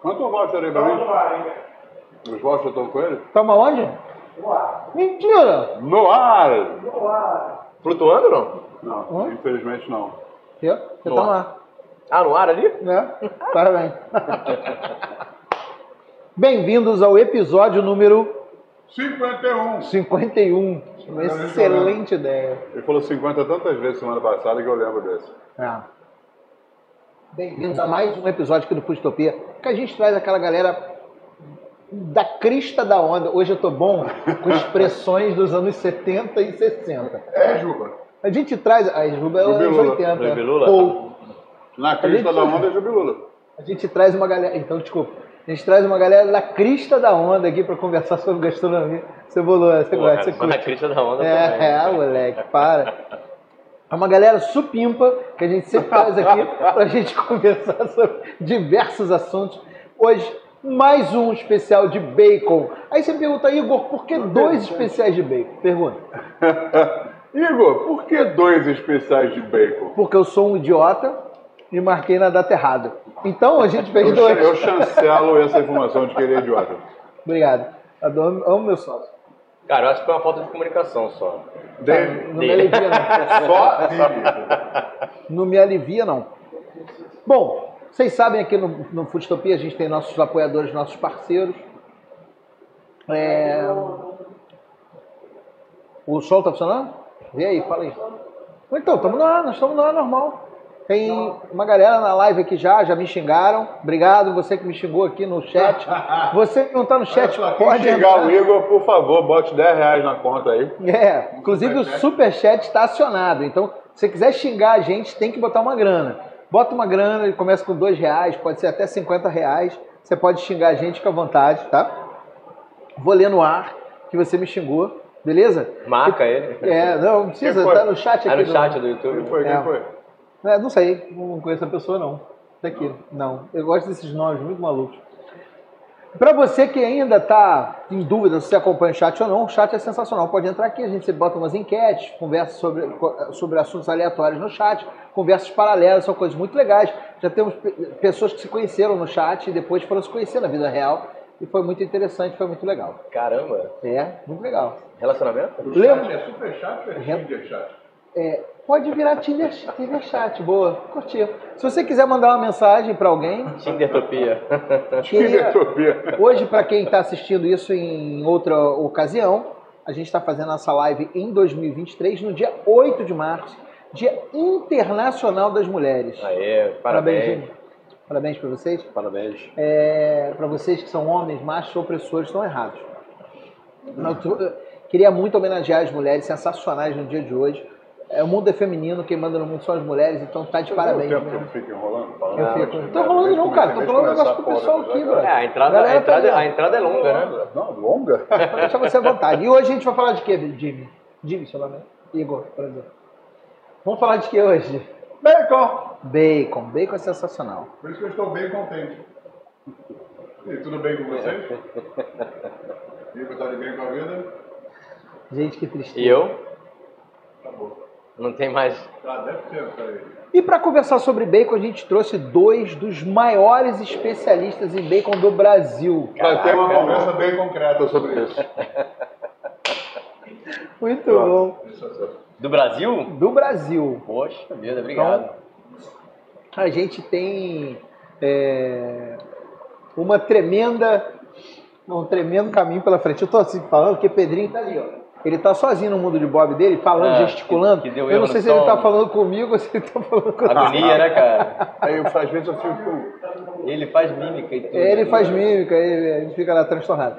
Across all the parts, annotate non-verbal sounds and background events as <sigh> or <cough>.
Quanto eu gosto aí pra mim? Os vossos estão com ele? Toma onde? Mentira! No ar! Flutuando não? Não, Hã? infelizmente não. Eu? Você No tá ar. lá. Ah, no ar ali? Né? Parabéns. Bem-vindos ao episódio número 51! 51. Uma Parabéns, excelente ideia. Ele falou 50 tantas vezes semana passada que eu lembro desse. Ah. Bem-vindos a mais um episódio aqui do Pustopia, que a gente traz aquela galera da crista da onda. Hoje eu tô bom com expressões dos anos 70 e 60. É, Juba. A gente traz. A Juba é anos Jubilula. 80. né? Jubilula. Ou Na crista gente- da onda é Jubilula. A gente traz uma galera. Então, desculpa. A gente traz uma galera da crista da onda aqui pra conversar sobre gastronomia. Você bolou, você Porra, gosta, você mas a curte. crista da onda também. né? É, é, moleque, para. É uma galera supimpa que a gente sempre traz aqui pra gente <laughs> conversar sobre diversos assuntos. Hoje, mais um especial de bacon. Aí você me pergunta, Igor, por que dois especiais de bacon? Pergunta. Igor, por que dois especiais de bacon? Porque eu sou um idiota e marquei na data errada. Então <laughs> a gente fez Eu, dois. eu chancelo essa informação de que ele é idiota. Obrigado. Adoro, amo meu sócio. Cara, eu acho que foi uma falta de comunicação só. Dele. Não me Dele. alivia, não. <laughs> Só dele. Não me alivia, não. Bom, vocês sabem aqui no, no Foodtopia a gente tem nossos apoiadores, nossos parceiros. É, O sol tá funcionando? Vê aí, fala aí. Ou Então, estamos na nós estamos na normal. Tem uma galera na live aqui já, já me xingaram. Obrigado, você que me xingou aqui no <laughs> chat. Você que não tá no chat, Quem pode chegar o entrar. Igor, por favor, bote 10 reais na conta aí. É, inclusive o superchat está acionado. Então, se você quiser xingar a gente, tem que botar uma grana. Bota uma grana, ele começa com dois reais, pode ser até 50 reais. Você pode xingar a gente, fica à vontade, tá? Vou ler no ar que você me xingou, beleza? Marca ele. É, não, não precisa, Quem foi? tá no chat Ah, aqui. no do- chat do Quem YouTube. foi? Quem É. foi? É, não sei, não conheço a pessoa não. Daqui, não. Eu gosto desses nomes muito malucos. Pra você que ainda tá em dúvida se você acompanha o chat ou não, o chat é sensacional. Pode entrar aqui, a gente sempre bota umas enquetes, conversa sobre, sobre assuntos aleatórios no chat, conversas paralelas, são coisas muito legais. Já temos pe- pessoas que se conheceram no chat e depois foram se conhecer na vida real. E foi muito interessante, foi muito legal. Caramba. É, muito legal. Relacionamento? Lembra- É super chato, é Lembra- Tinder chat. É, pode virar Tinder, Tinder Chat, boa, curti. Se você quiser mandar uma mensagem pra alguém, Tindertopia. <laughs> queria- Tindertopia. hoje pra quem está assistindo isso em outra ocasião, a gente está fazendo essa live em 2023, no dia 8 de março, Dia Internacional das Mulheres. Aê, parabéns. gente. Parabéns pra vocês. Parabéns. É, pra vocês que são homens, machos, opressores, estão errados. Eu tro- eu queria muito homenagear as mulheres sensacionais no dia de hoje. É, o mundo é feminino, quem manda no mundo são as mulheres, então tá de parabéns. Tem um tempo que mesmo. eu fico enrolando? Eu falando? ah, é fico. Não tô rolando não, cara. Tô falando um negócio pro pessoal aqui, É, brother. a entrada, a Galera, entrada, tá a entrada é longa, né? Não, longa? <laughs> Pra deixar você à vontade. E hoje a gente vai falar de quê, Jimmy? Jimmy, seu nome é? Igor, prazer. Vamos falar de que hoje? Bacon! Bacon. Bacon é sensacional. Por isso que eu estou bem contente. E tudo bem com vocês? Vivo, tá de bem com a vida? Gente, que tristeza. E eu? Tá bom. Não tem mais. Tá, deve ser, peraí. E para conversar sobre bacon, a gente trouxe dois dos maiores especialistas em bacon do Brasil. Vai ter uma conversa bem concreta sobre isso. Muito Pronto. bom. Isso é certo. Do Brasil? Do Brasil. Poxa vida, Então- obrigado. A gente tem é, uma tremenda, um tremendo caminho pela frente. Eu tô assim falando porque Pedrinho tá ali, ó. Ele tá sozinho no mundo de Bob dele, falando, É, gesticulando. que- que deu eu não erro sei no se ele som. tá falando comigo ou se ele tá falando com Agonia, né, <laughs> cara? Aí, eu- às vezes, eu fico... Ele faz mímica e tudo. né? É, ele faz mímica, ele, ele fica lá transtornado.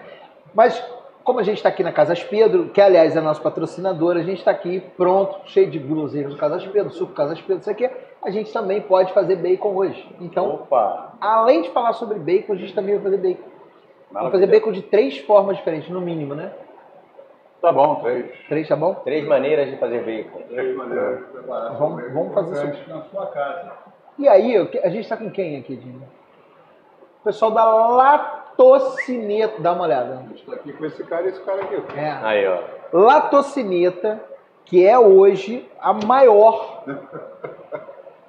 Mas, como a gente está aqui na Casas Pedro, que aliás é nosso patrocinador, a gente está aqui pronto, cheio de blusinhas do Casas Pedro, suco Casas Pedro, isso aqui, a gente também pode fazer bacon hoje. Então, Opa! além de falar sobre bacon, a gente também vai fazer bacon. Vai fazer Maravilha. bacon de três formas diferentes, no mínimo, né? Tá bom, três. Três, tá bom? Três maneiras de fazer bacon. Três maneiras de preparar. Vamos- bacon vamos fazer crocante na sua casa. E aí, eu que- a gente está com quem aqui, Dino? O pessoal da Latocineto, dá uma olhada. Estou tá aqui com esse cara e esse cara aqui. É. Aí, ó. Latocineta, que é hoje a maior,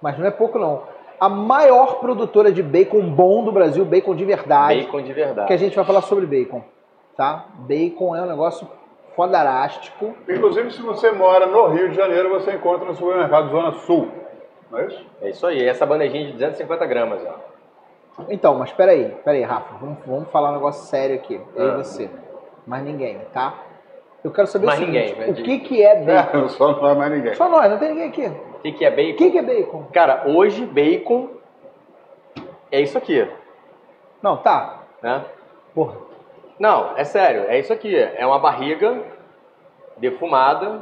mas não é pouco não, a maior produtora de bacon bom do Brasil, bacon de verdade, Bacon de que a verdade. gente vai falar sobre bacon, tá? Bacon é um negócio fodarástico. Inclusive, se você mora no Rio de Janeiro, você encontra no supermercado Zona Sul. Não é <laughs> isso? É isso aí. Essa bandejinha de 250 gramas, ó. Então, mas peraí, peraí, Rafa, vamos, vamos falar um negócio sério aqui, eu Ah. e você, mais ninguém, tá? Eu quero saber Mais o seguinte, ninguém, né, o de- que <laughs> que é bacon? É, só não vai mais ninguém. Só nós, não tem ninguém aqui. O que, que é bacon? O que que é bacon? Cara, hoje bacon é isso aqui, Não, tá. né? Porra, Não, é sério, é isso aqui. É uma barriga defumada,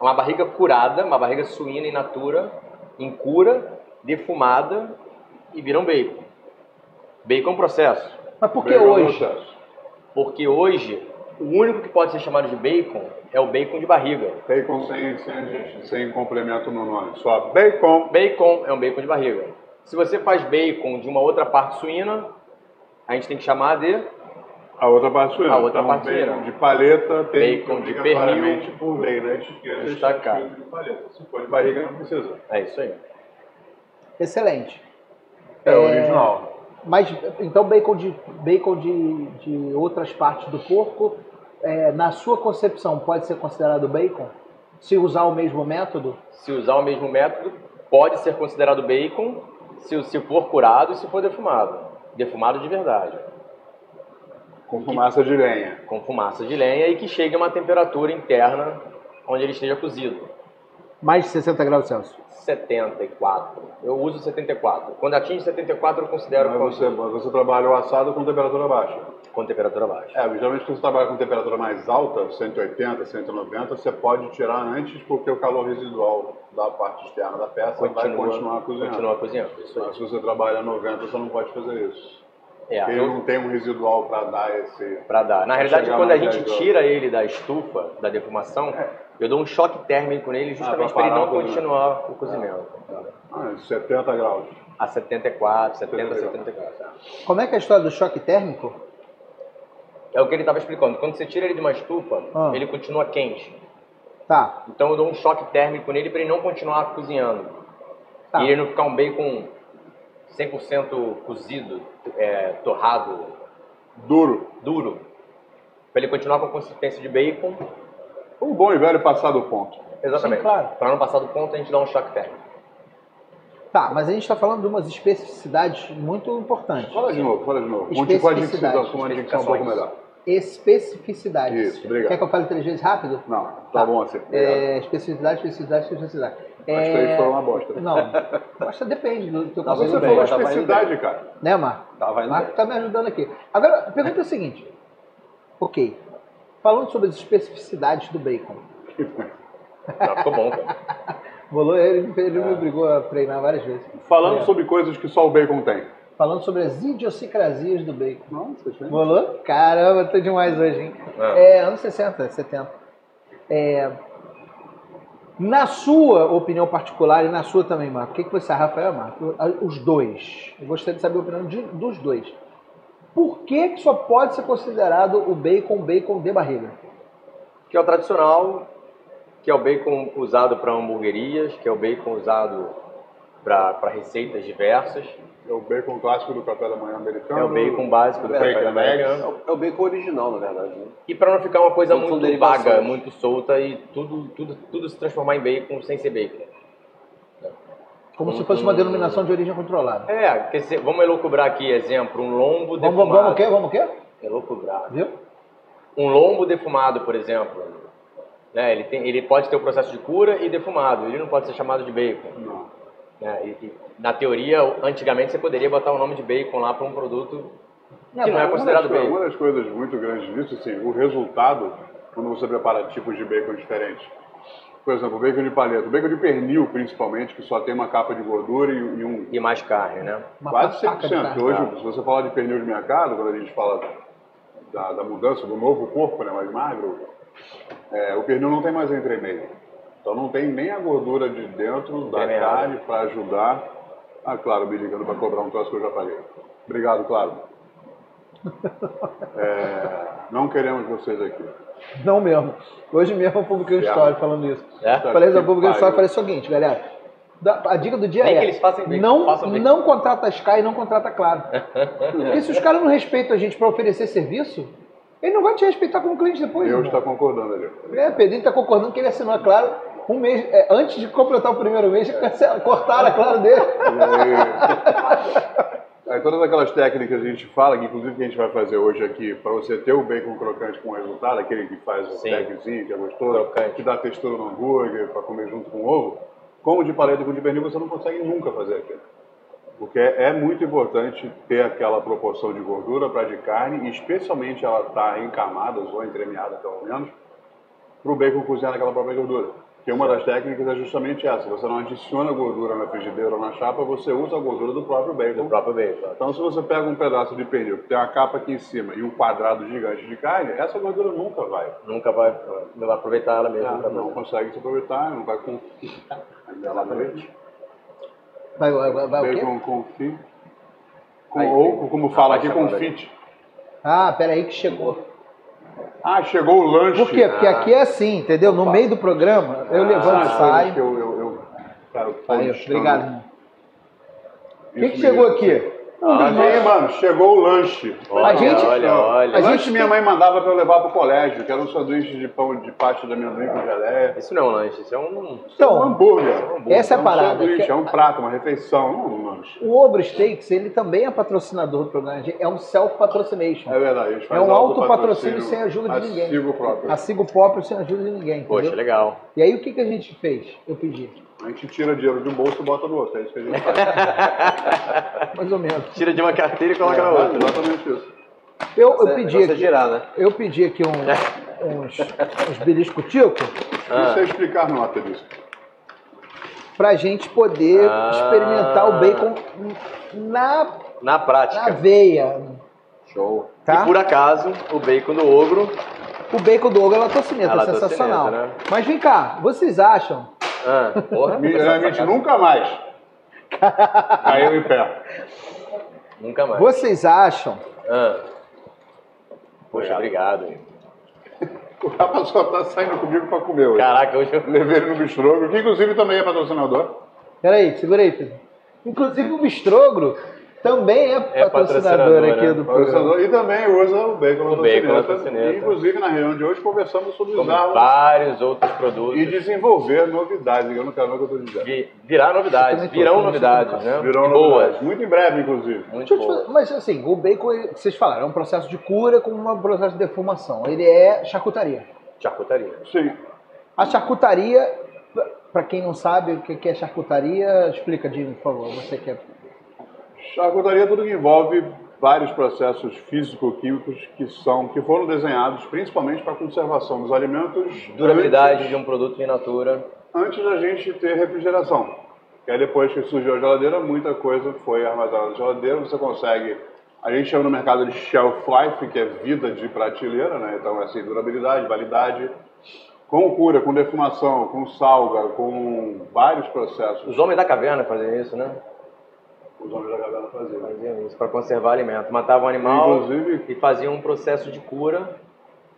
é uma barriga curada, uma barriga suína in natura, em cura, defumada e vira um bacon. Bacon é um processo. é um mas por que Bacon no hoje? processo. Porque hoje, o único que pode ser chamado de bacon é o bacon de barriga. Bacon sem, sem, sem complemento no nome. Só bacon. Bacon é um bacon de barriga. Se você faz bacon de uma outra parte suína, a gente tem que chamar de A outra parte suína. A outra então, parte suína. bacon de paleta tem Bacon de obrigatoriamente, por lei, né? Esquerda, Destacar. de paleta. Se for de barriga, não precisa. É isso aí. Excelente. É, original. Mas então bacon de bacon de, de outras partes do porco, é, na sua concepção, pode ser considerado bacon? Se usar o mesmo método? Se usar o mesmo método, pode ser considerado bacon se, se for curado e se for defumado. Defumado de verdade, Com fumaça de lenha. com fumaça de lenha e que chegue a uma temperatura interna onde ele esteja cozido. Mais de 60 graus Celsius. 74. Eu uso 74. Quando atinge 74, eu considero Mas com, você, você trabalha o assado com temperatura baixa. com temperatura baixa. É, geralmente quando você trabalha com temperatura mais alta, 180, 190, você pode tirar antes porque o calor residual da parte externa da peça vai continuar cozinhando. Continua cozinhando. Isso aí. Mas se você trabalha a 90, você não pode fazer isso. É, Ele não tem um residual para dar esse... para dar. Na realidade, chegar quando a mais gente dez tira ele da estufa, da defumação, eu dou um choque térmico nele justamente Ah, pra para ele parar não o cozimento. continuar o cozimento. Ah, 70 graus. A 74, 70, 74. Como é que é a história do choque térmico? É o que ele estava explicando. Quando você tira ele de uma estufa, Ah. ele continua quente. Tá. Então eu dou um choque térmico nele para ele não continuar cozinhando. tá. E ele não ficar um bacon 100% cozido, é, torrado, Duro. duro. Para ele continuar com a consistência de bacon. Um bom e velho passado ponto. Exatamente. Sim, claro. Para não passar do ponto, a gente dá um choque térmico. Tá, mas a gente está falando de umas especificidades muito importantes. Fala de novo, fala de novo. Conte com a dicção, com uma dicção um pouco melhor. Especificidades. Isso, obrigado. Quer que eu fale três vezes rápido? Não, tá, bom assim. Obrigado. É, especificidade, especificidade, especificidade. É, As é, três foram uma bosta. Não, bosta depende do teu Mas conceito. você falou É, indo bem, a tava indo especificidade, cara. Né, Marco? Tava Marco tá me ajudando aqui. Agora, a pergunta é a seguinte. Ok. Falando sobre as especificidades do bacon. Já ficou bom, cara. Volou, ele, ele É. me obrigou a treinar várias vezes. Falando É. sobre coisas que só o bacon tem. Falando sobre as idiosincrasias do bacon. Nossa, gente. Volou? Caramba, tô demais hoje, hein? Ah. É, anos 60, 70. É, na sua opinião particular e na sua também, Marco, o que, que você, Rafael Marco? Os dois. Eu gostaria de saber a opinião de- dos dois. Por que, que só pode ser considerado o bacon bacon de barriga? Que é o tradicional, que é o bacon usado para hamburguerias, que é o bacon usado para receitas diversas. É o bacon clássico do café da manhã Então, americano. É o bacon básico do café Bacon da eggs. manhã. É o- é o bacon original, na verdade. né? E para não ficar uma coisa Não são muito derivações. vaga, muito solta e tudo, tudo, tudo se transformar em bacon sem ser bacon. Como se fosse uma denominação de origem controlada. É, quer dizer, vamos elucubrar aqui, exemplo, um lombo Vamos, defumado. vamos, vamos o quê? Vamos o quê? Elucubrar. Viu? Um lombo defumado, por exemplo. Né, ele, tem, ele pode ter o processo de cura e defumado, ele não pode ser chamado de bacon. Não. né? E- e, na teoria, antigamente você poderia botar o nome de bacon lá para um produto que não é Uma considerado das coisas- bacon. Uma das coisas muito grandes disso, assim, o resultado, quando você prepara tipos de bacon diferentes. Por exemplo, o bacon de paleta, o bacon de pernil, principalmente, que só tem uma capa de gordura e, e um E mais carne, né? Uma quase pataca de 100%. carne. Hoje, se você falar de pernil de mercado, quando a gente fala da, da mudança, do novo corpo, né, mais magro, é, o pernil não tem mais entremeio. Então não tem nem a gordura de dentro da Entremeada. carne para ajudar. Ah, claro, me ligando para cobrar um troço que eu já paguei. Obrigado, claro. É, não queremos vocês aqui. Não mesmo. Hoje mesmo eu publiquei um Ferro. story falando isso. É? Tá falei, eu que publiquei um story pariu. e falei o seguinte, galera. da- a dica do dia Nem é que eles façam bem, não, façam bem. não contrata Sky e não <laughs> contrata Claro. Porque se os caras não respeitam a gente para oferecer serviço, ele não vai te respeitar como cliente depois. Deus irmão. está concordando ali. É, Pedrinho está concordando que ele assinou a Claro um mês, é, antes de completar o primeiro mês, <laughs> já cancela- cortaram a Claro dele. E aí- <laughs> Aí todas aquelas técnicas que a gente fala, que inclusive que a gente vai fazer hoje aqui, para você ter o bacon crocante com resultado, aquele que faz o Sim. tagzinho, que é gostoso, Crocante. que dá textura no hambúrguer, para comer junto com ovo, com o de paleta e com o de pernil, você não consegue nunca fazer aquilo. Porque é muito importante ter aquela proporção de gordura para de carne, e especialmente ela estar em camadas ou entremeada, pelo menos, para o bacon cozinhar naquela própria gordura. Que uma das técnicas é justamente essa: você não adiciona gordura na frigideira ou na chapa, você usa a gordura do próprio bacon. Do próprio bacon. Então, se você pega um pedaço de pernil que tem uma capa aqui em cima e um quadrado gigante de carne, essa gordura nunca vai. Nunca vai, não vai aproveitar ela mesmo. Ela pra não fazer. consegue se aproveitar, não vai É com. Exatamente. Vai, vai, vai, vai É o quê? Bacon com fi. Com, Aí, ou, como fala aqui, chamando confite. Ah, peraí que chegou. Ah, chegou o lanche. Por quê? Porque aqui é assim, entendeu? No meio do programa, eu levanto e Ah, saio. que Eu, eu, eu, cara, eu tô Aí, buscando. obrigado. irmão. Isso Quem que me chegou irrita. aqui? Um Ah, aí, mano, chegou o lanche. A gente- olha, olha. a lanche gente- minha mãe mandava pra eu levar pro colégio, que era um sanduíche de pão de pasta de amendoim com geleia. Isso não é um lanche, isso é um. um Então, hambúrguer. essa é a um parada, sanduíche, que- é um prato, uma refeição, não um lanche. o Obro Steaks, ele também é patrocinador do programa. gente. É um self-patrocination. É verdade, a gente faz É um autopatrocínio, autopatrocínio sem ajuda de ninguém. sigo próprio. A Sigo próprio sem ajuda de ninguém. Poxa, entendeu? legal. E aí o que, que a gente fez? Eu pedi. A gente tira dinheiro de um bolso e bota no outro, é isso que a gente faz. <laughs> Mais ou <laughs> menos. Tira de uma carteira e coloca na É, outra. exatamente isso. Eu, eu Esse pedi negócio é aqui. girar, né? Eu pedi aqui <laughs> um- uns, uns belisco tico Ah. Ah, Não sei explicar nota disso. pra gente poder Ah. experimentar o bacon na, Na na prática. veia. Show. Tá? E por acaso, o bacon do ogro. O bacon do ogro é latocineta, É sensacional. latocineta, né? Mas vem cá, vocês acham? Ah, porra. Realmente nunca <laughs> mais. Caiu em pé. Nunca mais. Vocês acham Ah. Poxa, obrigado. O rapaz só tá saindo comigo pra comer hoje. Caraca, hoje eu. Levei ele no bistrogro, que inclusive também é patrocinador. Peraí, segura aí, Pedro. Inclusive o Bistrogro também é, É patrocinador patrocinador, aqui né? do programa. Patrocinador, é. e também usa o bacon O bacon da latocineta. Tocineta. Inclusive, na reunião de hoje, conversamos sobre Como usar vários outros produtos. e desenvolver novidades. Eu não quero ver o que eu estou dizendo. Vi- Virar novidades. Eu também tô, Virão também novidades, tô. né? Virou Boas. novidades. Muito em breve, inclusive. Deixa Muito eu te boas. fazer- mas assim, o bacon, ele- vocês falaram, é um processo de cura com um processo de deformação. Ele é charcutaria. Charcutaria. Sim. A charcutaria, pra- pra quem não sabe o que que é charcutaria, explica, Jimmy, por favor. Você que é. Charcutaria é tudo que envolve vários processos físico-químicos que são que foram desenhados principalmente para a conservação dos alimentos Durabilidade de um produto in natura. antes, antes da gente ter refrigeração. Que aí depois que surgiu a geladeira, muita coisa foi armazenada na geladeira, você consegue a gente chama no mercado de shelf life, que é vida de prateleira, né? Então é assim, durabilidade, validade, com cura, com defumação, com salga, com vários processos. Os homens da caverna faziam isso, né? Os homens da caverna faziam. Faziam isso para conservar alimento. Matavam animal Inclusive- e faziam um processo de cura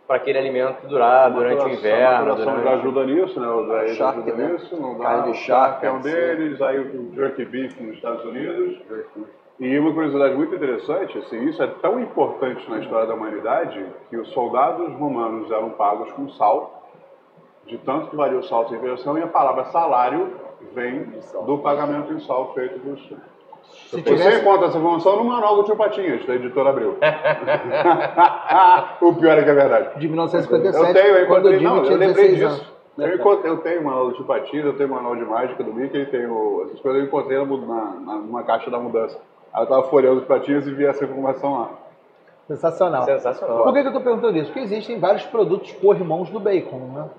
para aquele alimento durar durante o Maturação, inverno. maturação já Durante... ajuda nisso, né? O Jair Shark, ajuda né? nisso. Não dá, Carne de o shark, é um sim. deles, aí o jerky beef nos Estados Unidos. E uma curiosidade muito interessante, assim, isso é tão importante na história da humanidade que os soldados romanos eram pagos com sal, de tanto que varia o sal sem inflação, e a palavra salário vem do pagamento em sal feito dos... Se Você tivesse, encontra essa informação no Manual do Tio Patinhas, da editora Abril. <laughs> o pior é que é verdade. de Eu 1957, tenho, eu quando o encontrei, Jimmy não, tinha eu lembrei 16 disso. anos. Né, Eu, encontrei, eu tenho manual de patins, eu tenho manual de mágica do Mickey, tenho essas coisas eu encontrei na, mu- na, na, numa caixa da mudança. Aí eu tava folheando os patins e vi essa informação lá. Sensacional. Por Sensacional. que, que eu estou perguntando isso? Porque existem vários produtos corrimãos do bacon, né?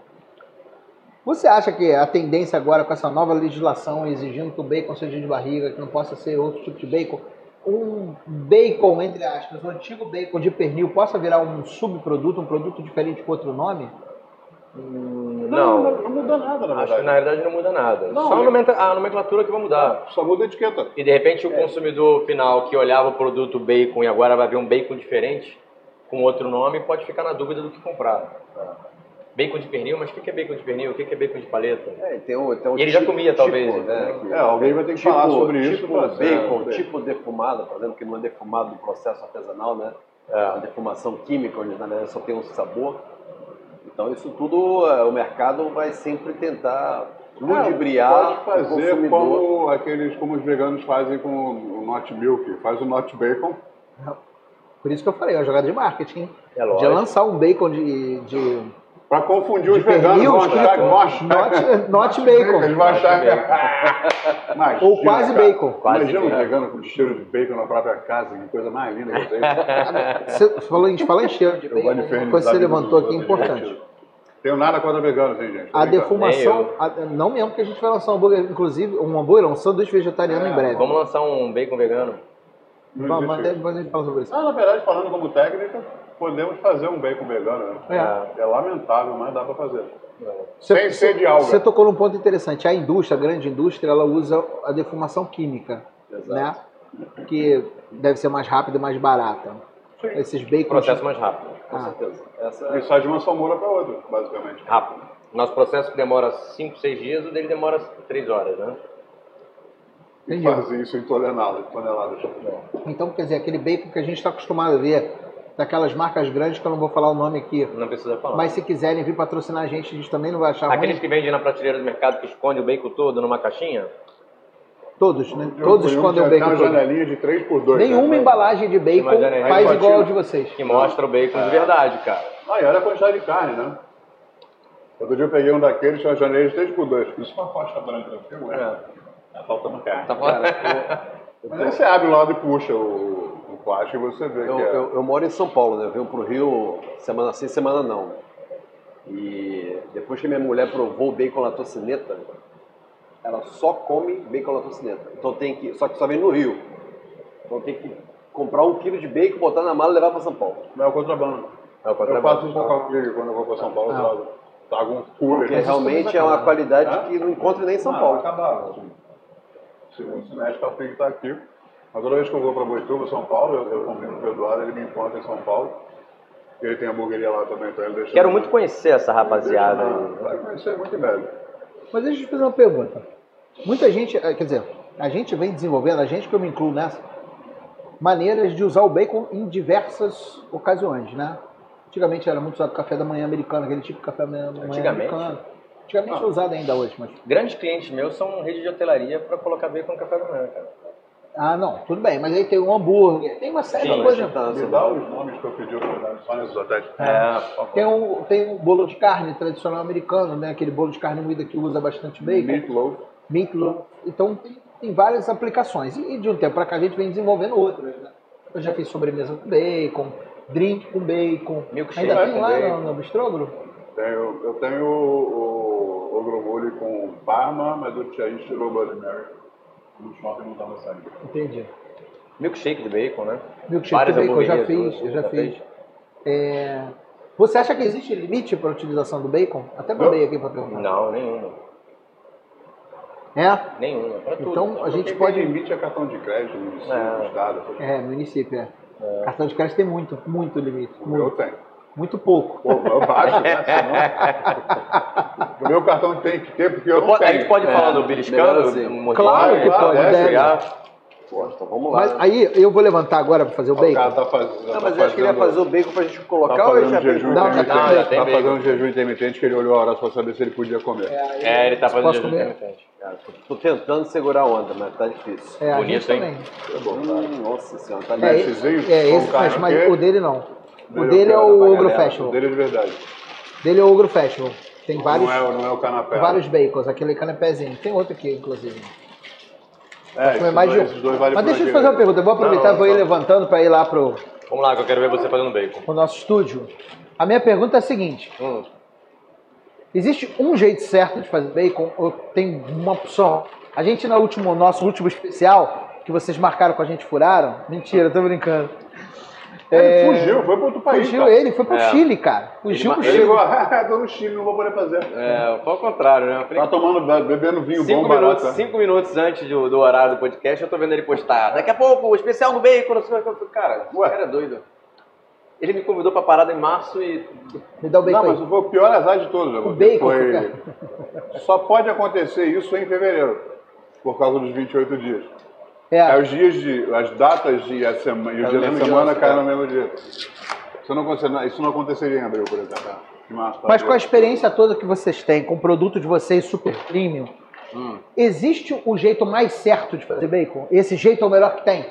Você acha que a tendência agora com essa nova legislação exigindo que o bacon seja de barriga, que não possa ser outro tipo de bacon, um bacon, entre aspas, um antigo bacon de pernil possa virar um subproduto, um produto diferente com outro nome? Não, não, não muda nada, na acho que verdade. na realidade não muda nada. Não, Só a eu- nomenta- a nomenclatura que vai mudar. Só muda a etiqueta. E de repente o É. consumidor final que olhava o produto bacon e agora vai ver um bacon diferente, com outro nome, pode ficar na dúvida do que comprar. Bacon de pernil, mas o que que é bacon de pernil? O que que é bacon de paleta? É, e tem um, tem um E ele já comia, talvez, né? Né? que- É, alguém vai ter que falar sobre isso Tipo pra- bacon, é, tipo defumado, por exemplo, que não é defumado do processo artesanal, né? A É. defumação química, onde na verdade só tem um sabor. Então isso tudo, é, o mercado vai sempre tentar ludibriar É, Pode o fazer consumidor. como, aqueles, como os veganos fazem com o not milk. Faz o not bacon. Por isso que eu falei, é uma jogada de marketing. hein? É De lógico. lançar um bacon de. de, Pra confundir de os veganos, pernil, vão achar, vão not, achar not Eles bacon. vão Not achar que bacon. é. <laughs> Imagina, Ou quase cara. bacon. Quase Imagina um bacon. vegano com cheiro de bacon na própria casa, que coisa mais linda <laughs> que tem. Você falou, a gente fala em cheiro de Eu vou bacon. infernizar Uma coisa que você a vida levantou dos aqui é outros, importante. gente. Tenho nada contra veganos, hein, gente? Tô A brincando. defumação. a- não mesmo que a gente vai lançar um hambúrguer, inclusive, um hambúrguer, um sanduíche vegetariano É, em breve. Vamos lançar um bacon vegano? Não Vamos, existe até isso. depois a gente fala sobre isso. Ah, na verdade, falando como técnica, podemos fazer um bacon vegano, né? ah, É. É lamentável, mas dá pra fazer. Você- Sem você- ser de alga. Você tocou num ponto interessante. A indústria, a grande indústria, ela usa a defumação química, né? Que deve ser mais rápida e mais barata. Esses Um bacons... processo mais rápido. Com Ah, certeza. Essa E é sai de uma salmoura pra outra, basicamente. Rápido. Nosso processo que demora 5, 6 dias, o dele demora 3 horas, né? E Entendi. fazer isso em toneladas. toneladas. Então, quer dizer, aquele bacon que a gente está acostumado a ver daquelas marcas grandes, que eu não vou falar o nome aqui, Não precisa falar. mas se quiserem vir patrocinar a gente, a gente também não vai achar Aqueles ruim. que vendem na prateleira do mercado que esconde o bacon todo numa caixinha? Todos, né? Eu Todos ponho um escondem o já- bacon. Tem uma todo. janelinha de 3 por né? né? 2 Nenhuma embalagem de bacon Uma janelinha. faz Aí igual batido. a de vocês. Que mostra o bacon É. de verdade, cara. Ah, e olha a quantidade de carne, né? Outro dia eu peguei um daqueles, tinha uma janelinha de 3 por 2 Isso é uma faixa branca, não tem É. Tá faltando carne. Tá falando? Mas aí você abre o lado e puxa o, o plástico e você vê Eu, que é. eu- eu moro em São Paulo, né? Eu venho pro Rio semana sim, semana não. E depois que minha mulher provou bacon latocineta, ela só come bacon latocineta. Então tem que. Só que só vem no Rio. Então tem que comprar um quilo de bacon, botar na mala e levar para São Paulo. Não é o contrabando. É o Eu contrabando. faço isso com calqueiro quando eu vou pra São Paulo, eu trago, trago um cooler. Porque né? realmente é uma qualidade Hã? que não encontra nem em São Ah, Paulo. Acabava. assim. Se o semestre tá frio, tá aqui. Mas toda vez que eu vou para Boituva, São Paulo, eu, eu convido o Eduardo, ele me encontra em São Paulo. Ele tem a hamburgueria lá também, então ele deixa... Quero muito conhecer essa rapaziada aí. Ah, Vai conhecer muito em breve. Mas deixa eu te fazer uma pergunta. Muita gente, eh, quer dizer, a gente vem desenvolvendo, a gente que eu me incluo nessa, maneiras de usar o bacon em diversas ocasiões, né? Antigamente era muito usado café da manhã americano, aquele tipo de café da manhã Antigamente? Ah. americano. Antigamente é usado ainda hoje, mas... Grandes clientes meus são rede de hotelaria pra colocar bacon no café da manhã, cara. Ah, não, tudo bem, mas aí tem um hambúrguer, tem uma série Sim, de mas coisas. Tá, Me São dá Paulo. os nomes que eu pedi hospedagem só nesses hotéis. É, por favor. Tem um, tem um bolo de carne tradicional americano, né? Aquele bolo de carne moída que usa bastante bacon. Meatloaf. Meatloaf. Então tem, tem várias aplicações. E de um tempo para cá a gente vem desenvolvendo outras. Né? Eu já fiz sobremesa com bacon, drink com bacon. Milkshake Ainda tem com lá bacon. no, no Bistrogro? Tenho, eu tenho o, o Ogromoli com Parma, mas o Tiaí tirou o Bloody Mary. No shopping não tava saindo. Entendi. Milkshake de bacon, né? Milkshake Várias com bacon, eu já hamburguerias, fiz, eu já já fiz. fez? É, Você acha que existe limite para a utilização do bacon? Até mandei aqui para perguntar. Não, nenhuma. É? Nenhuma. Pra tudo. Então a gente Quem pode. tem limite é cartão de crédito, município, É. estado. essas É, município, é. Cartão de crédito tem muito, muito limite. coisas. O meu Muito, tem. muito pouco. Pô, eu baixo, né? Senão- <laughs> o meu cartão tem que ter, porque eu não Pode- a tenho. é, gente pode É, falar do beliscando? melhor assim. mordendo, Claro que pode, pode deve. pegar. Pô, então vamos lá. Mas né? aí eu vou levantar agora para fazer o O bacon. cara tá fazendo. Não, mas eu acho que ele ia fazer o bacon pra gente colocar Tá ou ele fazendo já fez? jejum Não, já intermitente. tem. Não, já tem tá bacon. fazendo jejum intermitente que ele olhou a hora pra saber se ele podia comer. É, ele tá fazendo Posso jejum comer? intermitente. cara. Tô tentando segurar a onda, mas tá difícil. É, a Bonito, gente hein? também. Tá bom. Hum, nossa senhora, tá É, difícil. Esses aí, é, é são esse carne faz, mas o quê? o dele não. O Dele dele é eu quero, o Ogro galera. Festival. O dele é de verdade. Dele é o Ogro Festival. Tem vários, Não é, o- não é o canapé. vários bacons, aquele canapézinho. Tem outro aqui, inclusive. É, Comer esses mais de dois- um. esses dois vale mas por deixa eu te aqui. fazer uma pergunta. Eu vou aproveitar e Não, vou ir não. levantando para ir lá pro, Vamos lá, que eu quero ver você fazendo bacon. pro nosso estúdio. A minha pergunta é a seguinte: Hum. existe um jeito certo de fazer bacon ou tem uma opção? A gente, no último, nosso último especial, que vocês marcaram com a gente, furaram? Mentira, tô brincando. Ele É, fugiu, foi pro outro país. Fugiu cara. ele, foi pro É. Chile, cara. Fugiu então, Ele- pro Ele Chile. <laughs> ligou, ah, tô no Chile, não vou poder fazer. É, foi ao contrário, né? Eu falei, Tá tomando, bebendo vinho Cinco bom, barato. né? minutos, né? cinco minutos antes do, do horário do podcast, eu tô vendo ele postar. Daqui a pouco, o especial no bacon. não sei o que. Eu falei, Cara, o Ué. cara é doido. Ele me convidou para a parada em março e Me dá o bacon Não, mas aí. foi o pior azar de todos, né? O porque bacon, foi- cara. Só pode acontecer isso em fevereiro, por causa dos 28 dias. Aí É, os dias de. as datas de a sema, e o Caiu dia no da mesmo semana dia, caem né? no mesmo dia. Isso não, aconte- isso não aconteceria em abril, por exemplo. Em março, mas talvez. com a experiência toda que vocês têm, com o produto de vocês super premium, Hum. existe o jeito mais certo de fazer bacon? Esse jeito é o melhor que tem?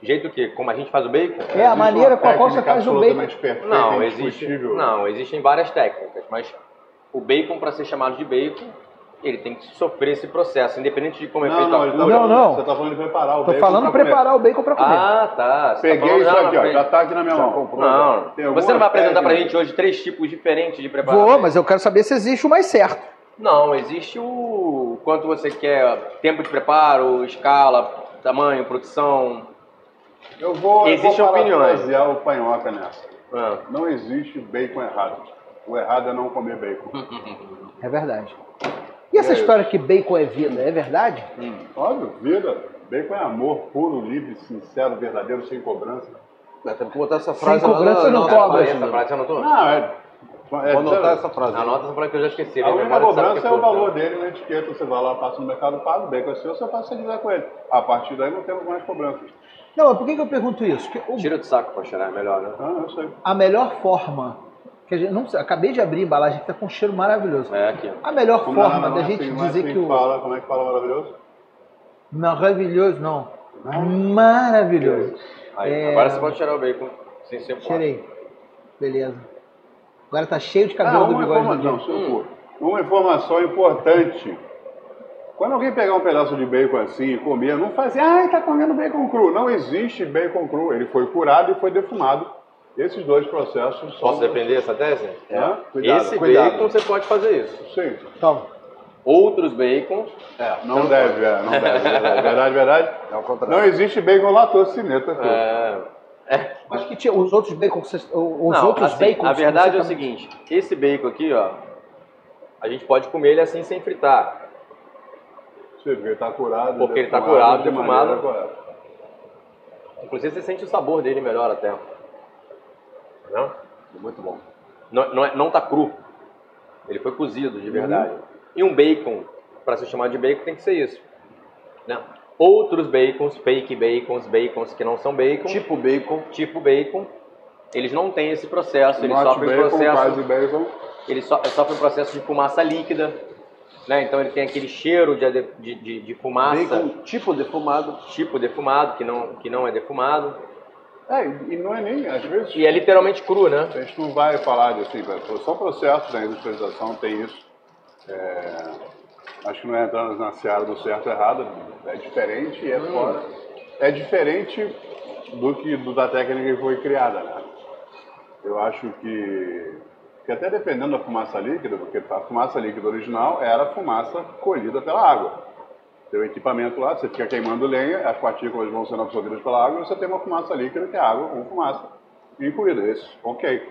de jeito que, como a gente faz o bacon, É a Existe maneira uma com a qual você técnica faz o bacon. absolutamente perfeita, é Não, existe, indiscutível. não, existem várias técnicas, mas o bacon, para ser chamado de bacon, ele tem que sofrer esse processo, independente de como é Não, feito não, a ele tá cura. Não, falando- não. Você tá falando de preparar o Tô bacon falando pra preparar o bacon pra comer. Ah, tá. comer. você tá Peguei falando- isso não, aqui, ó. mas- Já tá aqui na minha Já mão. comprou. Não, Tem alguma você não vai apresentar pra técnica? gente hoje três tipos diferentes é de preparo? Vou, mas eu quero saber se existe o mais certo. Não, existe o quanto você quer, tempo de preparo, escala, tamanho, produção. Eu vou, Existem eu vou opiniões. parafrasear o panhoca nessa. Ah, Não existe bacon errado. O errado é não comer bacon. É verdade. E essa É. história que bacon é vida, é verdade? Óbvio, vida. Bacon é amor puro, livre, sincero, verdadeiro, sem cobrança. Mas Temos É, que botar essa frase lá cobrança na- não na- cobra. na página. essa frase eu anotou? Não, é. é Vou anotar sério. essa frase. Anota essa frase que eu já esqueci. A né? minha única memória sabe cobrança é que o curta. valor dele na etiqueta. Você vai lá, passa no mercado, paga o bacon é seu, você faz o que você quiser com ele. A partir daí não temos mais cobrança. Não, mas por que, que eu pergunto isso? Porque o- Tira do saco pra cheirar, é melhor, né? Ah, eu sei. a melhor forma. Que a gente, não precisa- acabei de abrir a embalagem que tá com um cheiro maravilhoso. É aqui. A melhor Não, forma não, da não é gente assim, não é dizer assim que o. Fala, como é que fala maravilhoso? Maravilhoso, não. Maravilhoso. Aí, É. Agora você pode cheirar o bacon sem ser forte. Cheirei. Beleza. Agora tá cheio de Ah, cabelo do uma bigode. do informação, Diego. seu cu. Uma informação importante. Quando alguém pegar um pedaço de bacon assim e comer, não faz assim, ai, tá comendo bacon cru. Não existe bacon cru. Ele foi curado e foi defumado. Esses dois processos são. Posso defender essa tese? Hã? Cuidado. Esse cuidado. bacon você pode fazer isso. Sim. Então, Outros bacons, É, Não deve, é, não deve. Verdade, verdade. verdade. É ao Não contrário. existe bacon latocineta. cru. é, mas que tinha os outros bacon que vocês. o- Os Não, outros assim, bacons. A que verdade você é o tá- seguinte: esse bacon aqui, ó, a gente pode comer ele assim sem fritar. Você vê, tá curado. Porque ele tá defumado curado, de defumado. maneira correta. Inclusive você sente o sabor dele melhor até. Não, Muito bom. não, não, é- não tá cru. Ele foi cozido de verdade. E um bacon, para ser chamado de bacon, tem que ser isso. Né? Outros bacons, fake bacons, bacons que não são bacon, tipo, Tipo bacon. bacon, eles não têm esse processo, eles Not sofrem bacon, processo. quase bacon. ele so- sofre um processo de fumaça líquida, né? Então ele tem aquele cheiro de, ade- de, de- de fumaça, Bacon tipo defumado. tipo defumado, que não, que não é defumado. É, e não é nem, às vezes. E é literalmente cru, né? A gente não vai falar de assim, vai- só o processo da industrialização tem isso. É, acho que não é entrando na seara do certo e errado, é diferente e é fora. É diferente do que do, da técnica que foi criada, né? Eu acho que, que até dependendo da fumaça líquida, porque a fumaça líquida original era a fumaça colhida pela água. Tem o equipamento lá, você fica queimando lenha, as partículas vão sendo absorvidas pela água e você tem uma fumaça líquida que é água com fumaça incluída. Esse, ok.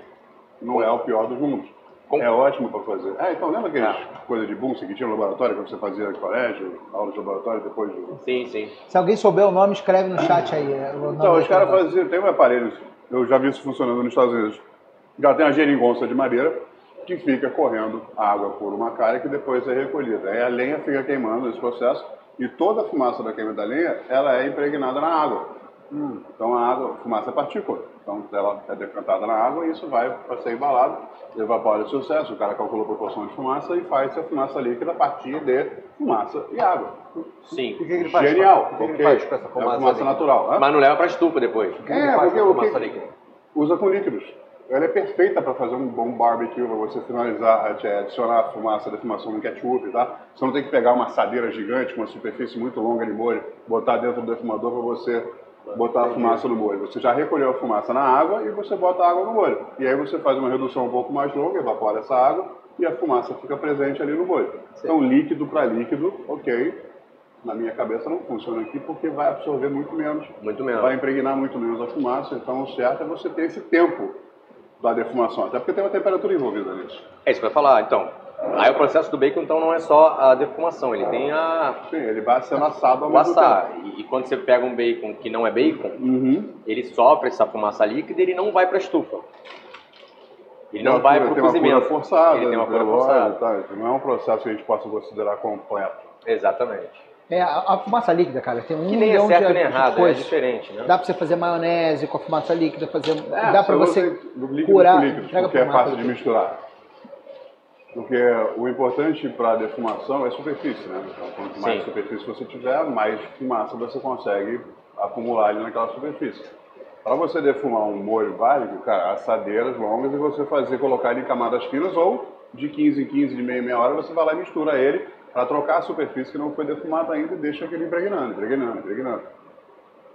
Não é o pior dos mundos. Com- É ótimo para fazer. Ah, então lembra aquelas coisas de bunce que tinha no laboratório, que você fazia no colégio, aula de laboratório depois do, Sim, sim. Se alguém souber o nome, escreve no chat aí. é, o nome Então, os daquele caras negócio. faziam, tem um aparelho, eu já vi isso funcionando nos Estados Unidos. Já tem a geringonça de madeira que fica correndo água por uma cara que depois é recolhida. Aí a lenha fica queimando esse processo e toda a fumaça da queima da lenha, ela é impregnada na água. Hum. Então a água, a fumaça é partícula. Então ela é decantada na água e isso vai para ser embalado, evapora o sucesso, o cara calcula a proporção de fumaça e faz a fumaça líquida a partir de fumaça e água. O que, Sim. que ele faz? Genial, O que, que ele ok. faz com essa É fumaça? fumaça líquida? natural. hã? Mas não leva pra estufa depois. que ele É, faz porque com a o fumaça que- líquida? usa com líquidos. Ela é perfeita para fazer um bom barbecue, para você finalizar, adi- adicionar a fumaça da fumação no ketchup, tá? Você não tem que pegar uma assadeira gigante com uma superfície muito longa de molho, botar dentro do defumador para você botar a fumaça no molho. Você já recolheu a fumaça na água e você bota a água no molho. E aí você faz uma redução um pouco mais longa, evapora essa água e a fumaça fica presente ali no molho. Então, líquido para líquido, ok. Na minha cabeça não funciona aqui porque vai absorver muito menos Muito menos. vai impregnar muito menos a fumaça, então o certo é você ter esse tempo da defumação, até porque tem uma temperatura envolvida nisso. É isso que eu ia falar, então. Aí o processo do bacon, então, não é só a defumação, ele tem a Sim, ele vai sendo assado ao o mesmo tempo. assar. E, e quando você pega um bacon que não é bacon, Uhum. ele sofre essa fumaça líquida e ele não vai para a estufa. Ele não vai para o Tem uma cozimento. cura forçada, né? ele tem uma cura velório e forçada. tal, isso Não é um processo que a gente possa considerar completo. Exatamente. É, a, a fumaça líquida, cara, tem um Que nem é milhão certo de, nem de errado, é coisas. diferente, né? Dá pra você fazer maionese com a fumaça líquida, fazer. É, dá pra eu você. não sei do líquido curar- pro líquido, Pega porque pro é mato fácil de aqui. misturar. Porque o importante para a defumação é a superfície, né? Então, quanto mais Sim. superfície você tiver, mais fumaça você consegue acumular ali naquela superfície. Para você defumar um molho válido, cara, assadeiras longas e você fazer colocar ele em camadas finas ou de 15 em 15, de meia em meia hora, você vai lá e mistura ele para trocar a superfície que não foi defumada ainda e deixa aquele impregnando, impregnando, impregnando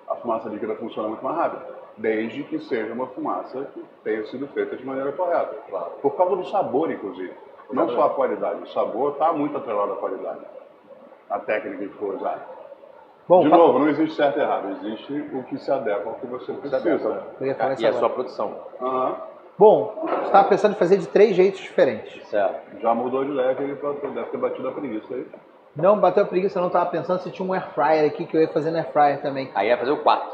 a fumaça líquida funciona muito mais rápido, desde que seja uma fumaça que tenha sido feita de maneira correta. Claro. Por causa do sabor, inclusive. Não só a qualidade, o sabor está muito atrelado à qualidade, a técnica que for usada. Bom, tá. de fa- novo, não existe certo e errado, existe o que se adequa ao que você precisa. eu ia falar Ah, isso E é a agora. sua produção. Aham. Bom, você estava pensando em fazer de três jeitos diferentes. Certo. Já mudou de leve, ele pra- deve ter batido a preguiça aí. Não, bateu a preguiça, eu não estava pensando se tinha um air fryer aqui que eu ia fazer no air fryer também. Aí é fazer o 4.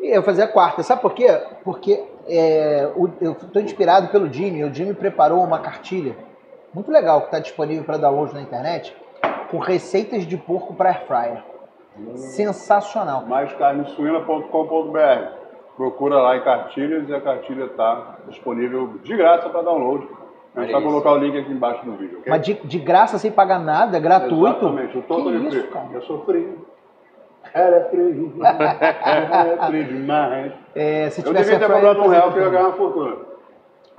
E Eu fazia a quarta, sabe por quê? Porque é, o- eu estou inspirado pelo Jimmy. O Jimmy preparou uma cartilha muito legal que está disponível para download na internet com receitas de porco para air fryer. Sensacional. maiscarnesuína.com.br. Procura lá em cartilhas e a cartilha está disponível de graça para download. A gente vai Olha isso. colocar o link aqui embaixo no vídeo, ok? Mas de, de graça, sem pagar nada, gratuito. Exatamente, o todo que de isso, frio. cara? Eu sou frio. Era frio. <laughs> Era frio demais. É, se Eu tivesse devia ter air fryer, comprado um fazia real que eu ia também. ganhar uma fortuna.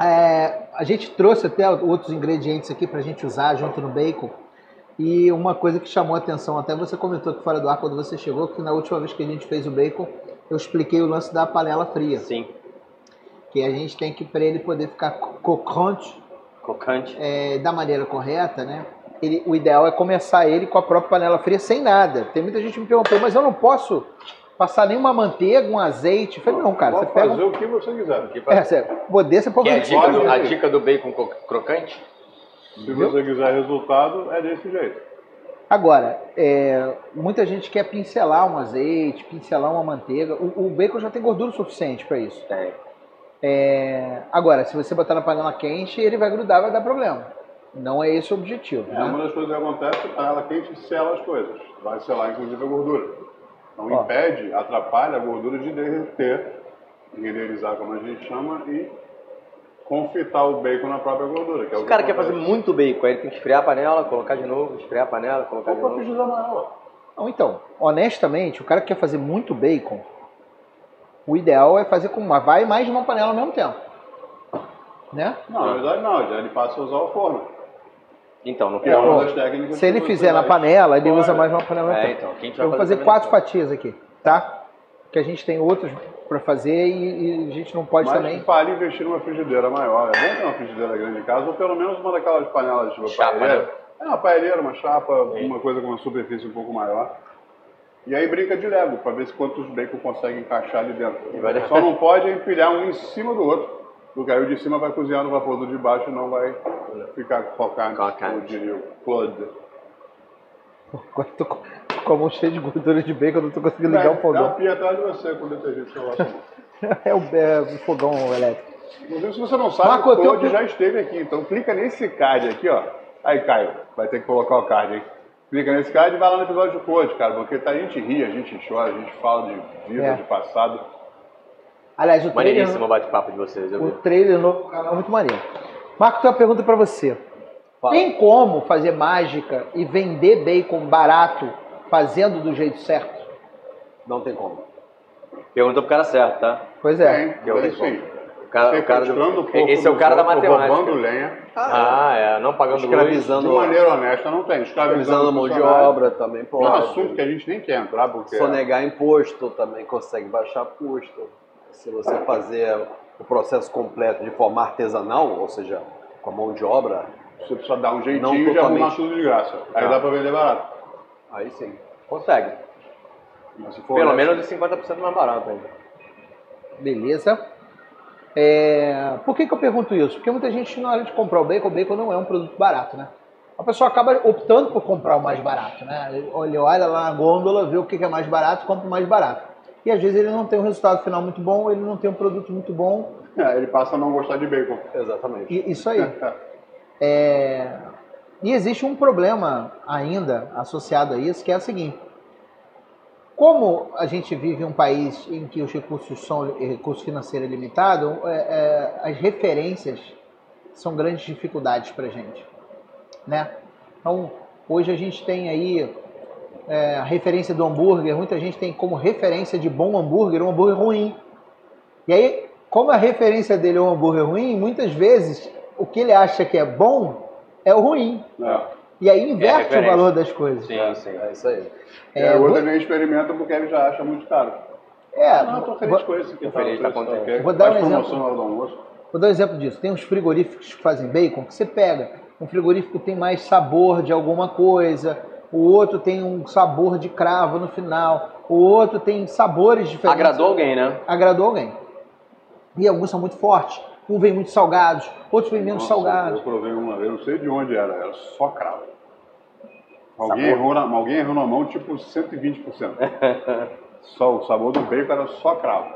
É, a gente trouxe até outros ingredientes aqui para a gente usar junto no bacon. E uma coisa que chamou a atenção, até você comentou aqui fora do ar quando você chegou, que na última vez que a gente fez o bacon, eu expliquei o lance da panela fria. Sim. Que a gente tem que, para ele poder ficar co- crocante Crocante. é, da maneira correta, né? Ele, o ideal é começar ele com a própria panela fria, sem nada. Tem muita gente que me perguntou, mas eu não posso passar nenhuma manteiga, um azeite. Eu falei, não, cara, você Pode pega. fazer um- o que você quiser. Que É, pra- você, poder, você pode. Que é a dica, do, a Pode. dica do bacon co- crocante? Se você quiser resultado, é desse jeito. Agora, é, muita gente quer pincelar um azeite, pincelar uma manteiga. O, o bacon já tem gordura suficiente para isso. Tem. É, agora, se você botar na panela quente, ele vai grudar, vai dar problema. Não é esse o objetivo. É né? uma das coisas que acontece, a panela quente sela as coisas. Vai selar, inclusive, a gordura. Então Ó. impede, atrapalha a gordura de derreter, renderizar, como a gente chama, e confitar o bacon na própria gordura. Que é Se o o que cara quer fazer acontece. muito bacon, aí ele tem que esfriar a panela, colocar de novo, esfriar a panela, colocar de Ou novo. para amarela. Não, então, honestamente, o cara que quer fazer muito bacon, o ideal é fazer com uma, vai mais de uma panela ao mesmo tempo. Né? Não, na verdade não, já ele passa a usar o forno. Então, no Que é bom. uma das forno. técnicas Se ele que fizer você na vai- panela, ele Olha, usa mais de uma panela ao mesmo É, tempo. então, quem Eu vou fazer quatro fatias aqui, tá? Que a gente tem outros pra fazer e, e a gente não pode Mas também. vale investir numa frigideira maior. É bom ter uma frigideira grande em casa, ou pelo menos uma daquelas panelas tipo Chapa, paelheira. né? É uma paelheira, uma chapa, Sim. uma coisa com uma superfície um pouco maior. E aí brinca de Lego, para ver se quantos bacon consegue encaixar ali dentro. E vai dar- Só não pode empilhar um em cima do outro, porque aí o de cima vai cozinhar no vapor do de baixo e não vai ficar focado, Crocante. como diria o Claude. Agora eu tô com com a mão cheia de gordura de bacon, eu não tô conseguindo ligar o Dá uma fogão. pia atrás de você tá com detergente que eu acho. <laughs> É o, é o fogão elétrico. Inclusive, se você não sabe, Marco, eu o tenho um Claude que- já esteve aqui. Então, clica nesse card aqui, ó. Aí, Caio, vai ter que colocar o card, hein? Clica nesse card e vai lá no episódio do Claude, cara. Porque tá, a gente ri, a gente chora, a gente fala de vida, É. de passado. Aliás, o Maneiríssimo o trailer, bate-papo de vocês, eu o vi. trailer novo canal é muito maneiro. Marco, tem uma pergunta pra você. Fala. Tem como fazer mágica e vender bacon barato fazendo do jeito certo? Não tem como. Perguntou pro cara certo, tá? Pois Tem, é. tem, eu vi. sim. O cara, tá o cara do- Sequestrando o corpo Esse é o dos cara da outros, Roubando Tá matemática. lenha. Ah, é. Não pagando luz. De Escravizando, maneira honesta, não tem. escravizando a mão de funcionário. obra também É um pode. assunto que é- a gente nem quer entrar, porque... Sonegar imposto também consegue baixar custo. Se você fazer o processo completo de forma artesanal, ou seja, com a mão de obra, Você precisa dar um Não jeitinho de arrumar totalmente. tudo de graça. Aí Tá. dá pra vender barato. aí sim. Consegue. Mas se for Pelo honesto, menos de 50% mais barato ainda. Beleza. É, Por que, que eu pergunto isso? Porque muita gente, na hora de comprar o bacon, o bacon não é um produto barato, né? a pessoa acaba optando por comprar o mais barato, né? Ele olha lá na gôndola, vê o que que é mais barato, compra o mais barato. E às vezes ele não tem um resultado final muito bom, ele não tem um produto muito bom, <laughs> É, ele passa a não gostar de bacon. <laughs> Exatamente. e isso aí. É, E existe um problema ainda associado a isso, que é o seguinte. Como a gente vive em um país em que os recursos são recurso financeiro é limitado, é, é, as referências são grandes dificuldades para a gente, né? Então hoje a gente tem aí é, a referência do hambúrguer. Muita gente tem como referência de bom hambúrguer um hambúrguer ruim. E aí, como a referência dele é um hambúrguer ruim, muitas vezes o que ele acha que é bom é o ruim. É. E aí inverte o referência. valor das coisas. Sim, sim. É isso aí. É, É, o outro vou- nem experimenta porque ele já acha muito caro. É, não, eu tô feliz vou, com esse aqui. Tô feliz, tá com esse, contente. ok? Vou dar um Faz promoção exemplo. na hora do almoço. vou dar um exemplo disso. Tem uns frigoríficos que fazem bacon que você pega. Um frigorífico tem mais sabor de alguma coisa, o outro tem um sabor de cravo no final, o outro tem sabores diferentes. Agradou alguém, né? agradou alguém. E alguns são muito fortes, um vem muito salgados, outros vem menos Nossa, salgados. Eu provei uma vez, não sei de onde era, era só cravo. Alguém Sabor. errou, na, alguém errou na mão tipo <laughs> 120%. só, o sabor do bacon era só cravo.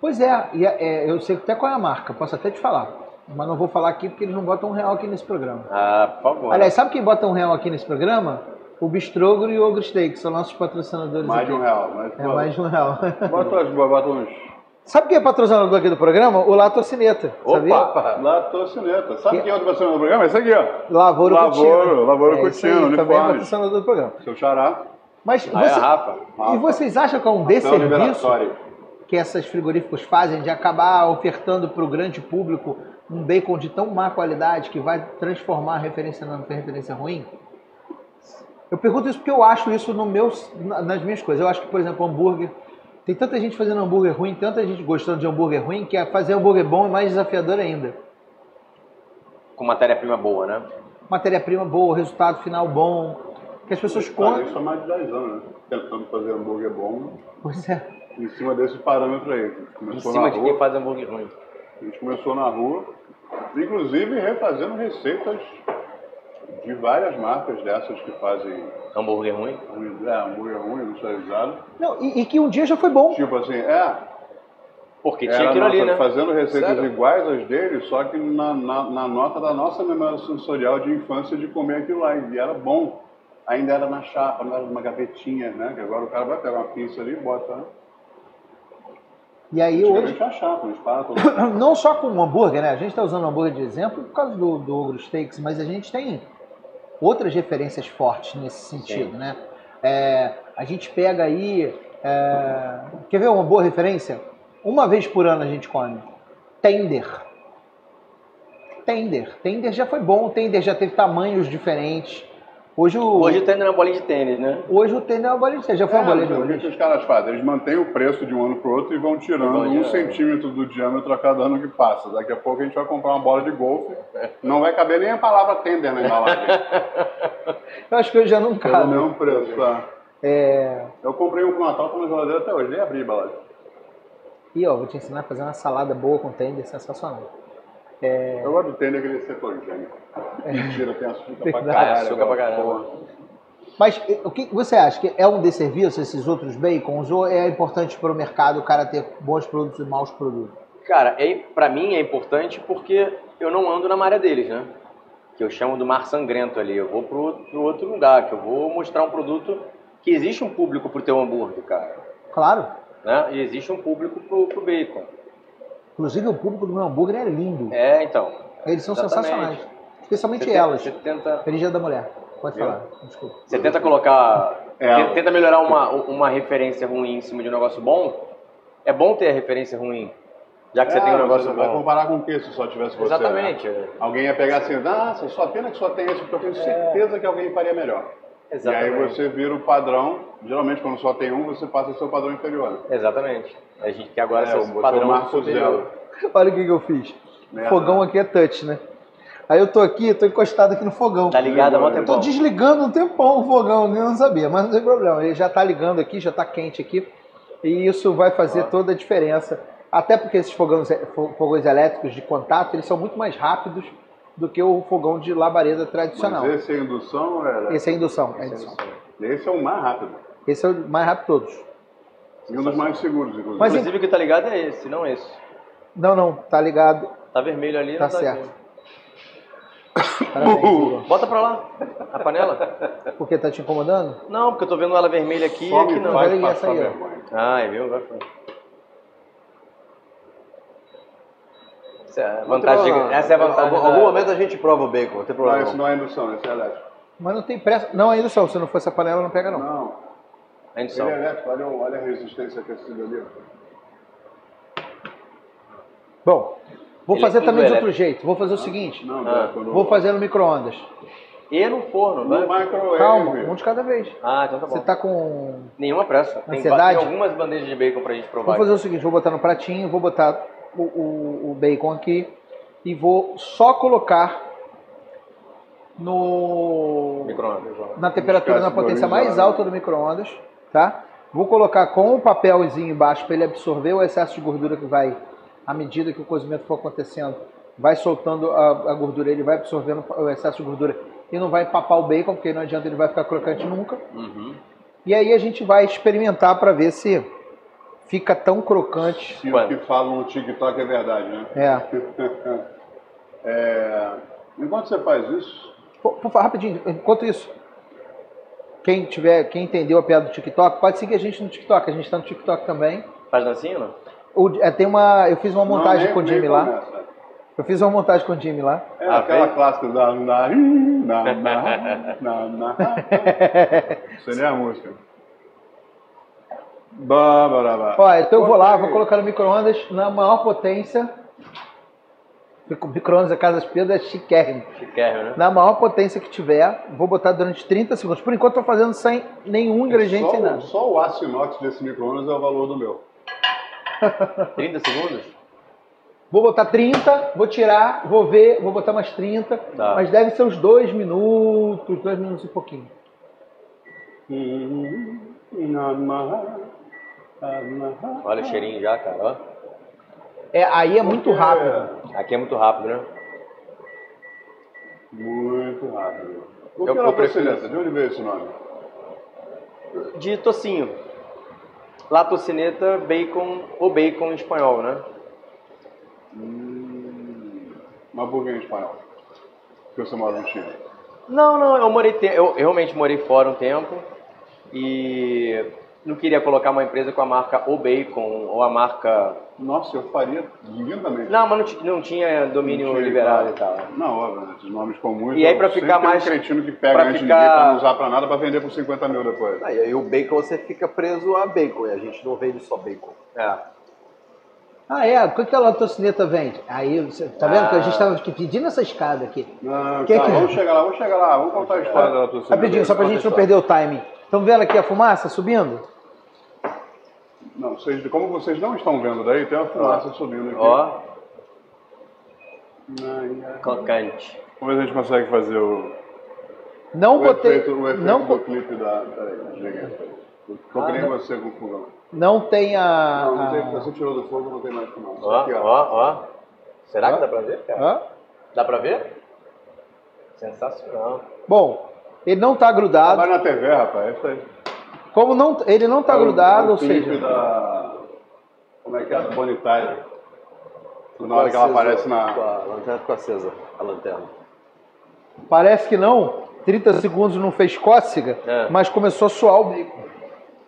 Pois é, e é- é, eu sei até qual é a marca, posso até te falar, mas não vou falar aqui porque eles não botam um real aqui nesse programa. Ah, por favor. Aliás, sabe quem bota um real aqui nesse programa? O Bistrogro e o Ogro Steak, são nossos patrocinadores Mais aqui. de um real. Mas, É mais de um real. <laughs> Bota, as- bota uns sabe quem é patrocinador aqui do programa? O Latocineta, sabia? Opa! latocineta. Sabe Que- quem é o patrocinador do programa? Esse aqui, ó. Lavouro Lavoro, Coutinho. Lavoro é, isso aí, Coutinho, Também é uniformes. patrocinador do programa. Seu xará. Mas Aí a você- Rafa. Rafa. e vocês acham que é um Seu desserviço liberatório. que essas frigoríficos fazem de acabar ofertando para o grande público um bacon de tão má qualidade que vai transformar a referência na referência ruim? Eu pergunto isso porque eu acho isso no meu, na- nas minhas coisas. Eu acho que, por exemplo, hambúrguer. Tem tanta gente fazendo hambúrguer ruim, tanta gente gostando de hambúrguer ruim, que fazer hambúrguer bom é mais desafiador ainda. Com matéria-prima boa, né? Matéria-prima boa, resultado final bom, que as pessoas Faz contam. isso há mais de 10 anos, né? Tentando fazer hambúrguer bom Pois é. em cima desse parâmetro aí. Em Começou cima na de rua, quem faz hambúrguer ruim. A gente começou na rua, inclusive refazendo receitas de várias marcas dessas que fazem Hambúrguer ruim. hambúrguer- é, hambúrguer ruim, industrializado. Não, e, e que um dia já foi bom. Tipo assim, é. Porque tinha Era aquilo ali, nossa- né? Fazendo receitas Sério? iguais às dele, só que na, na- na nota da nossa memória sensorial de infância de comer aquilo lá. E era bom. Ainda era na chapa, não era numa gavetinha, né? Que agora o cara vai pegar uma pinça ali e bota, né? E aí hoje, Antigamente era chapa, um <laughs> espátula. Né? <coughs> não só com o hambúrguer, né? A gente está usando o hambúrguer de exemplo por causa do, do Ogro Steaks, mas a gente tem outras referências fortes nesse sentido, né? É, a gente pega aí. é, quer ver uma boa referência? Uma vez por ano a gente come. Tender. Tender. Tender já foi bom, tender já teve tamanhos diferentes. Hoje o, Hoje tá indo na bolinha de tênis, né? hoje o tender é uma bolinha de tênis, já foi É, uma bolinha de o que, tênis. que os caras fazem? Eles mantêm o preço de um ano para outro e vão tirando Vão um tirando. centímetro do diâmetro a cada ano que passa. Daqui a pouco a gente vai comprar uma bola de golfe. Não vai caber nem a palavra tender na <laughs> embalagem. Eu acho que hoje já não Pelo cabe. mesmo preço, tá? É. Eu comprei um pro Natal, tô na geladeira até hoje. Nem abri a embalagem. E ó, vou te ensinar a fazer uma salada boa com tender, sensacional. Eu gosto do tender que ele é cetogênico. Mentira, tem açúcar pra É. Verdade. caralho. Ah, açúcar pra aquela caramba. porra. Mas e, o que que você acha? Que é um desserviço esses outros bacons ou é importante para o mercado o cara ter bons produtos e maus produtos? Cara, é, pra mim é importante porque eu não ando na maré deles, né? Que eu chamo do mar sangrento ali. Eu vou pro, pro outro lugar, que eu vou mostrar um produto que existe um público pro teu hambúrguer, cara. Claro. Né? E existe um público pro, pro bacon. Inclusive o público do meu hambúrguer é lindo. É, então. Eles são exatamente. sensacionais. Especialmente Você elas. Tenta, você tenta, Feliz Dia da Mulher. Pode Eu? falar. Desculpa. você tenta colocar. É. tenta- Tenta melhorar uma, uma referência ruim em cima de um negócio bom. É bom ter a referência ruim, já que você É, tem um negócio você vai bom. comparar com o que se só tivesse você? Exatamente. né? Alguém ia pegar assim, nossa, só pena que só tem esse, porque É. eu tenho certeza que alguém faria melhor. Exatamente. E aí você vira o padrão. Geralmente, quando só tem um, você passa a ser o padrão inferior. né? Exatamente. A gente quer agora É, ser você é o o padrão Marco superior. Zero. Olha o que, que eu fiz. Merda. Fogão aqui é touch, né? Aí eu tô aqui, tô encostado aqui no fogão. Tá ligado há mó Eu tô tempão. desligando um tempão o fogão, eu não sabia, mas não tem problema. Ele já tá ligando aqui, já tá quente aqui. E isso vai fazer toda a é, diferença. Até porque esses fogões, fogões elétricos de contato, eles são muito mais rápidos do que o fogão de labareda tradicional. Mas esse é indução é... Esse é indução. é Essa indução. edição. Esse é o mais rápido. Esse é o mais rápido de todos. E um dos mais seguros, inclusive. Mas Inclusive, o que tá ligado é esse, não esse. Não, não, tá ligado. Tá vermelho ali, Tá não tá certo. aqui. Parabéns, Igor. Bota pra lá, a panela. Porque tá te incomodando? Não, porque eu tô vendo ela vermelha aqui e Só aqui me não. vai faz ligar essa passar aí, ó. vergonha. Ai, viu? Ah, é Vai pra- Essa é a vantagem. de- Essa é a vantagem. Algum, da- algum momento a gente prova o bacon, não tem Não, problema. esse não. não é indução, esse é elétrico. Mas não tem pressa. Não, ainda só. Se não for essa panela, não pega, não. Não, A ele indução. é elétrico. Olha, o- olha a resistência aquecida ali. ó. Bom, vou Ele é fazer tudo também de outro elétrico. jeito. Vou fazer o seguinte. Não, né, Ah, Beto, no- Vou fazer no micro-ondas. E é no forno, No vai? microwave. Calma, um de cada vez. Ah, então tá bom. Você tá com. Nenhuma pressa. Tem, ba- Ansiedade? tem algumas bandejas de bacon pra gente provar. Vou fazer o seguinte: vou botar no pratinho, vou botar o, o- o bacon aqui e vou só colocar no. Micro-ondas. na temperatura, na Esquece potência do mais horizonte. alta do micro-ondas, tá? Vou colocar com o papelzinho embaixo para ele absorver o excesso de gordura que vai, à medida que o cozimento for acontecendo, vai soltando a, a gordura, ele vai absorvendo o excesso de gordura e não vai empapar o bacon, porque não adianta, ele vai ficar crocante nunca. Uhum. E aí a gente vai experimentar para ver se fica tão crocante. Se o Quando? que falam no TikTok é verdade, né? É. É, Enquanto você faz isso, Por, por favor, rapidinho, enquanto isso. Quem tiver, quem entendeu a piada do TikTok, pode seguir a gente no TikTok. A gente está no TikTok também. Faz dancinha, não? O- é, tem uma, eu fiz uma montagem não, nem- com o Jimmy nem lá. começa. Eu fiz uma montagem com o Jimmy lá. É Ah, aquela vem? clássica da na na na na na. Isso ali é a música. Ba, ba, ba, ba. Ó, então eu vou lá, vou colocar no micro-ondas na maior potência. Fico- Micro-ondas da Casa das Pedras é chiquérrimo. Chiquérrimo, né? Na maior potência que tiver, vou botar durante 30 segundos. Por enquanto, eu tô fazendo sem nenhum ingrediente, só, um. sem o- nada. Só o aço inox desse micro-ondas é o valor do meu. 30 segundos? Vou botar 30, vou tirar, vou ver, vou botar mais 30. Tá. Mas deve ser uns dois minutos, dois minutos e pouquinho. Olha o cheirinho já, cara. ó. É, aí é muito Porque rápido. Aqui é muito rápido, né? é Muito rápido. O Eu- que eu era prefiro procedência? De onde veio esse nome? De tocinho. Lá tocineta, bacon ou bacon em espanhol, né? Hum, Uma burguinha em espanhol. Porque você mora no Chile. Não, não, eu morei te... eu realmente morei fora um tempo e não queria colocar uma empresa com a marca O Bacon ou a marca. Nossa, eu faria lindamente. Não, mas não, ti- não tinha domínio Chile, liberado e tal. né? claro. Não, óbvio, né? esses nomes comuns. E aí, eu pra sempre ficar tem mais- Um cretino que pega pra antes de ficar- ninguém pra não usar pra nada pra vender por 50 mil depois. Ah, e aí o bacon você fica preso a bacon, e a gente não vende só bacon. É. Ah, é? O que que a latocineta vende? Aí, você- tá vendo? que A gente estava pedindo essa escada aqui. Não, Que tá, que- vamos chegar lá, vamos chegar lá, vamos contar a história da torcida. Rapidinho, só pra gente não perder o timing. Estão vendo aqui a fumaça subindo? Não, vocês, como vocês não estão vendo daí, tem uma fumaça subindo aqui. Ó, Ai, ai. crocante. Vamos ver se a gente consegue fazer o, Não o botei. efeito, o efeito não, do co- clipe da. Peraí, desliguei. Tô que Ah, nem não. você com o fogão. não tem a. Não, não tem, a- você tirou do fogo, não tem mais fumaça. Ó, Aqui, ó. ó, ó. Será que dá pra ver, cara? Hã? Dá pra ver? Sensacional. Bom, ele não tá Vai grudado. na TV, rapaz, é isso aí. Como não, ele não tá É o- grudado, é o ou clipe seja. da. Como é que é? Bonitária. Na hora que ela aparece Com na. a lanterna ficou acesa, a lanterna. Parece que não. 30 segundos não fez cócega, É. mas começou a suar o bacon.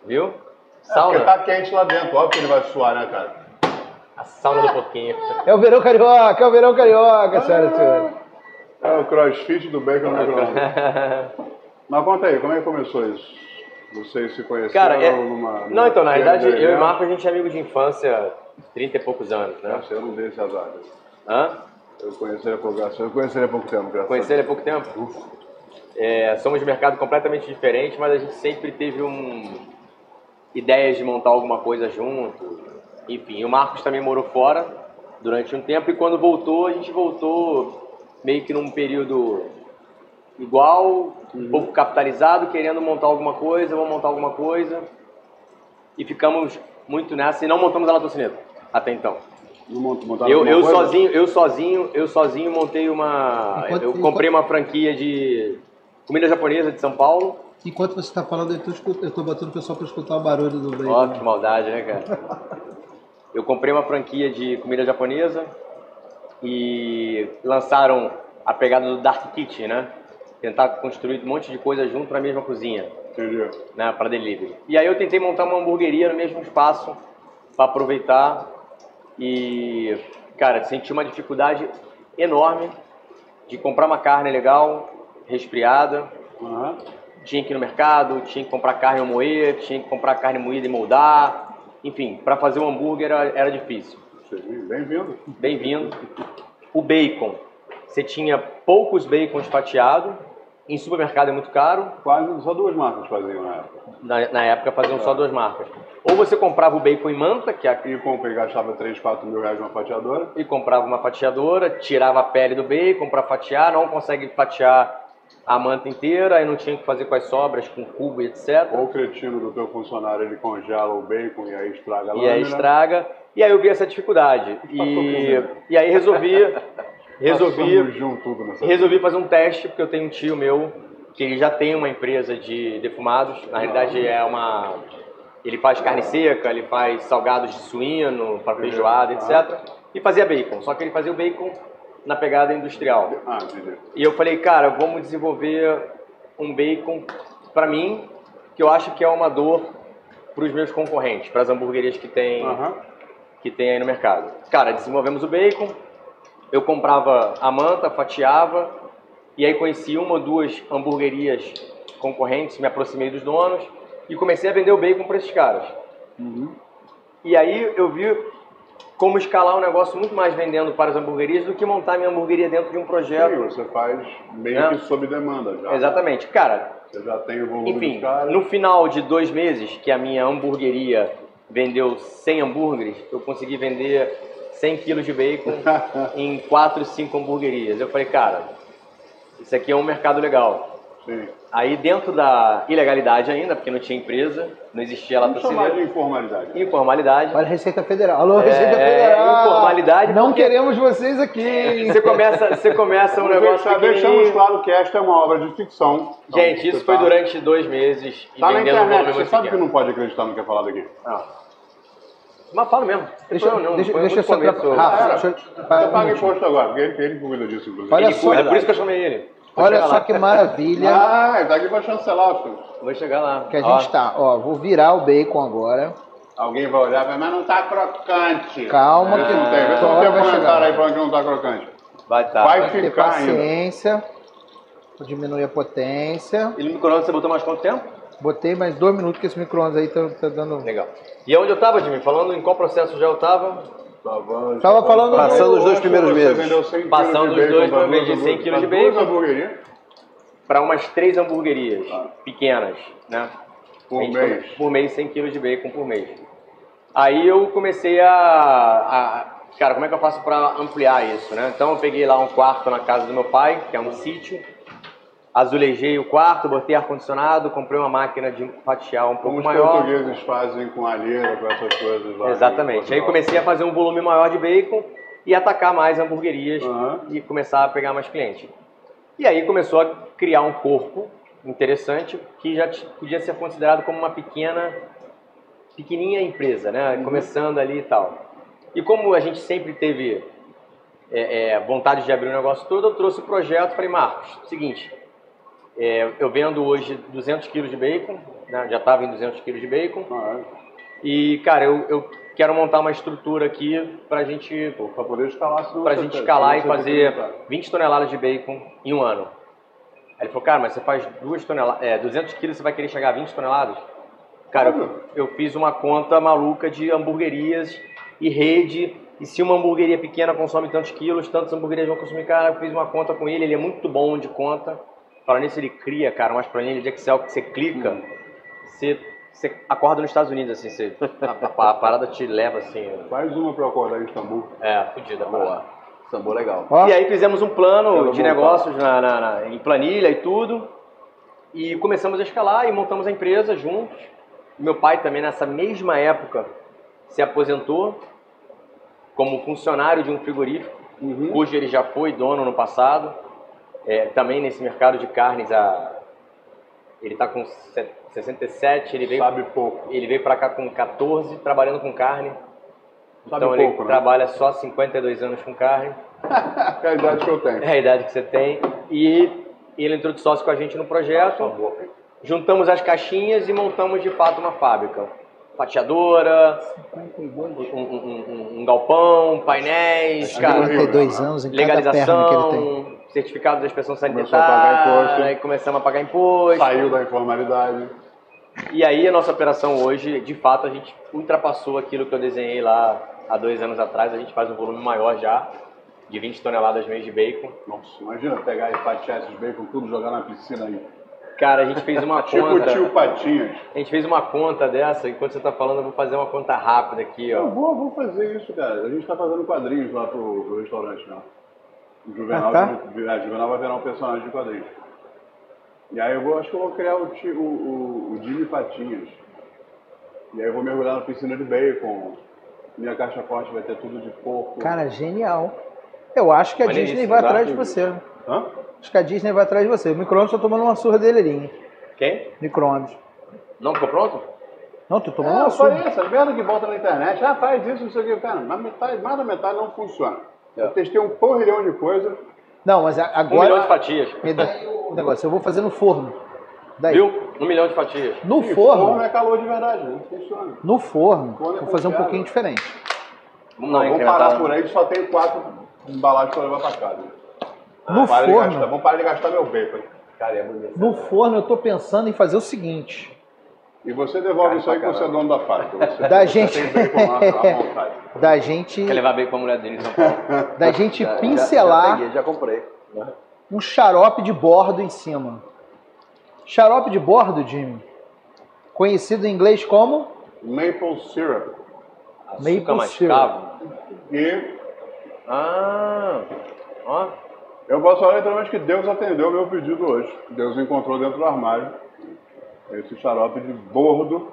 Viu? Porque Sauna. tá quente lá dentro, óbvio que ele vai suar, né, cara? A sauna do porquinho. É o verão carioca, é o verão carioca, Ah! senhoras e senhores. É o crossfit do bacon no micro Mas conta aí, como é que começou isso? Vocês se conheceram Cara, é... numa, <laughs> Não, então, na verdade, eu e marco. Marco, a gente é amigo de infância, 30 e poucos anos, né? Eu não dei essa vaga. Hã? Eu conheci ele há pouco, graças- eu conheci ele há pouco tempo, graças Conheci ele há pouco tempo. É, somos de mercado completamente diferente, mas a gente sempre teve um ideias de montar alguma coisa junto. Enfim, o Marcos também morou fora durante um tempo e quando voltou, a gente voltou meio que num período igual, um pouco capitalizado, querendo montar alguma coisa, vamos montar alguma coisa. E ficamos muito nessa e não montamos a Latocineta até então. a Deus. Não mont- montaram Eu, alguma eu coisa? sozinho, eu sozinho, eu sozinho montei uma. Enquanto- eu comprei uma franquia de comida japonesa de São Paulo. Enquanto você está falando, eu tô, escut- eu tô botando o pessoal para escutar o barulho do break. Ó, que maldade, né, cara? Eu comprei uma franquia de comida japonesa e lançaram a pegada do Dark Kitchen, né? Tentar construir um monte de coisa junto na mesma cozinha, Entendi. né, para delivery. E aí eu tentei montar uma hamburgueria no mesmo espaço para aproveitar e, cara, senti uma dificuldade enorme de comprar uma carne legal, resfriada, Aham. tinha que ir no mercado, tinha que comprar carne ou moer, tinha que comprar carne moída e moldar. Enfim, para fazer um hambúrguer era, era difícil. Sim, Bem-vindo. Bem-vindo. O bacon. Você tinha poucos bacons fatiados. Em supermercado é muito caro. Quase só duas marcas faziam na época. Na, na época faziam só duas marcas. Ou você comprava o bacon em manta, que é a E comprei, gastava 3, 4 mil reais numa fatiadora. e comprava uma fatiadora, tirava a pele do bacon para fatiar, não consegue fatiar a manta inteira, aí não tinha o que fazer com as sobras, com cubo e etc. Ou o cretino do teu funcionário, ele congela o bacon e aí estraga a E aí lâmina. né? estraga. E aí eu vi essa dificuldade. E, e aí resolvi, Passamos resolvi, junto tudo nessa resolvi fazer um teste, porque eu tenho um tio meu que ele já tem uma empresa de defumados. Na realidade é uma. Ele faz carne seca, ele faz salgados de suíno, para feijoada, etc. E fazia bacon. Só que ele fazia o bacon na pegada industrial. Ah, entendi. E eu falei, cara, vamos desenvolver um bacon pra mim, que eu acho que é uma dor para os meus concorrentes, para as hamburguerias que tem, Aham. que tem aí no mercado. Cara, desenvolvemos o bacon, eu comprava a manta, fatiava, e aí conheci uma ou duas hamburguerias concorrentes, me aproximei dos donos e comecei a vender o bacon para esses caras. E aí eu vi como escalar um negócio muito mais vendendo para as hamburguerias do que montar minha hamburgueria dentro de um projeto. Sim, você faz meio Não. que sob demanda já. Exatamente. Cara, Você já tem o volume enfim, dos caras. no final de dois meses que a minha hamburgueria vendeu 100 hambúrgueres, eu consegui vender 100 quilos <laughs> de bacon em 4, 5 hamburguerias. Eu falei, cara, isso aqui é um mercado legal. Sim. Aí dentro da ilegalidade ainda, porque não tinha empresa, não existia lá Vamos chamar de torcida, informalidade. informalidade. Olha a Receita Federal. Alô, É, Receita Federal. informalidade, Não porque- queremos vocês aqui. Você começa, você começa um negócio Deixa- Deixamos pequenininho. claro que esta é uma obra de ficção. Então, Gente, isso você foi tá- durante dois meses e Tá na vendendo um volume internet, você muito sabe que pequeno. não pode acreditar no que é falado aqui. Ah. Mas falo mesmo. Deixa, Não, não, deixa, foi um deixa eu muito só começo. atrapalhar. Ah, era. Rafa, deixa eu- para- Você um paga minutinho. imposto agora, porque ele, ele cuida disso, inclusive. Olha Ele só, cuida, É por isso que eu chamei ele. Vou Olha chegar só lá. que maravilha Ah, ele tá aqui pra chancelar os filhos. Vou chegar lá. que a Ó, gente tá. Ó, vou virar o bacon agora. Alguém vai olhar e vai, mas não tá crocante. Calma Vê que se não tem, vê se tua não tem hora um vai comentário aí chegar. falando que não tá crocante. Vai tá. Vai Vai. ficar. Ter ainda. paciência. Vou diminuir a potência. E no micro-ondas você botou mais quanto tempo? Botei mais dois minutos que esse micro-ondas aí tá, tá dando. Legal. E é onde eu tava, Jimmy? Falando em qual processo já eu tava? Tava falando- Passando os dois primeiros meses. Passando os dois, eu vendi 100 quilos de bacon. Duas hamburguerias Pra umas três hamburguerias pequenas, né? por A gente- mês. Por mês, 100 quilos de bacon por mês. Aí eu comecei a, a- Cara, como é que eu faço pra ampliar isso, né? Então eu peguei lá um quarto na casa do meu pai, que é um sítio. Azulejei o quarto, botei ar-condicionado, comprei uma máquina de fatiar um pouco Como os maior. portugueses fazem com alheira, com essas coisas lá. né? Exatamente. Aí comecei a fazer um volume maior de bacon e atacar mais hamburguerias Aham. e começar a pegar mais clientes. E aí começou a criar um corpo interessante que já t- podia ser considerado como uma pequena, pequenininha empresa, né? Começando ali e tal. E como a gente sempre teve é, é, vontade de abrir o negócio todo, eu trouxe o projeto e falei, Marcos, seguinte, é, eu vendo hoje 200 quilos de bacon, né? já estava em 200 quilos de bacon, Ah, e, cara, eu, eu quero montar uma estrutura aqui pra gente, é. Pra poder escalar, senão pra você- gente senão escalar e você fazer fica- 20 toneladas de bacon em um ano. Aí ele falou, cara, mas você faz duas toneladas, é, 200 quilos, você vai querer chegar a 20 toneladas? Cara, eu, eu fiz uma conta maluca de hamburguerias e rede, e se uma hamburgueria pequena consome tantos quilos, tantas hamburguerias vão consumir. Cara, eu fiz uma conta com ele, ele é muito bom de conta. Falando nisso, ele cria, cara, umas planilhas de Excel que você clica, você, você acorda nos Estados Unidos, assim, você, a, a- a parada te leva, assim, Faz uma pra eu acordar em Istambul. é, fodida a parada. Sambor legal. Ó, E aí fizemos um Quero plano de voltar. negócios na- na- na- em planilha e tudo. E começamos a escalar e montamos a empresa juntos. Meu pai também, nessa mesma época, se aposentou. como funcionário de um frigorífico, Uhum. cujo ele já foi dono no passado. É, também nesse mercado de carnes, a... ele está com se- 67, ele veio, Sabe pouco. ele veio para cá com 14, trabalhando com carne. Sabe então ele pouco, né? trabalha só 52 anos com carne. É a idade que eu tenho. É a idade que você tem. E ele entrou de sócio com a gente no projeto. Juntamos as caixinhas e montamos de fato uma fábrica. Fatiadora, um, um- um- um galpão, painéis, Acho que cara, 42 anos em cada perna que ele tem. legalização, certificado da inspeção Começou a pagar imposto. sanitária, aí começamos a pagar imposto. Saiu da informalidade. E aí a nossa operação hoje, de fato, a gente ultrapassou aquilo que eu desenhei lá há dois anos atrás. A gente faz um volume maior já, de 20 toneladas mês de bacon. Nossa, imagina pegar e fatiar esses bacon tudo, jogar na piscina aí. Cara, a gente <laughs> fez uma Tipo o conta. tio Patinhas. A gente fez uma conta dessa, enquanto você tá falando, eu vou fazer uma conta rápida aqui, Eu ó. vou, vou fazer isso, cara. A gente tá fazendo quadrinhos lá pro, pro restaurante, né? O Juvenal, Ah, tá? é, o Juvenal vai virar um personagem de quadrinhos. E aí eu vou, acho que eu vou criar o, ti- o, o, o Jimmy Patinhas. E aí eu vou mergulhar na piscina de bacon. Minha caixa forte vai ter tudo de porco. Cara, genial. Eu acho que a Olha Disney isso, vai dá atrás de tudo. você. Hã? Acho que a Disney vai atrás de você. O micro-ondas tá tomando uma surra dele ali. Quem? Micro-ondas. Não ficou pronto? Não, tô tomando É, uma só surra. isso, as merda que bota na internet. Ah, faz isso, não sei o que. Cara, mas metade, mais da metade não funciona. É. Eu testei um porrilhão de coisa. Não, mas a- Um milhão de agora. fatias. Me dá um negócio. Eu vou fazer no forno. Daí. Viu? Um milhão de fatias. No E forno. é calor de verdade, não funciona. No forno. Forno é Vou fazer um confiável. pouquinho diferente. Vamos Não, lá, vamos incrementar. parar por aí, só tem quatro embalagens pra levar pra casa. No para de gastar, forno. vamos parar de gastar meu bacon. Cara, é bonito. No forno eu tô pensando em fazer o seguinte. E você devolve Cara, isso aí que pra você é dono da fábrica. <laughs> Você, Da você gente. Tem bacon lá, à vontade. Da gente, um- Quer levar bacon pra mulher dele então, em São <laughs> Paulo? da gente Já- já- Já, pincelar peguei, já comprei. um xarope de bordo em cima. Xarope de bordo, Jimmy. Conhecido em inglês como Maple syrup. Maple Açúcar syrup. mascavo. E Ah, ó. eu posso falar literalmente que Deus atendeu o meu pedido hoje. Deus encontrou dentro do armário esse xarope de bordo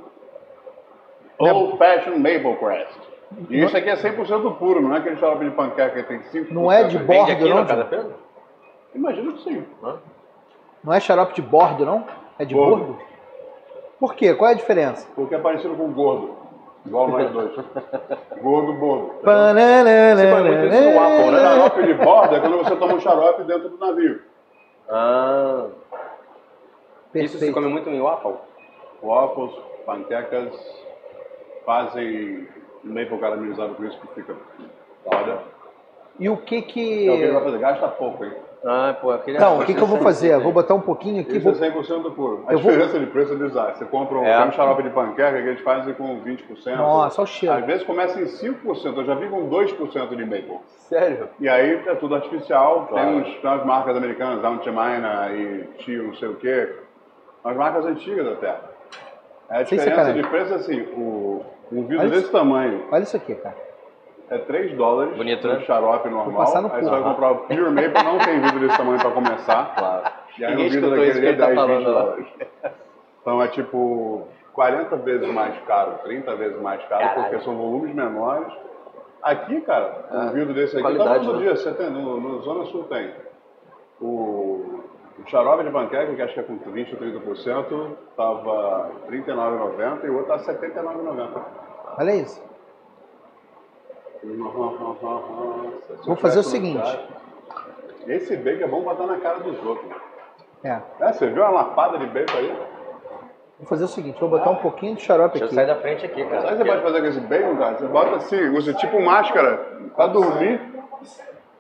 É Old Fashioned Maple Crest. E isso aqui é 100% puro, não é aquele xarope de panqueca que tem 5%. Não é de aí. Bordo, Vende aqui não, na Casa Pedro? Imagino que sim. Hã? Não é xarope de bordo, não? É de Bordo. bordo? Por quê? Qual é a diferença? Porque é parecido com gordo. Igual nós <laughs> dois. gordo, bordo. vai muito isso no Apple, né? Xarope de borda é quando você toma um xarope dentro do navio. Ah, isso se Perfeito. come muito em waffle? Waffles, panquecas, fazem maple caramelizado com isso que fica foda. E o que É o que ele vai que... fazer. Gasta pouco, hein? Ah, pô, eu queria... Não, o que que eu vou fazer? Eu Vou botar um pouquinho aqui, Isso vou é 100% do puro. A Eu vou- diferença de preço é bizarra. Você compra um, É. tem um xarope de panqueca que eles fazem com 20%. Nossa, olha o cheiro. Às vezes começa em 5%. Eu já vi com 2% de maple. Sério? E aí é tudo artificial, Claro. tem, uns, tem umas marcas americanas, Aunt China e Tio não sei o quê, umas marcas antigas até. A Sem diferença sacanagem. de preço é assim, o, um vidro Olha desse isso. tamanho Olha isso aqui, cara. é 3 dólares Bonito, no né? xarope Vou passar no normal, aí você cu. vai comprar o Pure Maple, não tem vidro desse tamanho para começar, <laughs> Claro. e aí Ninguém o vidro escutou isso daquele que é ele tá 10, 20 falando lá. dólares. Então é tipo 40 vezes mais caro, 30 vezes mais caro, Caralho. porque são volumes menores. Aqui, cara, um É, vidro desse aqui tá qualidade, todo né? dia. Você tem, no, no Zona Sul tem o, o xarope de panqueca, que acho que é com 20 ou 30%, tava R$ 39,90 e o outro tá R$ 79,90. Olha isso. Vou fazer o seguinte. Esse bacon é bom botar na cara dos outros. É. É, você viu a lapada de bacon aí? Vou fazer o seguinte, vou botar um pouquinho de xarope Deixa eu aqui. sair da frente aqui, cara. Sabe o que você pode fazer com esse bacon, cara? Você bota assim, usa tipo máscara pra dormir.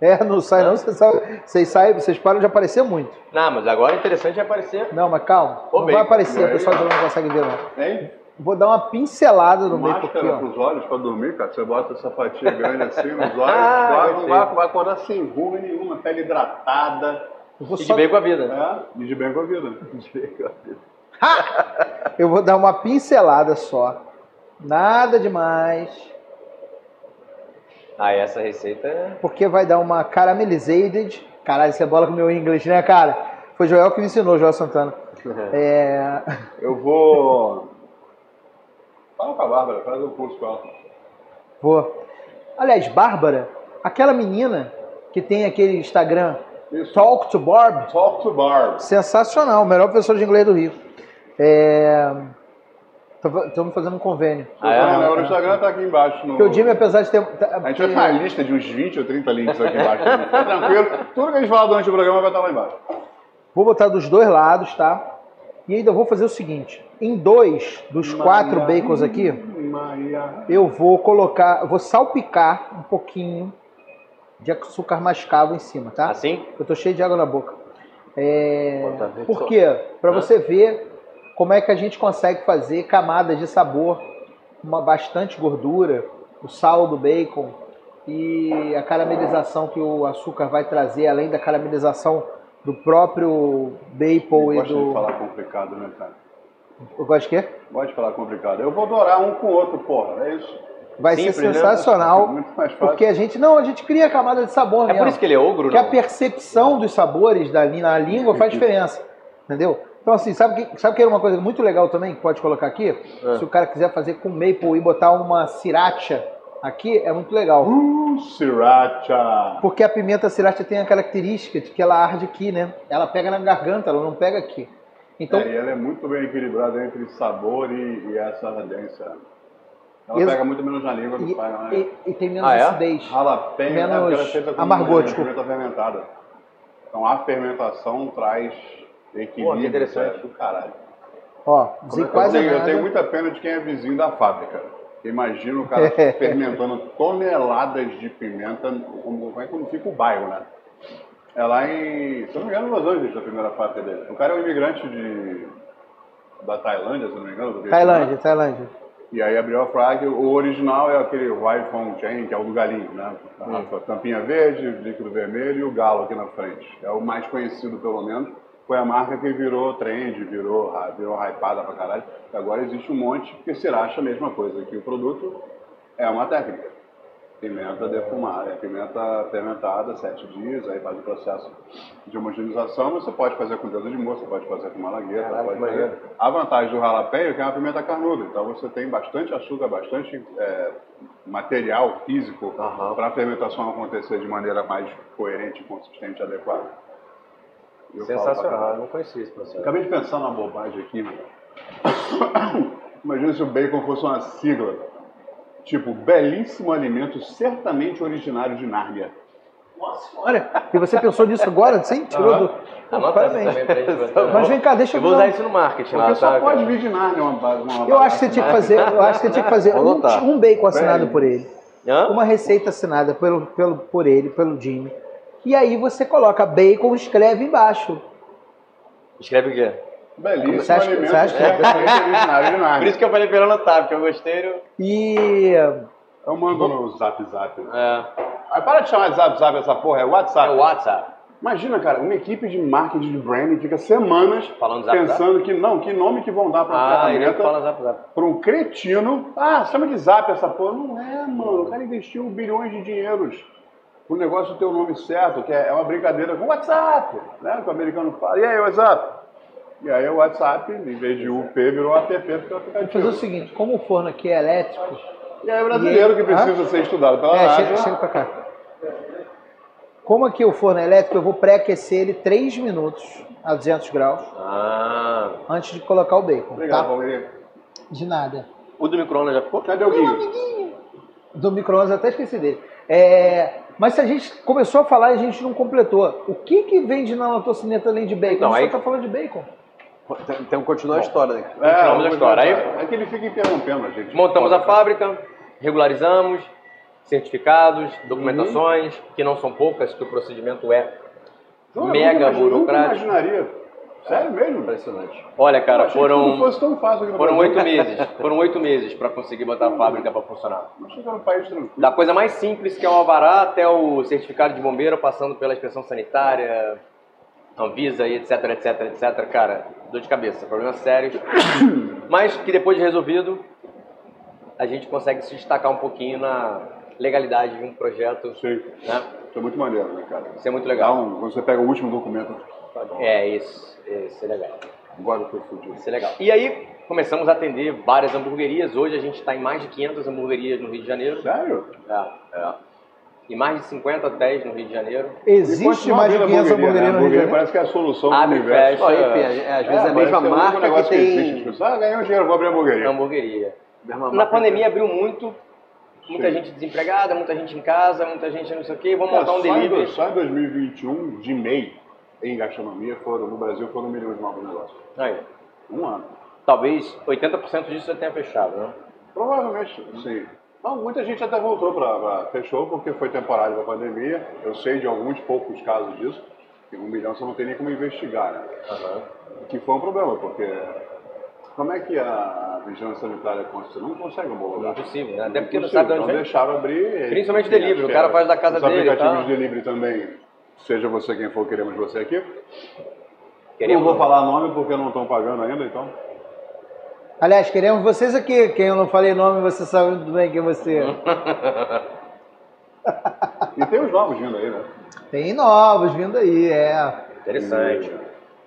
É, não sai não, vocês saem, vocês, saem, vocês param de aparecer muito. Não, mas agora o interessante é aparecer... Não, mas calma. Ô, não bem, vai aparecer, aí. o pessoal também não consegue ver não. Hein? Vou dar uma pincelada no meio aqui, Máscara um ó. pros olhos pra dormir, cara. Você bota essa fatia grande assim nos olhos, Ah, vai, não gostei. vai, vai acordar sem ruga nenhuma, pele hidratada. Eu vou, E só- de bem com a vida. É, e de bem com a vida. eu vou dar uma pincelada só. Nada demais. Ah, essa receita é... Porque vai dar uma caramelized. Caralho, você bola com o meu inglês, né, cara? Foi Joel que me ensinou, Joel <laughs> Santana. É. Eu vou. Fala com a Bárbara, faz um curso com ela. Vou. Aliás, Bárbara, aquela menina que tem aquele Instagram Isso. Talk to Barb, Talk to Barb. sensacional, melhor professor de inglês do Rio. É... Estamos fazendo um convênio. Ah, é? Não, não, O Instagram tá aqui embaixo. No... Porque o Jimmy, é apesar de ter. tá, A gente vai ter uma lista de uns 20 ou 30 links aqui embaixo. Fica Tranquilo. Tudo que a gente falar durante o programa vai estar lá embaixo. Vou botar dos dois lados, tá? E ainda vou fazer o seguinte: em dois dos quatro Maria, bacons aqui, Maria. eu vou colocar, vou salpicar um pouquinho de açúcar mascavo em cima, tá? Assim? Eu tô cheio de água na boca. É... Bota dentro. Por quê? Para Hã? Né? você ver como é que a gente consegue fazer camadas de sabor, uma bastante gordura, o sal do bacon e a caramelização que o açúcar vai trazer, além da caramelização do próprio bacon Eu e gosto de do. falar complicado, né, cara? Eu gosto de quê? Gosto de falar complicado. Eu vou adorar um com o outro, porra. É isso. Vai ser Simples, né? sensacional. Muito mais fácil. Porque a gente. Não, a gente cria camada de sabor É mesmo. por isso que ele é ogro, Porque a não? percepção dos sabores da, li- na língua faz diferença. Entendeu? Então, assim, sabe que, sabe que era uma coisa muito legal também que pode colocar aqui? É. Se o cara quiser fazer com maple e botar uma sriracha aqui, é muito legal. Uh, Sriracha. Porque a pimenta sriracha tem a característica de que ela arde aqui, né? Ela pega na garganta, ela não pega aqui. Então, É, e ela é muito bem equilibrada entre sabor e, e essa ardência. Ela Ex- pega muito menos na língua do e, pai, né? e- e tem menos Ah, é? acidez. Jalapeno, Menos né? Porque ela é feita com amargor, uma desculpa. pimenta fermentada. Então a fermentação traz equilíbrio. Pô, que interessante. é do Caralho. Ó, Como é usei que quase eu, tenho, eu nada. tenho muita pena de quem é vizinho da fábrica. Imagina o <laughs> cara fermentando toneladas de pimenta, como, como é que não fica o bairro, né? É lá em, se eu não me engano, Los Angeles, a primeira fábrica dele. O cara é um imigrante de, da Tailândia, se eu não me engano. do Vietnã. Tailândia, Tailândia. E aí abriu a fraga, o original é aquele White Fountain Chain, que é o do galinho, né? A tampinha verde, o líquido vermelho e o galo aqui na frente. É o mais conhecido, pelo menos. Foi a marca que virou trend, virou, ra- virou hypada pra caralho. Agora existe um monte, porque Sriracha é a mesma coisa que o produto, é uma técnica. Pimenta defumada, é pimenta fermentada, sete dias, aí faz o processo de homogeneização. Você pode fazer com dedo de moça, pode fazer com malagueta. Caralho, pode que maneiro. fazer. A vantagem do ralapenho é que é uma pimenta carnuda, então você tem bastante açúcar, bastante é, material físico Aham. para a fermentação acontecer de maneira mais coerente, consistente, adequada. Eu falo pra Sensacional, eu não conhecia esse processo. Acabei de pensar numa bobagem aqui. meu. <coughs> Imagina se o bacon fosse uma sigla. Tipo, belíssimo alimento certamente originário de Nárnia. Olha, e você pensou nisso agora, sem tirou do... Anota essa também pra <laughs> gente. vai- Mas vem cá, deixa Eu eu vou dar usar um- isso no marketing lá, Porque só tá? pode cara? vir de Nárnia uma, ba- uma Eu acho bagaça que você tinha que Nárnia. fazer, eu acho que você tinha que fazer Vou um, anotar. um bacon assinado por ele, Hã? uma receita assinada pelo, pelo, por ele, pelo Jimmy. E aí você coloca bacon, escreve embaixo. Escreve o quê? Belíssimo Você acha que- alimento você acha que- certamente originário de Por Nárnia. isso que eu falei pra ela anotar, porque eu gostei. eu- E Eu mando no zap zap. É, Aí para de chamar de zap zap essa porra, é é o WhatsApp. WhatsApp. Imagina, cara, uma equipe de marketing de branding fica semanas Falando zap zap? pensando que não, que nome que vão dar para a Ah, ele ferramenta. fala zap zap. para um cretino. Ah, chama de zap essa porra. Não é, mano. O cara investiu bilhões de dinheiros pro negócio ter o nome certo, que é é uma brincadeira com o WhatsApp, né? Que o americano fala. E aí, WhatsApp? E aí o WhatsApp, em vez de UP, virou app, porque é um vou fazer o aplicativo. seguinte, como o forno aqui é elétrico, E aí o brasileiro que precisa ser estudado pela né? é, NASA. chega, chega pra cá. Como aqui o forno é elétrico, eu vou pré-aquecer ele 3 minutos a 200 graus Ah. antes de colocar o bacon, Obrigado, tá? Paulinho. De nada. O do micro-ondas já ficou? Cadê o Guinho? do micro-ondas, eu até esqueci dele. É, mas se a gente começou a falar e a gente não completou, o que que vende na latocineta além de bacon? Então, Você aí- tá falando de bacon. Tem- Tem que continuar a história, né? Continuamos a história. Aí- É que ele fica interrompendo a gente. Montamos a Foda, fábrica, regularizamos, certificados, documentações, Uhum. que não são poucas, que o procedimento é. cara. Jura, mega nunca imagi- burocrático. Nunca imaginaria. Sério mesmo? Impressionante. Olha, Eu cara, achei que não foram fosse tão fácil aqui no foram Brasil. oito meses. Foram oito meses para conseguir botar a fábrica para funcionar. Achei que era um país tranquilo. Da coisa mais simples, que é o alvará, até o certificado de bombeiro, passando pela inspeção sanitária, Anvisa e etc, etc, etc. Cara, dor de cabeça, problemas sérios. <coughs> Mas que depois de resolvido, a gente consegue se destacar um pouquinho na legalidade de um projeto, Sei. né? Isso é muito maneiro, né, cara? Isso é muito Dá legal. um, quando você pega o último documento, tá bom. É, isso. Isso é legal. agora eu tô fudido. Isso é legal. E aí, começamos a atender várias hamburguerias. Hoje a gente está em mais de 500 hamburguerias no Rio de Janeiro. Sério? É, é. E mais de 50 hotéis no Rio de Janeiro. Existe mais de né? 500 hamburguerias no Rio de Hamburgueria Janeiro. parece que é a solução do Abre e universo. fecha. Ó, enfim, é- às vezes é a parece mesma que o único marca que negócio tem. existe. As pessoas, ah, ganhou dinheiro, vou abrir hamburgueria. Hamburgueria. mesma Na marca. pandemia abriu muito. Muita Sim. gente desempregada, muita gente em casa, muita gente não sei o quê. Vamos Cara, montar um só em delivery. dois- Só em 2021, de MEI, em gastronomia, foram, no Brasil foram milhões de novos negócios. Aí. Um ano. Talvez 80% disso já tenha fechado, né? Provavelmente, sim. Não, muita gente até voltou para. Fechou porque foi temporário da pandemia. Eu sei de alguns poucos casos disso. E um milhão você não tem nem como investigar, né? Que foi um problema, porque como é que a vigilância sanitária consegue? Você não consegue homologar. Não é possível, né? Até porque não Impossível. sabe de onde Então vem. deixaram abrir. Principalmente enfim, delivery, acho que o cara é. faz da casa Os dele e aplicativos tal. de delivery também, seja você quem for, queremos você aqui. Queremos. um. Não vou falar nome porque não estão pagando ainda, então. Aliás, queremos vocês aqui. Quem eu não falei nome, você sabe muito bem quem você Uhum. é. E tem os novos vindo aí, né? Tem novos vindo aí, é. Interessante.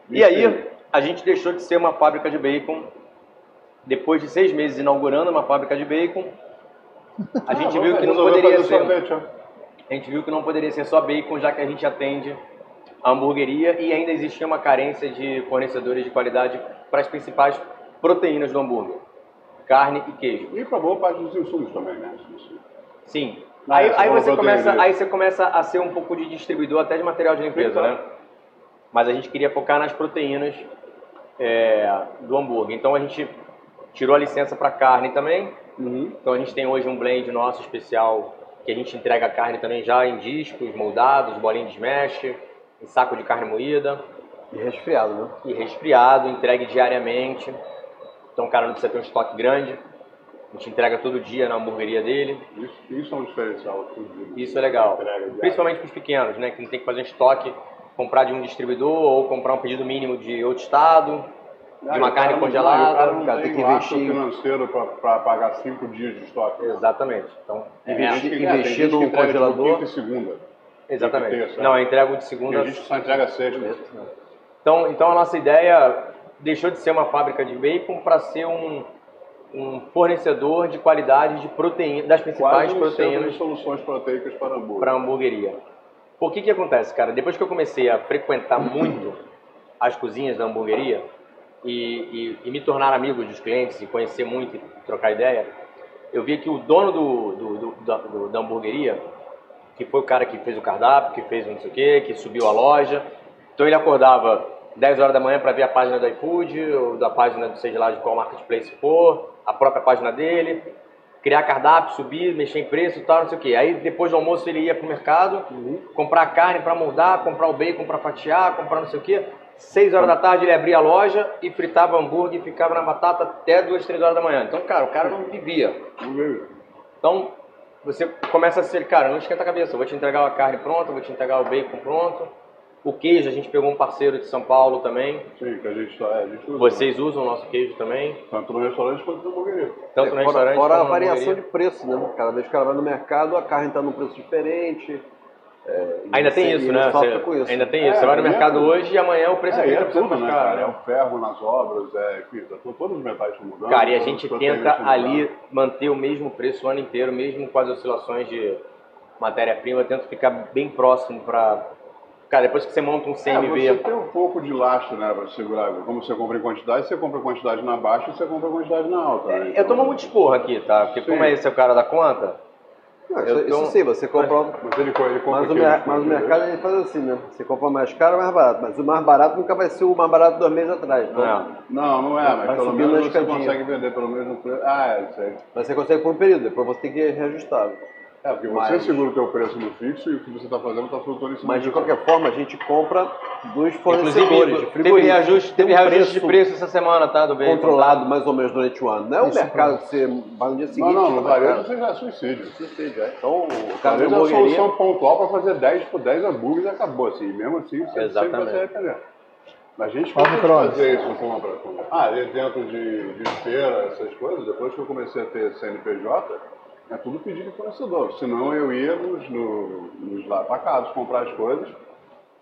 E aí, a gente deixou de ser uma fábrica de bacon. Depois de seis meses inaugurando uma fábrica de bacon, a gente Ah, viu que não poderia ser. um A gente viu que não poderia ser só bacon, já que a gente atende a hamburgueria e ainda existia uma carência de fornecedores de qualidade para as principais proteínas do hambúrguer, carne e queijo. E pra boa parte dos insumos também, né? Sim. Ah, aí, você aí falou você começa, proteína. aí você começa a ser um pouco de distribuidor até de material de limpeza, Exato. né? Mas a gente queria focar nas proteínas é, do hambúrguer. Então a gente tirou a licença para carne também. Então a gente tem hoje um blend nosso especial que a gente entrega a carne também já em discos, moldados, bolinha de smash, em saco de carne moída E resfriado, né? e resfriado, entregue diariamente. Então o cara não precisa ter um estoque grande. A gente entrega todo dia na hamburgueria dele. Isso, isso é um diferencial. tudo de- Isso é legal. Entrega de Principalmente para os pequenos, né? Que não tem que fazer um estoque, comprar de um distribuidor ou comprar um pedido mínimo de outro estado, água. de uma Ah, carne o cara não- congelada. O cara não o cara tem, tem que laço investir. financeiro pra, pra pagar cinco dias de estoque. Exatamente. Então, Tem é, gente Investir, que- é, tem gente investir que num entrega, tipo, congelador. quinta e segunda. exatamente. Tem que ter, sabe? não, eu entrego de segunda. Tem gente que só entrega sexta. Então, então a nossa ideia deixou de ser uma fábrica de bacon para ser um, um fornecedor de qualidade de proteína, das principais Quase um centro proteínas de soluções proteicas para hambúrguer. para hamburgueria. Por que que acontece, cara? Depois que eu comecei a frequentar muito as cozinhas da hamburgueria e, e- e me tornar amigo dos clientes e conhecer muito e trocar ideia, eu vi que o dono do, do- do- da, do- da hamburgueria, que foi o cara que fez o cardápio, que fez não sei o quê, que subiu a loja, então ele acordava 10 horas da manhã para ver a página do iFood, ou da página, do seja lá de qual marketplace for, a própria página dele, criar cardápio, subir, mexer em preço e tal, não sei o quê. Aí depois do almoço ele ia pro mercado, Uhum. comprar carne para moldar, comprar o bacon para fatiar, comprar não sei o quê. Seis horas da tarde ele abria a loja e fritava hambúrguer e ficava na batata até duas, três horas da manhã. Então, cara, o cara não vivia. Então, você começa a ser, cara, não esquenta a cabeça, eu vou te entregar a carne pronta, eu vou te entregar o bacon pronto. O queijo, a gente pegou um parceiro de São Paulo também. Sim, que a gente, tá- é, a gente usa. Vocês usam o nosso queijo também, Tanto no restaurante quanto na hamburgueria. tanto no É, fora restaurante fora a quanto na variação de hamburgueria. preço, né? Cada vez que o cara vai no mercado, a carne está num preço diferente. é, e Ainda tem você- isso, e né? ele sofre Você- com isso. Ainda tem É, isso. Você vai no é mercado mesmo. hoje e amanhã o preço é, É, e é 30% tudo, mais né, caro. cara? É o ferro nas obras, é enfim, tá tudo- todos os metais estão mudando. Cara, e a todas as gente proteínas tenta estão ali mudando. manter o mesmo preço o ano inteiro, mesmo com as oscilações de matéria-prima, eu tento ficar bem próximo pra. Cara, depois que você monta um É, CMV. você tem um pouco de lastro, né, pra segurar. Como você compra em quantidade, você compra quantidade na baixa e você compra quantidade na alta. né? É, Eu tomo muito esporro aqui, tá? Porque como Sim. é esse é o cara da conta, Eu um- É. Não, isso, é- isso tô- sim, você compra. Mas ele, co- ele compra Mas o, queijo, mer- mas o né? mercado ele faz assim, né? Você compra mais caro, mais barato. Mas o mais barato nunca vai ser o mais barato dois meses atrás. não Então, é? Não, não é, mas Vai pelo subindo menos na você escadinha. consegue vender pelo mesmo preço. Ah, é, isso aí. Mas você consegue por um período, depois você tem que reajustar. É, porque você Mas- segura o teu preço no fixo e o que você está fazendo está flutuando em cima Mas de disso. qualquer forma, a gente compra dos é fornecedores. de Inclusive, teve frigorífico. reajuste, Tem teve um reajuste de preço preço essa semana, tá? Do bacon. controlado mais ou menos durante o ano. Não é o Isso, mercado que você vai no dia Não, seguinte. não, no vai pra varejo casa. você já é suicídio. Suicídio, é. Então, o cara da Talvez a hamburgueria... solução pontual para fazer 10 por 10 hambúrgueres e acabou assim. E mesmo assim, você sempre vai se Exatamente. arrepender. Mas a gente Qual pode micro-ondas? fazer isso compra. compra. Ah, ali dentro de, de feira, essas coisas, depois que eu comecei a ter CNPJ, é tudo pedido de fornecedor. Senão eu ia nos, no, nos lá atacados comprar as coisas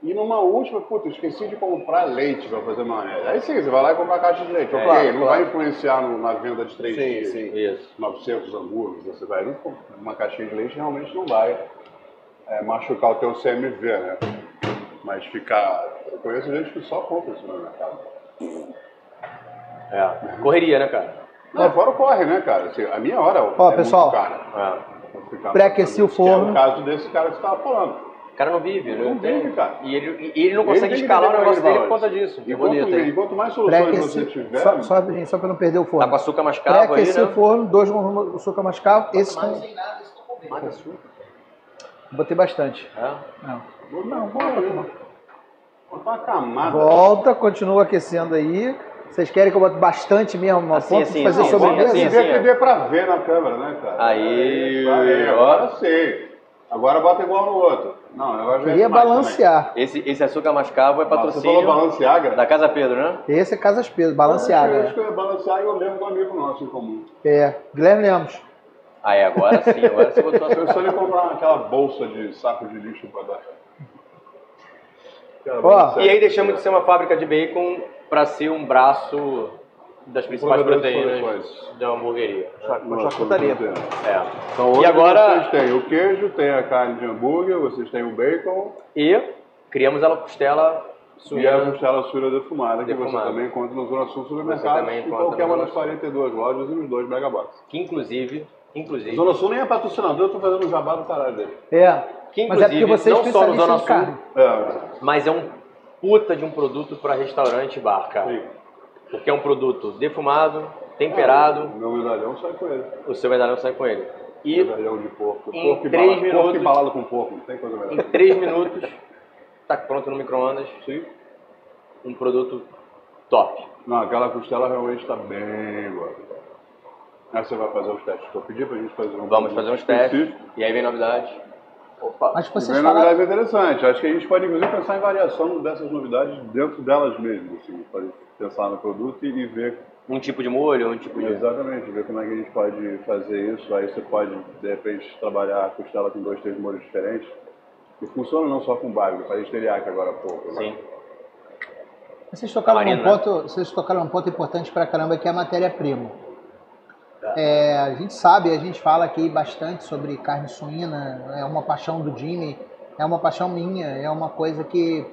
E numa última, puta, esqueci de comprar leite para fazer maionese. Aí sim, você vai lá e compra a caixa de leite. É, ok, claro, não claro. vai influenciar no- na venda de três Sim, dias. sim. Isso. 900 hambúrgueres, você vai ali, pô, uma caixinha de leite realmente não vai é, machucar o teu CMV, né? Mas ficar... Eu conheço gente que só compra isso no mercado. Ah. É. Correria, né, cara? Não, fora corre, né, cara? Assim, a minha hora Ó, é pessoal, muito cara. É. Vou ficar fazendo pré-aqueci o isso, que É forno. o caso desse cara que você estava falando. O cara não vive, né? Não vive, cara. E ele, e ele não Ele consegue tem que escalar ter o negócio dele valores. por conta disso. E É quanto, bonito, hein? e quanto mais soluções você Pré-aqueci. tiver, Só, só, rapidinho, só pra não perder o Tá com forno. açúcar É mascavo ali, Pré-aqueci o né? forno, dois com açúcar mascavo. Esse com... Mata açúcar. Botei bastante. É. Não. Não, não, não. Bota uma camada. Volta, continua aquecendo aí. Vocês querem que eu bote bastante mesmo no Assim, ponto assim, de fazer assim, sobremesa? assim, Se assim. vê que dê pra ver na câmera, né, cara? Aí, Isso aí, ó. agora sim. Agora bota igual no outro. Não, agora já é Queria demais balancear. Esse, esse açúcar mascavo é também. Você falou patrocínio balancear, cara? da Casa Pedro, né? Esse é Casas Pedro, Eu Ah, balanceada. acho que é balancear e eu lembro de um amigo nosso em comum. É. Guilherme Lemos. Ah, é, agora sim. Agora você <laughs> botou Eu só açúcar. ia comprar aquela bolsa de saco de lixo pra dar. Aquela Ó, balanceada. E aí deixamos de ser uma fábrica de bacon pra ser um braço das principais Provedor de proteínas soluções. da hamburgueria. Nossa, Charcutaria. meu Deus. É. Então, E hoje agora, Vocês têm o queijo, tem a carne de hambúrguer, vocês têm o bacon e criamos ela costela e a suína. costela suíra defumada, que Defumada. você também encontra no Zona Sul Supermercado, também em encontra qualquer uma no Zona das Sul. 42 lojas e nos dois megabox. Que inclusive, inclusive, Zona Sul nem é patrocinador, eu tô fazendo um jabá do caralho dele. É. Que, Mas é porque inclusive, vocês não só no Zona especialistas em Sul. carne. É, mas é um puta de um produto pra restaurante e bar, cara. sim. Porque é um produto defumado, temperado, O meu medalhão sai com ele. o seu medalhão sai com ele. E Medalhão de porco. em Porco três embalado, porco minutos- embalado com porco, não tem coisa melhor. em 3 minutos, tá pronto no micro-ondas, Sim. um produto top. Não, aquela costela realmente está bem boa. Aí você vai fazer os testes que eu pedi pra gente fazer um Vamos fazer uns testes, e aí vem novidade. Opa, Mas vocês Vocês falaram. novidade é interessante. Acho que a gente pode, inclusive, pensar em variação dessas novidades dentro delas mesmas. Assim, pode pensar no produto e, e ver um tipo de molho, um tipo de... exatamente, ver como é que a gente pode fazer isso. Aí você pode, de repente, trabalhar a costela com dois, três molhos diferentes. E funciona não só com bárbaro, faz esteriaca agora há pouco. né? Sim. Vocês tocaram, num Marina, né? ponto, vocês tocaram num ponto importante pra caramba, que é a matéria-prima. Tá. É, a gente sabe, a gente fala aqui bastante sobre carne suína, é uma paixão do Jimmy, é uma paixão minha, é uma coisa que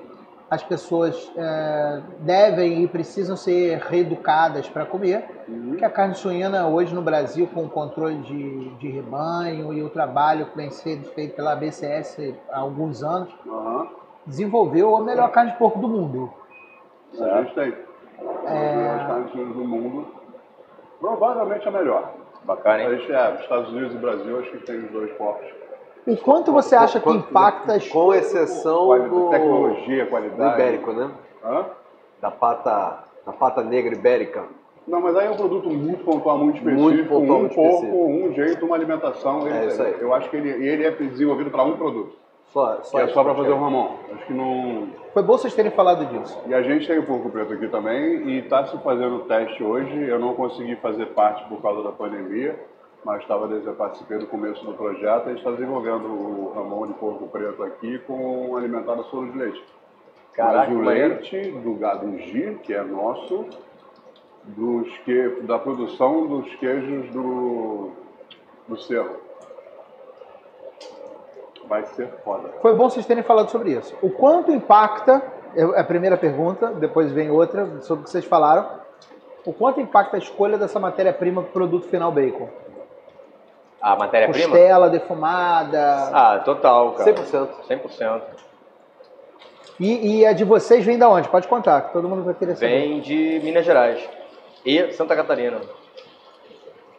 as pessoas é, devem e precisam ser reeducadas para comer, Uhum. que a carne suína hoje no Brasil, com o controle de, de rebanho e o trabalho que vem sendo feito pela ABCS há alguns anos, Aham. desenvolveu a melhor carne de porco do mundo. A gente tem. É... As carnes suínas do mundo. Provavelmente a melhor. Bacana, A hein? gente é, Estados Unidos e Brasil, acho que tem os dois portos. E quanto né, você acha que impacta as Com exceção do, Qualidade, tecnologia, do qualidade. ibérico, né? Hã? Da pata, da pata negra ibérica. Não, mas aí é um produto muito pontual, muito específico, Muito pontual, um muito pouco, específico. um jeito, uma alimentação. Ele, É isso aí. Eu acho que ele, ele é desenvolvido para um produto, Só, que é isso, só para cara. fazer o Ramon. Acho que não... Foi bom vocês terem falado disso. E a gente tem o porco preto aqui também e está se fazendo o teste hoje. Eu não consegui fazer parte por causa da pandemia, mas estava desde participei do começo do projeto. A gente está desenvolvendo o Ramon de porco preto aqui com alimentado a soro de leite. Caraca, mas o maneiro. leite do gado G, que é nosso, dos que, da produção dos queijos do, do cerro. Vai ser foda. Foi bom vocês terem falado sobre isso. O quanto impacta, é a primeira pergunta, depois vem outra sobre o que vocês falaram. O quanto impacta a escolha dessa matéria-prima para o produto final bacon? A Ah, É matéria-prima? Costela, defumada. Ah, total, cara. 100%. 100%. E, e a de vocês vem da onde? Pode contar, que todo mundo vai querer saber. Vem de Minas Gerais e Santa Catarina.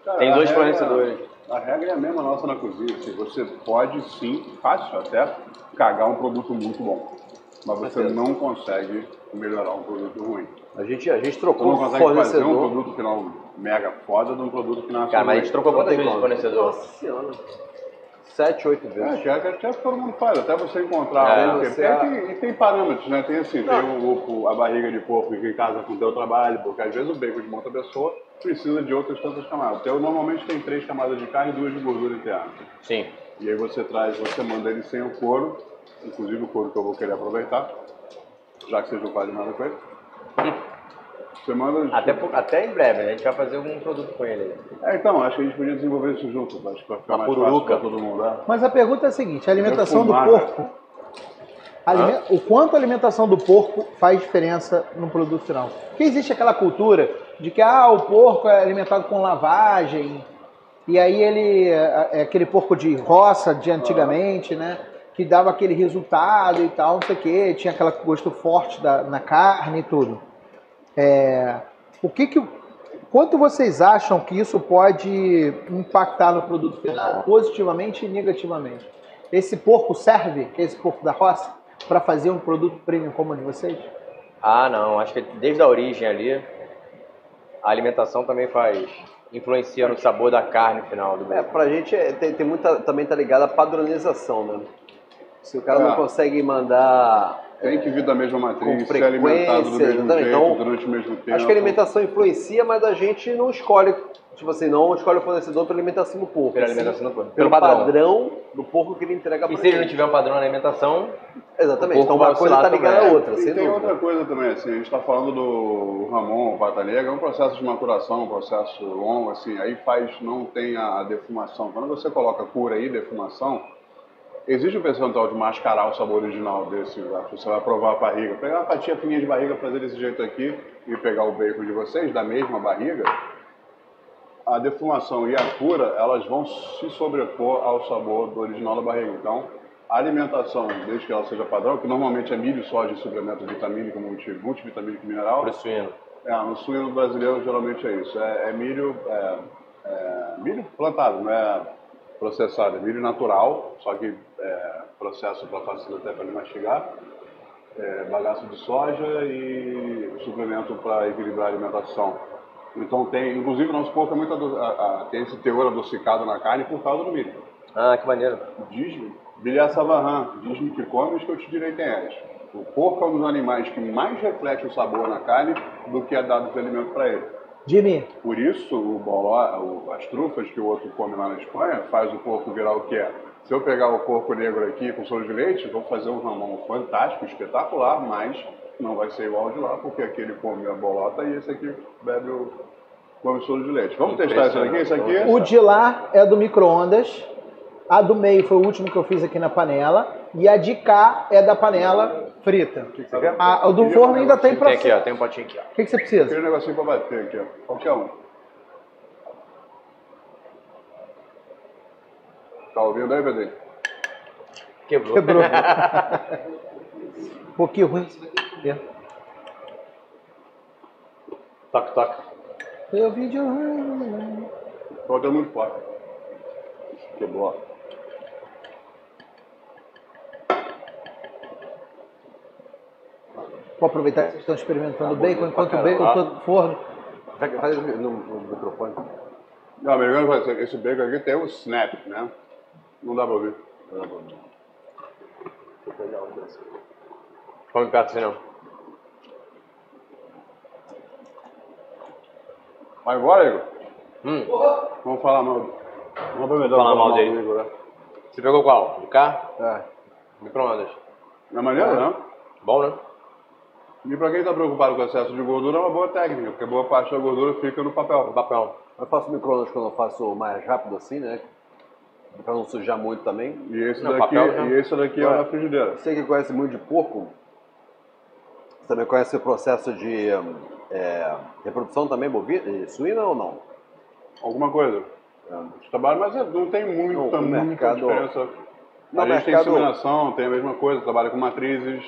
Cara, Tem a dois regra- fornecedores. A regra é a mesma nossa na cozinha. assim, você pode sim, fácil até, cagar um produto muito bom. Mas você certeza. não consegue melhorar um produto ruim. A gente, a gente Você trocou não um consegue fazer um fornecedor. produto final mega foda de um produto que nasce Cara, mas a gente trocou Não quantas tem vezes de como. fornecedor? Nossa senhora. Sete, oito vezes. É, que é que até todo mundo faz, até você encontrar. É, né? Porque você- tem- e tem parâmetros, né? Tem assim, tem o, o- a barriga de porco que casa com o teu trabalho, porque às vezes o bacon de monta pessoa precisa de outras tantas camadas. O teu normalmente tem três camadas de carne e duas de gordura interna. Sim. E aí você traz, você manda ele sem o couro, inclusive o couro que eu vou querer aproveitar, já que vocês não fazem nada com ele. Você manda. Até, por- até em breve, né? a gente vai fazer algum produto com ele. aí. É, então, acho que a gente podia desenvolver isso junto, acho que vai ficar Uma mais fácil pururuca. para todo mundo. né? Mas a pergunta é a seguinte: a alimentação do Defumar, porco. alime- O quanto a alimentação do porco faz diferença no produto final? Porque existe aquela cultura de que ah, o porco é alimentado com lavagem, e aí ele é é aquele porco de roça de antigamente, né? Que dava aquele resultado e tal, não sei o quê, tinha aquele gosto forte da- na carne e tudo. É, o que que. o- Quanto vocês acham que isso pode impactar no produto final, positivamente e negativamente? Esse porco serve, esse porco da roça, para fazer um produto premium como o de vocês? Ah, não, acho que desde a origem ali, a alimentação também faz. influencia no sabor da carne final do É, boi. pra gente é, tem, tem muita, também tá ligado à padronização, né? Se o cara É. não consegue mandar. Tem que vir da mesma Com matriz, ser frequência, alimentado do mesmo exatamente. jeito, Então, durante o mesmo tempo. Acho que a alimentação influencia, mas a gente não escolhe, tipo assim, não escolhe o fornecedor pela alimentação do porco. Pela sim alimentação do porco. Pelo Pelo padrão. padrão. do porco que ele entrega E pra se ele não gente. tiver um padrão na alimentação, Exatamente. o porco Então vai uma coisa tá oscilar ligada também, à é. outra, E sem tem outra dúvida. coisa também, assim, a gente está falando do Ramon Pata Negra, é um processo de maturação, um processo longo, assim, aí faz, não tem a, a defumação. Quando você coloca cura e defumação, existe o percentual de mascarar o sabor original desse prato. Você vai provar a barriga, pegar uma fatia fininha de barriga, fazer desse jeito aqui e pegar o bacon de vocês, da mesma barriga, a defumação e a cura, elas vão se sobrepor ao sabor do original da barriga. Então, a alimentação, desde que ela seja padrão, que normalmente é milho, soja e suplemento vitamínico, multi- multivitamínico e mineral, pro suíno. é, no suíno brasileiro geralmente é isso. É, é milho, é, é milho plantado, não é processado. É milho natural, só que é, processo para facilitar para ele mastigar. É, bagaço de soja e suplemento para equilibrar a alimentação. Então tem, inclusive o nosso porco é muito ado- a- a- tem esse teor adocicado na carne por causa do milho. Ah, que maneiro. Diz-me, Bilhar Savarran, diz-me que comes que eu te direi quem és. O porco é um dos animais que mais reflete o sabor na carne do que é dado de alimento para ele. Jimmy, Por isso, o boló, o- as trufas que o outro come lá na Espanha faz o porco virar o que é. Se eu pegar o porco negro aqui com soro de leite, vou fazer um ramão fantástico, espetacular, mas não vai ser igual ao de lá, porque aquele come a bolota e esse aqui bebe o come soro de leite. Vamos testar isso aqui? Isso aqui o de lá é do micro-ondas, a do meio foi o último que eu fiz aqui na panela, e a de cá é da panela frita. A, a do forno ainda tem Tem aqui, processo. ó, tem um potinho aqui, ó. O que, que você precisa? Aquele um negocinho pra bater aqui, ó. Qualquer um. Tá ouvindo aí, Pedrinho? Quebrou. <laughs> Quebrou. um pouquinho ruim. isso daqui. toque, toque. Eu vi de ruim. né? Toca muito forte. Quebrou. Vou aproveitar que vocês estão experimentando o Tá bacon, bonito enquanto pra o bacon caralho. todo no forno. Faz- Faz no, no microfone. Não, americano faz assim, esse bacon aqui tem o snap, né? Não dá pra ouvir. Come perto assim não. Vai embora, Igor? Hum, Vamos falar mal. Vamos aproveitar Falar pra mal dele. do Igor, um né? você pegou qual? De cá? É. Micro-ondas. Na maneira, É. né? Bom, né? E pra quem tá preocupado com o excesso de gordura, é uma boa técnica, porque boa parte da gordura fica no papel. Papel. Eu faço micro-ondas quando eu faço mais rápido assim, né? Pra não sujar muito também. E esse Não, daqui, papel já- e esse daqui é Ué. na frigideira. Você que conhece muito de porco, você também conhece o processo de é, reprodução também bovina, eh, suína ou não? Alguma coisa. de trabalho, mas é- não tem Não, muita, o muita mercado- diferença. No a gente tem mercado- inseminação, tem a mesma coisa, trabalha com matrizes.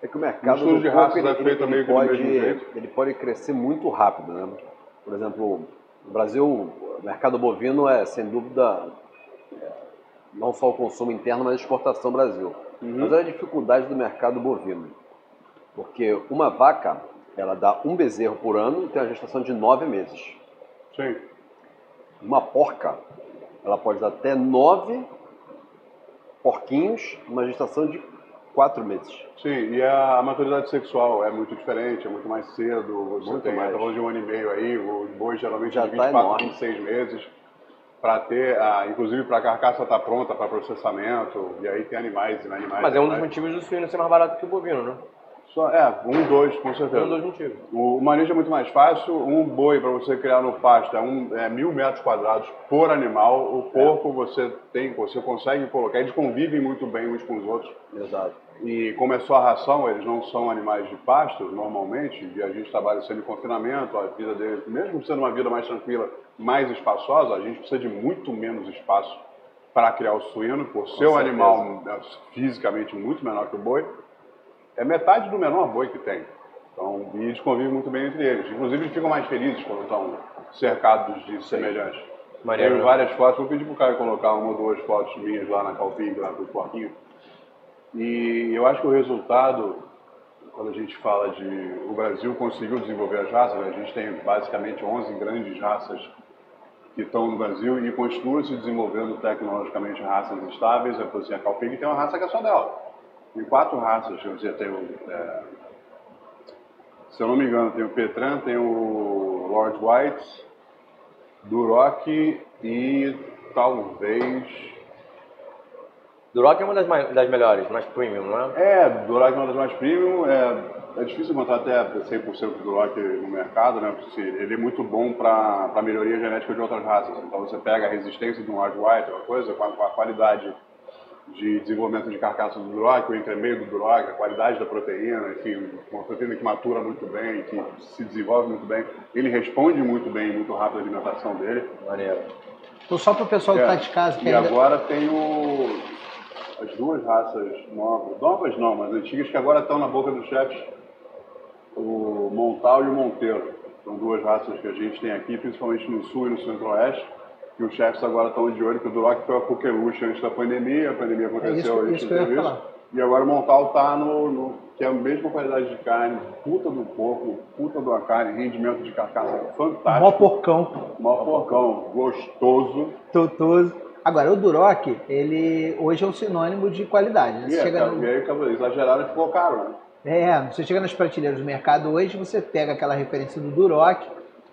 É que o mercado Mistura do de porco, raças ele, é ele, feito ele meio que do pode, mesmo jeito. ele pode crescer muito rápido, né? Por exemplo, no Brasil, o mercado bovino é, sem dúvida, é, não só o consumo interno, mas a exportação do Brasil. Uhum. Mas olha a dificuldade do mercado bovino. Porque uma vaca, ela dá um bezerro por ano e tem uma gestação de nove meses. Sim. Uma porca, ela pode dar até nove porquinhos numa gestação de quatro meses. Sim, e a maturidade sexual é muito diferente, é muito mais cedo. Você Muito tem, mais. tá falando de um ano e meio aí, os bois geralmente Já de tá 24, enorme. 26 meses. para ter, a, inclusive para a carcaça estar pronta para processamento, e aí tem animais e animais. Mas é um dos motivos do suíno ser mais barato que o bovino, né? Só, é, um, dois, com É certeza. um dos motivos. O manejo é muito mais fácil. Um boi para você criar no pasto é, um, é mil metros quadrados por animal. O porco você tem, você consegue colocar. Eles convivem muito bem uns com os outros. Exato. E como é só ração, eles não são animais de pasto normalmente. E a gente trabalha sendo em confinamento, a vida deles, mesmo sendo uma vida mais tranquila, mais espaçosa, a gente precisa de muito menos espaço para criar o suíno, por ser um certeza. animal é, fisicamente muito menor que o boi é metade do menor boi que tem. Então, e eles convivem muito bem entre eles. Inclusive, eles ficam mais felizes quando estão cercados de semelhantes. Maneiro, Teve né? várias fotos, vou pedir pro Caio colocar uma ou duas fotos minhas lá na Calping, lá do porquinho. E eu acho que o resultado, quando a gente fala de... O Brasil conseguiu desenvolver as raças, né? a gente tem basicamente 11 grandes raças que estão no Brasil e continua se desenvolvendo tecnologicamente raças estáveis. Eu falei assim, a Calpig tem uma raça que é só dela. Tem quatro raças, quer dizer, tem o, é, se eu não me engano, tem o Petran, tem o Lord White, Duroc e talvez... Duroc é uma das, mai- das melhores, mais premium, não é? É, Duroc é uma das mais premium, é, é difícil encontrar até 100% do Duroc no mercado, né? Porque ele é muito bom para a melhoria genética de outras raças. Então você pega a resistência de um Lord White, uma coisa, com a, com a qualidade de desenvolvimento de carcaça do Duroc, o entremeio do Duroc, a qualidade da proteína, enfim, uma proteína que matura muito bem, que se desenvolve muito bem. Ele responde muito bem, muito rápido a alimentação dele. Maneiro. Então, só para o pessoal que É. está de casa, que E ainda... agora tem o, as duas raças novas, novas não, mas antigas que agora estão na boca dos chefes, o Montal e o Monteiro. São duas raças que a gente tem aqui, principalmente no sul e no centro-oeste, que os chefes agora estão de olho, que o Duroc foi a Coqueluche antes da pandemia, a pandemia aconteceu, É isso- a gente isso que eu ia teve falar. E agora o Montal está no, no- que é a mesma qualidade de carne, puta do porco, puta da carne, rendimento de carcaça Mó fantástico, porcão, mó porcão, gostoso. totoso. Agora, o Duroc, ele hoje é um sinônimo de qualidade. Né? E Você é, chega cara, no- e aí acabou, exageraram e ficou caro, né? É, você chega nas prateleiras do mercado hoje, você pega aquela referência do Duroc.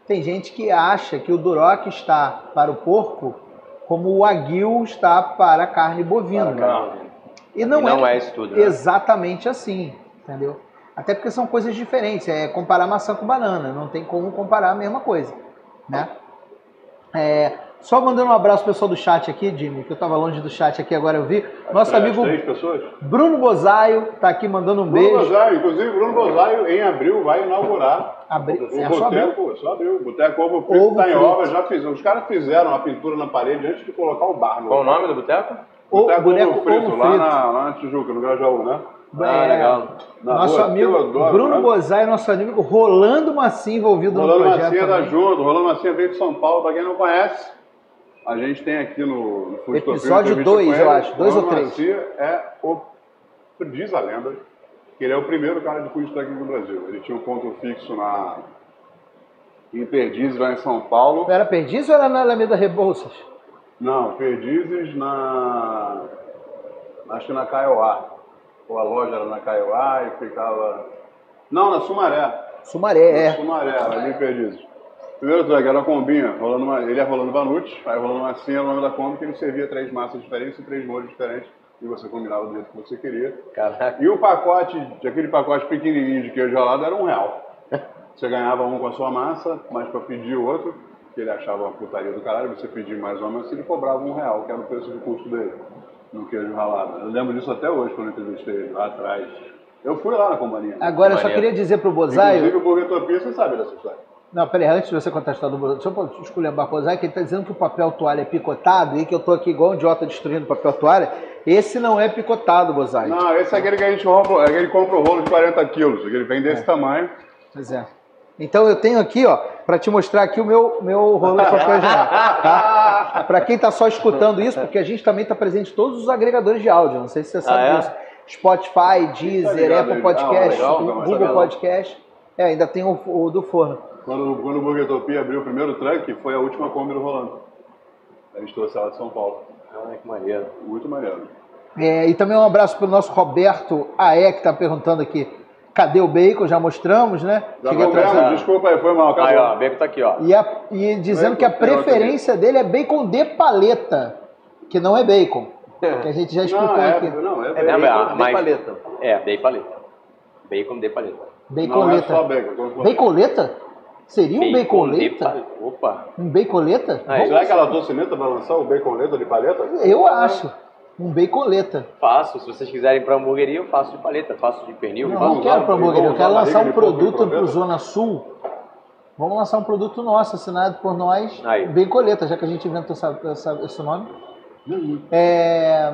Tem gente que acha que o Duroc está para o porco como o aguil está para a carne bovina. E não, e não é, é isso tudo, né? exatamente assim, entendeu? Até porque são coisas diferentes. É comparar maçã com banana. Não tem como comparar a mesma coisa, né? É, só mandando um abraço pro pessoal do chat aqui, Jimmy, que eu estava longe do chat aqui, agora eu vi. Nosso Para as amigo É, Três pessoas? Bruno Bozaio tá aqui mandando um Bruno beijo. Bozaio, inclusive, Bruno Bozaio, em abril, vai inaugurar Abri... o É, só abriu. Boteco, só abriu. O Boteco Ovo Frito Ovo está em Frito. obra, já fiz. Os caras fizeram a pintura na parede antes de colocar o bar. no Qual o nome do boteco? O Boteco boneco Ovo Frito, Ovo lá, Frito. Na, lá na Tijuca, no Grajaú, né? Ah, É, legal. Na nosso rua amigo Teodoro, Bruno né? Bozai, nosso amigo Rolando Massim envolvido Rolando no projeto. Massinha tá também. junto. Rolando Massinha veio de São Paulo, pra quem não conhece. A gente tem aqui no, no Fundo Episódio dois, eu acho, dois ou três. Massinha é o. Diz a lenda que ele é o primeiro cara de food truck do Brasil. Ele tinha um ponto fixo na. Em Perdizes, lá em São Paulo. Era Perdiz ou era na Alameda Rebouças? Não, Perdizes na. Acho que na Kaiowá. Ou a loja era na Kaiowá e ficava. Não, na Sumaré. Sumaré, é. Sumaré, ali em Perdizes. Primeiro track era a combinha, rolando uma, ele ia rolando Banucci, aí rolando uma senha, o nome da combi, que ele servia três massas diferentes e três molhos diferentes, e você combinava do jeito que você queria. Caraca. E o pacote, aquele pacote pequenininho de queijo ralado era um <laughs> real. Você ganhava um com a sua massa, mas para pedir outro, que ele achava uma putaria do caralho, você pedia mais uma massa, ele cobrava um real, que era o preço do custo dele, no queijo ralado. Eu lembro disso até hoje, quando eu entrevistei ele lá atrás. Eu fui lá na companhia. Agora eu só Maneiro. queria dizer pro Inclusive Bozaio. o Burger Topia, você sabe dessa história. Não, peraí, antes de você contestar do Bozaio, deixa eu esculhambar o Bozaio, que ele tá dizendo que o papel toalha é picotado e que eu tô aqui igual um idiota destruindo papel toalha. Esse não é picotado, Bozaio. Não, esse é aquele que a gente compra, é aquele que compra o rolo de 40 quilos, ele vem desse tamanho. Pois é. Então eu tenho aqui, ó, para te mostrar aqui o meu, meu rolo de papel higiênico, <laughs> tá? Para quem tá só escutando isso, porque a gente também tá presente em todos os agregadores de áudio, não sei se você sabe Ah, é? disso. Spotify, Deezer, Tá ligado, Apple legal, Podcast, legal, mas tá Google legal. Podcast. É, ainda tem o, o do forno. Quando, quando o Burger Topia abriu o primeiro truck, foi a última Kombi do Rolando. A gente trouxe ela de São Paulo. Ah, que maneiro. Muito maneiro. É, e também um abraço pro nosso Roberto Aé, que tá perguntando aqui. Cadê o bacon? Já mostramos, né? Já Cheguei vamos atrasado. mesmo? Desculpa aí, foi mal, Aí, ó, acabou. o Beco tá aqui, ó. E, a- e Bacon, dizendo que a tem outro preferência dele é bacon de paleta, que não é bacon. Que a gente já explicou não, é, aqui. não, é, É bacon. bacon mas- de mas- paleta. É, dei paleta. Bacon de paleta. Não é Baconeta. só bacon. tô com- Baconeta? Seria um Bacon de baconeta? paleta. Opa. Ah, Um baconeta? Aí, Será que ela tocineta vai lançar o baconeta de paleta? Eu acho. Um baconeta. Faço, se vocês quiserem pra hamburgueria, eu faço de paleta, faço de pernil, Não, faço não quero pra hambúrguer, eu vamos quero lá, lançar um Rick, vamos produto aproveitar. pro Zona Sul. Vamos lançar um produto nosso, assinado por nós, Aí. bem coleta, já que a gente inventou essa- essa- esse nome. É...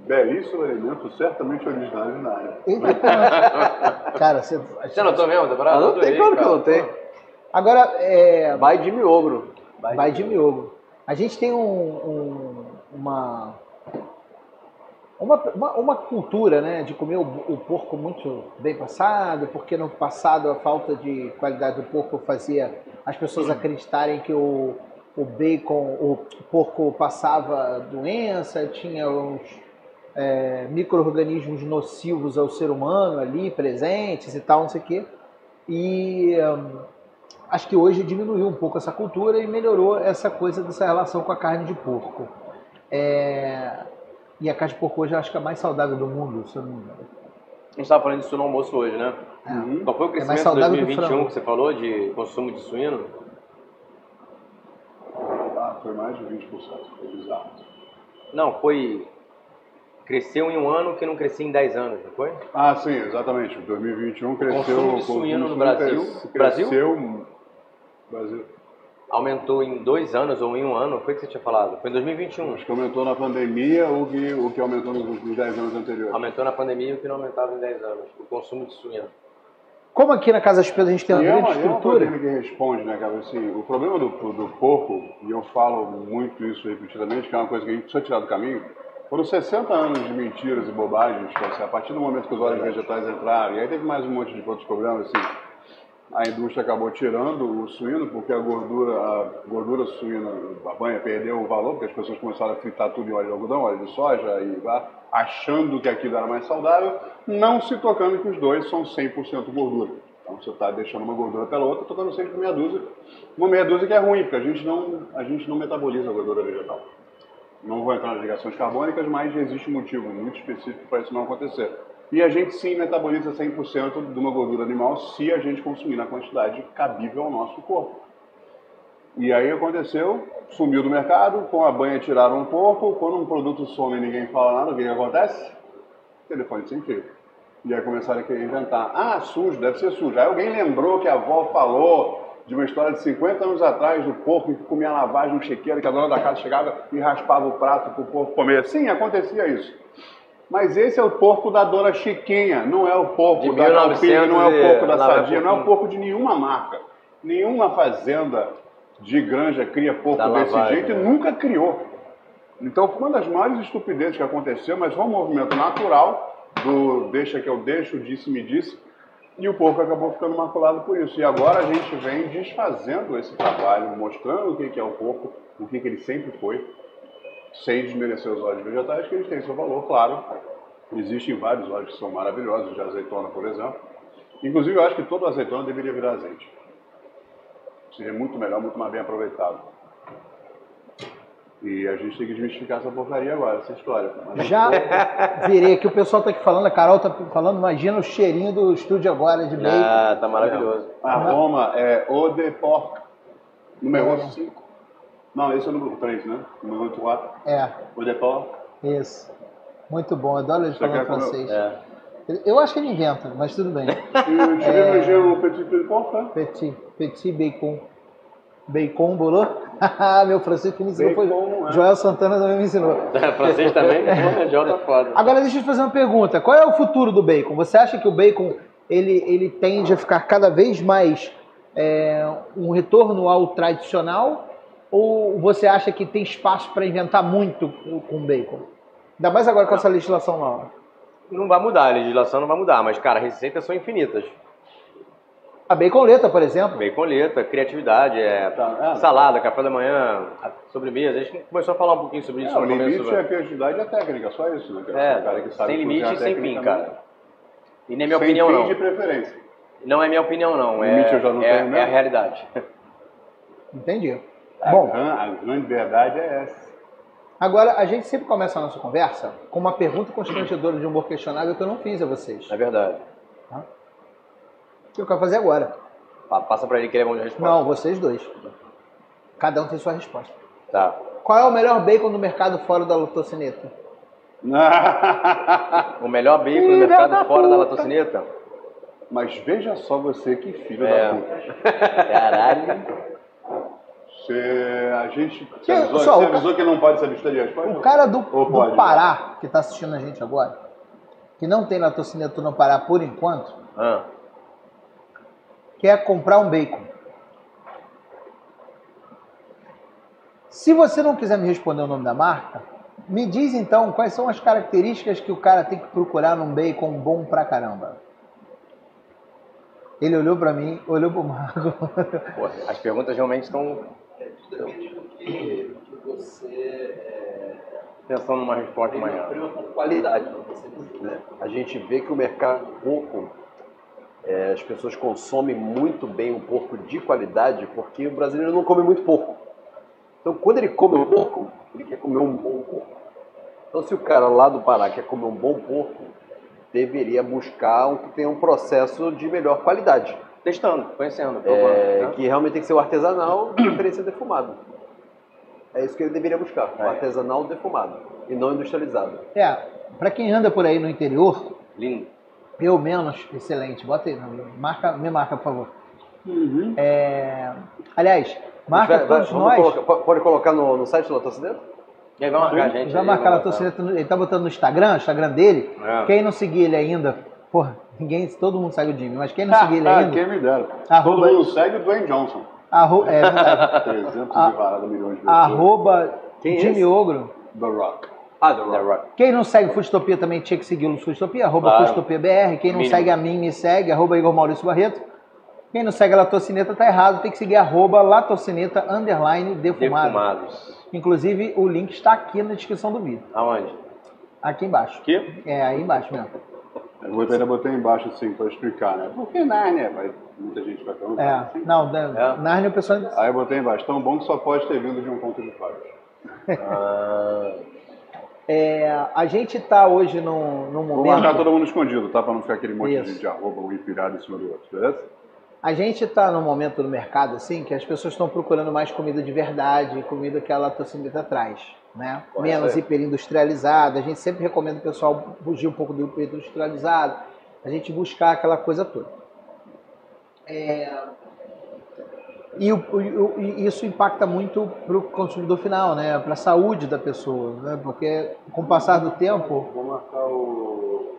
Belíssimo alimento, certamente original na área. eita, pô. cara, você... Você anotou mesmo, tá Ah, parado? não tem, claro que eu não tenho. agora é... Vai de miogro. vai de miolo. A gente tem um- um- uma, uma, uma uma cultura, né, de comer o, o porco muito bem passado, porque no passado a falta de qualidade do porco fazia as pessoas acreditarem que o, o bacon, o porco passava doença, tinha uns é, micro-organismos nocivos ao ser humano ali presentes e tal, não sei o quê. E hum, acho que hoje diminuiu um pouco essa cultura e melhorou essa coisa dessa relação com a carne de porco. É, E a carne de porco hoje eu acho que é a mais saudável do mundo, se eu não me engano. A gente tava falando disso no almoço hoje, né? Uhum. Qual foi o mais crescimento de saudável que o 2021 frango. que você falou de consumo de suíno? Ah, foi mais de 20%, foi bizarro. Não, foi. Cresceu em um ano que não crescia em 10 anos, não foi? Ah, sim, exatamente. 2021 cresceu... consumo de o consumo suíno no de Brasil. cres- Brasil? Cresceu... Brasil. Aumentou em dois anos ou em um ano, foi o que você tinha falado? Foi em 2021. Acho que aumentou na pandemia o que, o que aumentou nos últimos 10 anos anteriores. Aumentou na pandemia e o que não aumentava em 10 anos. O consumo de suíno. Como aqui na Casa das Pedras a gente tem uma E é grande uma, é uma estrutura, polêmica que responde, né, cara? Assim, o problema do, do porco, e eu falo muito isso repetidamente, que é uma coisa que a gente precisa tirar do caminho, foram 60 anos de mentiras e bobagens, que, assim, a partir do momento que os óleos vegetais entraram, e aí teve mais um monte de outros problemas, assim, a indústria acabou tirando o suíno, porque a gordura, a gordura suína, a banha perdeu o valor, porque as pessoas começaram a fritar tudo em óleo de algodão, óleo de soja, e vá, achando que aquilo era mais saudável, não se tocando que os dois são 100% gordura. Então você está deixando uma gordura pela outra, tocando sempre com meia dúzia. Uma meia dúzia que é ruim, porque a gente não, a gente não metaboliza a gordura vegetal. Não vou entrar nas ligações carbônicas, mas existe um motivo muito específico para isso não acontecer. E a gente sim metaboliza 100% de uma gordura animal se a gente consumir na quantidade cabível ao nosso corpo. E aí aconteceu, sumiu do mercado, com a banha tiraram um pouco, quando um produto some e ninguém fala nada, o que que acontece? Telefone sem fio. E aí começaram a querer inventar. Ah, sujo, deve ser sujo. Aí alguém lembrou que a avó falou de uma história de 50 anos atrás do porco que comia lavagem no chequeiro, que a dona da casa chegava e raspava o prato para o porco comer. Sim, acontecia isso. Mas esse é o porco da dona Chiquinha, não é o porco De da Galpinha, não é o 1900 e- porco da lá vai Sadia, não é o porquinho. porco de nenhuma marca. Nenhuma fazenda de granja cria porco Da desse lavagem, jeito e né? nunca criou. Então, foi uma das maiores estupidezes que aconteceu, mas foi um movimento natural do deixa que eu deixo, disse me disse, e o porco acabou ficando maculado por isso. E agora a gente vem desfazendo esse trabalho, mostrando o que que é o porco, o que que ele sempre foi, sem desmerecer os óleos vegetais, que eles têm seu valor, claro. Existem vários óleos que são maravilhosos, de azeitona, por exemplo. Inclusive, eu acho que todo azeitona deveria virar azeite. Seria muito melhor, muito mais bem aproveitado. E a gente tem que desmistificar essa porcaria agora, essa história. Mas- já virei aqui, o pessoal tá aqui falando, a Carol tá falando, imagina o cheirinho do estúdio agora de bacon. Ah, tá maravilhoso. A Roma é O de Porc, número 5. Não, esse é o número 3, né? O Número 4. É, O de Porc. isso. Muito bom, adoro ele Você falando quer comer? francês. É. <laughs> Eu acho que ele inventa, mas tudo bem. E eu tive é... um petit peu de porc, né? Petit, petit bacon. Bacon, bolô? <laughs> Meu francês que me ensinou Bacon, foi é. Joel Santana também me ensinou. É, Francês também? <laughs> Porra, Joel tá foda. Agora deixa eu te fazer uma pergunta. Qual é o futuro do bacon? Você acha que o bacon ele, ele tende a ficar cada vez mais é, um retorno ao tradicional? Ou você acha que tem espaço para inventar muito com bacon? Ainda mais agora com essa legislação nova. Não vai mudar, a legislação não vai mudar, mas, cara, receitas são infinitas. A baconleta, por exemplo. Baconeta, criatividade, é, Tá, é. salada, café da manhã, a- sobremesa. A gente começou a falar um pouquinho sobre isso É, o no começo. limite é a velho. criatividade e a técnica, só isso, né? cara? É, O cara que sabe sem cozinhar limite e sem fim, tecnicamente. cara. E nem é minha Sem opinião, fim não. de preferência. Não é minha opinião, não. É, Limite eu já não é, tenho né? é a mesmo. realidade. Entendi. A Bom, gran- a grande verdade é essa. <laughs> agora a gente sempre começa a nossa conversa com uma pergunta constrangedora de um humor questionável que eu não fiz a vocês. É verdade. Que eu quero fazer agora. Pa- Passa pra ele que ele é bom de resposta. Não, vocês dois. Cada um tem sua resposta. Tá. Qual é o melhor bacon do mercado fora da lotocineta? O melhor bacon Filha do mercado da fora da puta. latocineta? Mas veja só você que filho É. da puta. Caralho. Você, a gente te Que- avisou, só, você o ca- avisou que não pode se abster de resposta? O cara do, Ou do pode? Pará, que tá assistindo a gente agora, que não tem lotocineta no Pará por enquanto, Ah, quer comprar um bacon. Se você não quiser me responder o nome da marca, me diz então quais são as características que o cara tem que procurar num bacon bom pra caramba. Ele olhou pra mim, olhou pro Marco. <laughs> pô, as perguntas realmente estão Depende do que, do que você pensando numa resposta é, amanhã. prima por qualidade. do que você precisa, né? A gente vê que o mercado pouco, é, as pessoas consomem muito bem um porco de qualidade, porque o brasileiro não come muito porco. Então, quando ele come um porco, ele quer comer um bom porco. Então, se o cara lá do Pará quer comer um bom porco, deveria buscar um que tenha um processo de melhor qualidade. Testando, conhecendo, provando. É, né? que realmente tem que ser o artesanal de preferência defumado. É isso que ele deveria buscar, o É. artesanal defumado e não industrializado. É, pra quem anda por aí no interior, Lindo. eu menos, excelente. Bota aí, marca, me marca, por favor. É, aliás, marca A gente Uhum. vai- vai- todos vamos nós. colocar- po- pode colocar no, no site do Latocidento? E aí vai marcar a gente. Já aí, marcaram a vai marcar. torcida, ele tá botando no Instagram, o Instagram dele. É. Quem não seguir ele ainda, porra, ninguém, todo mundo segue o Jimmy, mas quem não seguir <laughs> ele Ah, ainda, quem me dera. Todo Arroba- mundo segue o Dwayne Johnson. arro- <laughs> é verdade. 300 Ah. e varada milhões de pessoas. arroba Quem é Jimmy esse? Ogro. The Rock. Ah, do The Rock. Quem não segue o Futopia também tinha que seguir o Futopia, arroba Claro. Futopia BR. Quem não Mínimo. segue a mim, me segue, arroba Igor Maurício Barreto. Quem não segue a Latocineta tá errado, tem que seguir arroba Latocineta, underline, defumado. Defumados. Inclusive, o link está aqui na descrição do vídeo, Aonde? aqui embaixo. Aqui? É, aí embaixo mesmo. Eu vou ainda botei embaixo assim pra explicar, né? Por que Narnia? Vai, muita gente vai perguntar. assim. É, não, da, É. Narnia o pessoal Aí eu botei embaixo. Tão bom que só pode ter vindo de um conto de fadas. Ah, É, a gente está hoje num, num Vou marcar momento. todo mundo escondido, tá? Pra não ficar aquele monte de Isso. gente de arroba um empilhado em cima do outro, beleza? A gente está num momento no mercado assim que as pessoas estão procurando mais comida de verdade, comida que a latocineta traz, né? Correto. Menos hiperindustrializada. A gente sempre recomenda o pessoal fugir um pouco do hiperindustrializado. A gente buscar aquela coisa toda. É, E o- o- o- e isso impacta muito para o consumidor final, né? Para a saúde da pessoa, né? Porque com o passar do tempo, Vou marcar o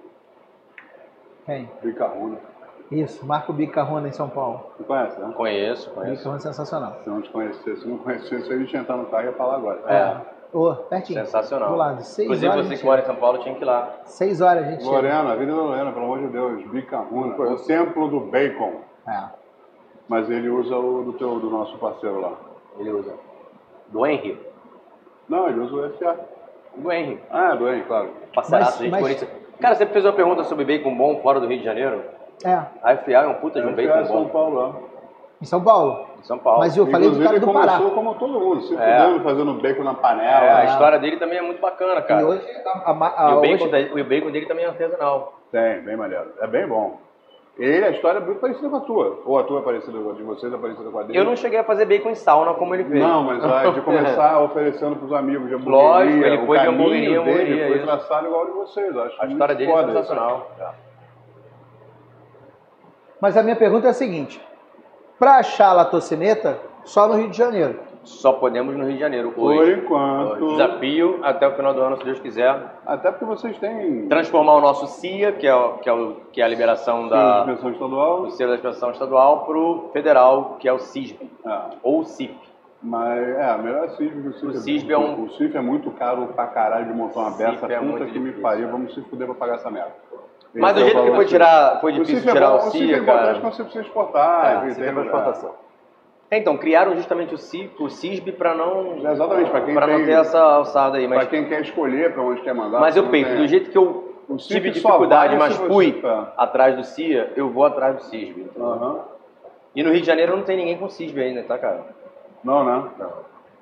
quem? Bicarruna. Isso, Marco Bicarrona em São Paulo. Você conhece, né? conheço, conheço. Bicarrona sensacional. Se não te conhecesse, se não conhecesse, a gente ia entrar no carro e ia falar agora. Ô, pertinho. É. Sensacional. Do lado, seis Inclusive, horas. você gente que mora em São Paulo tinha que ir lá. chega. Seis horas a gente chega. Lorena, Avenida Lorena, pelo amor de Deus, Bicarruna. O templo do bacon. É. Mas ele usa o do, teu, do nosso parceiro lá. Ele usa. Do Henry. Não, ele usa o SA. Do Henry. Ah, é doente, claro. Parceiraço, Mas- gente, mas- por isso. Cara, você fez uma pergunta sobre bacon bom fora do Rio de Janeiro? É, A FA é um puta de um É bacon São bom Paulo, lá. em São Paulo. em São Paulo. Mas eu falei do Inclusive, cara ele do Pará. começou como todo mundo, se É. fudendo, fazendo bacon na É, panela. a história dele também é muito bacana, E cara. hoje, a, ma- E a- o bacon, hoje- dele- o bacon dele também é artesanal. Tem, bem maneiro. É bem bom. Ele, a história é muito parecida com a tua. Ou a tua é parecida com a de vocês, é parecida com a dele. Eu não cheguei a fazer bacon em sauna como ele fez. Não, mas a <laughs> de começar oferecendo pros amigos de hamburgueria. Lógico, ele o foi de caminho hamburgueria, dele hamburgueria, Foi isso. traçado igual ao de vocês, acho. A muito história dele é foda isso. sensacional. Mas a minha pergunta é a seguinte: pra achar a latocineta, só no Rio de Janeiro. Só podemos no Rio de Janeiro Por hoje. um enquanto. Desafio até o final do ano, se Deus quiser. Até porque vocês têm Transformar o nosso CIA, que é, o- que é, o- que é a liberação da... da, dimensão estadual. do Centro da Expansão Estadual, para o federal, que é o CISB, Ah, ou CIP. Mas é, melhor CISB que o CISB. O CISB é um- O CISB é muito caro pra caralho de montar uma CISB beça. é puta muito que me difícil, pariu, né? vamos se fuder pra pagar essa merda. Esse Mas do é o jeito que valor foi do tirar, foi CISB. difícil CISB é tirar bom, o CIA, cara. O CISB é bom, mas você precisa exportar. Ah, entende? isso aqui é pra exportação. Então, criaram justamente o CIP, o CISB para não É, exatamente, pra quem pra não tem- ter essa alçada aí, Pra mas quem quer escolher pra onde quer mandar. mas eu não peito, tem- do jeito que eu O CIF Tive só dificuldade, vale mas se você- fui Tá. atrás do CIA, eu vou atrás do CISB. entendeu? Aham. E no Rio de Janeiro não tem ninguém com CISB ainda, tá, cara? Não, né?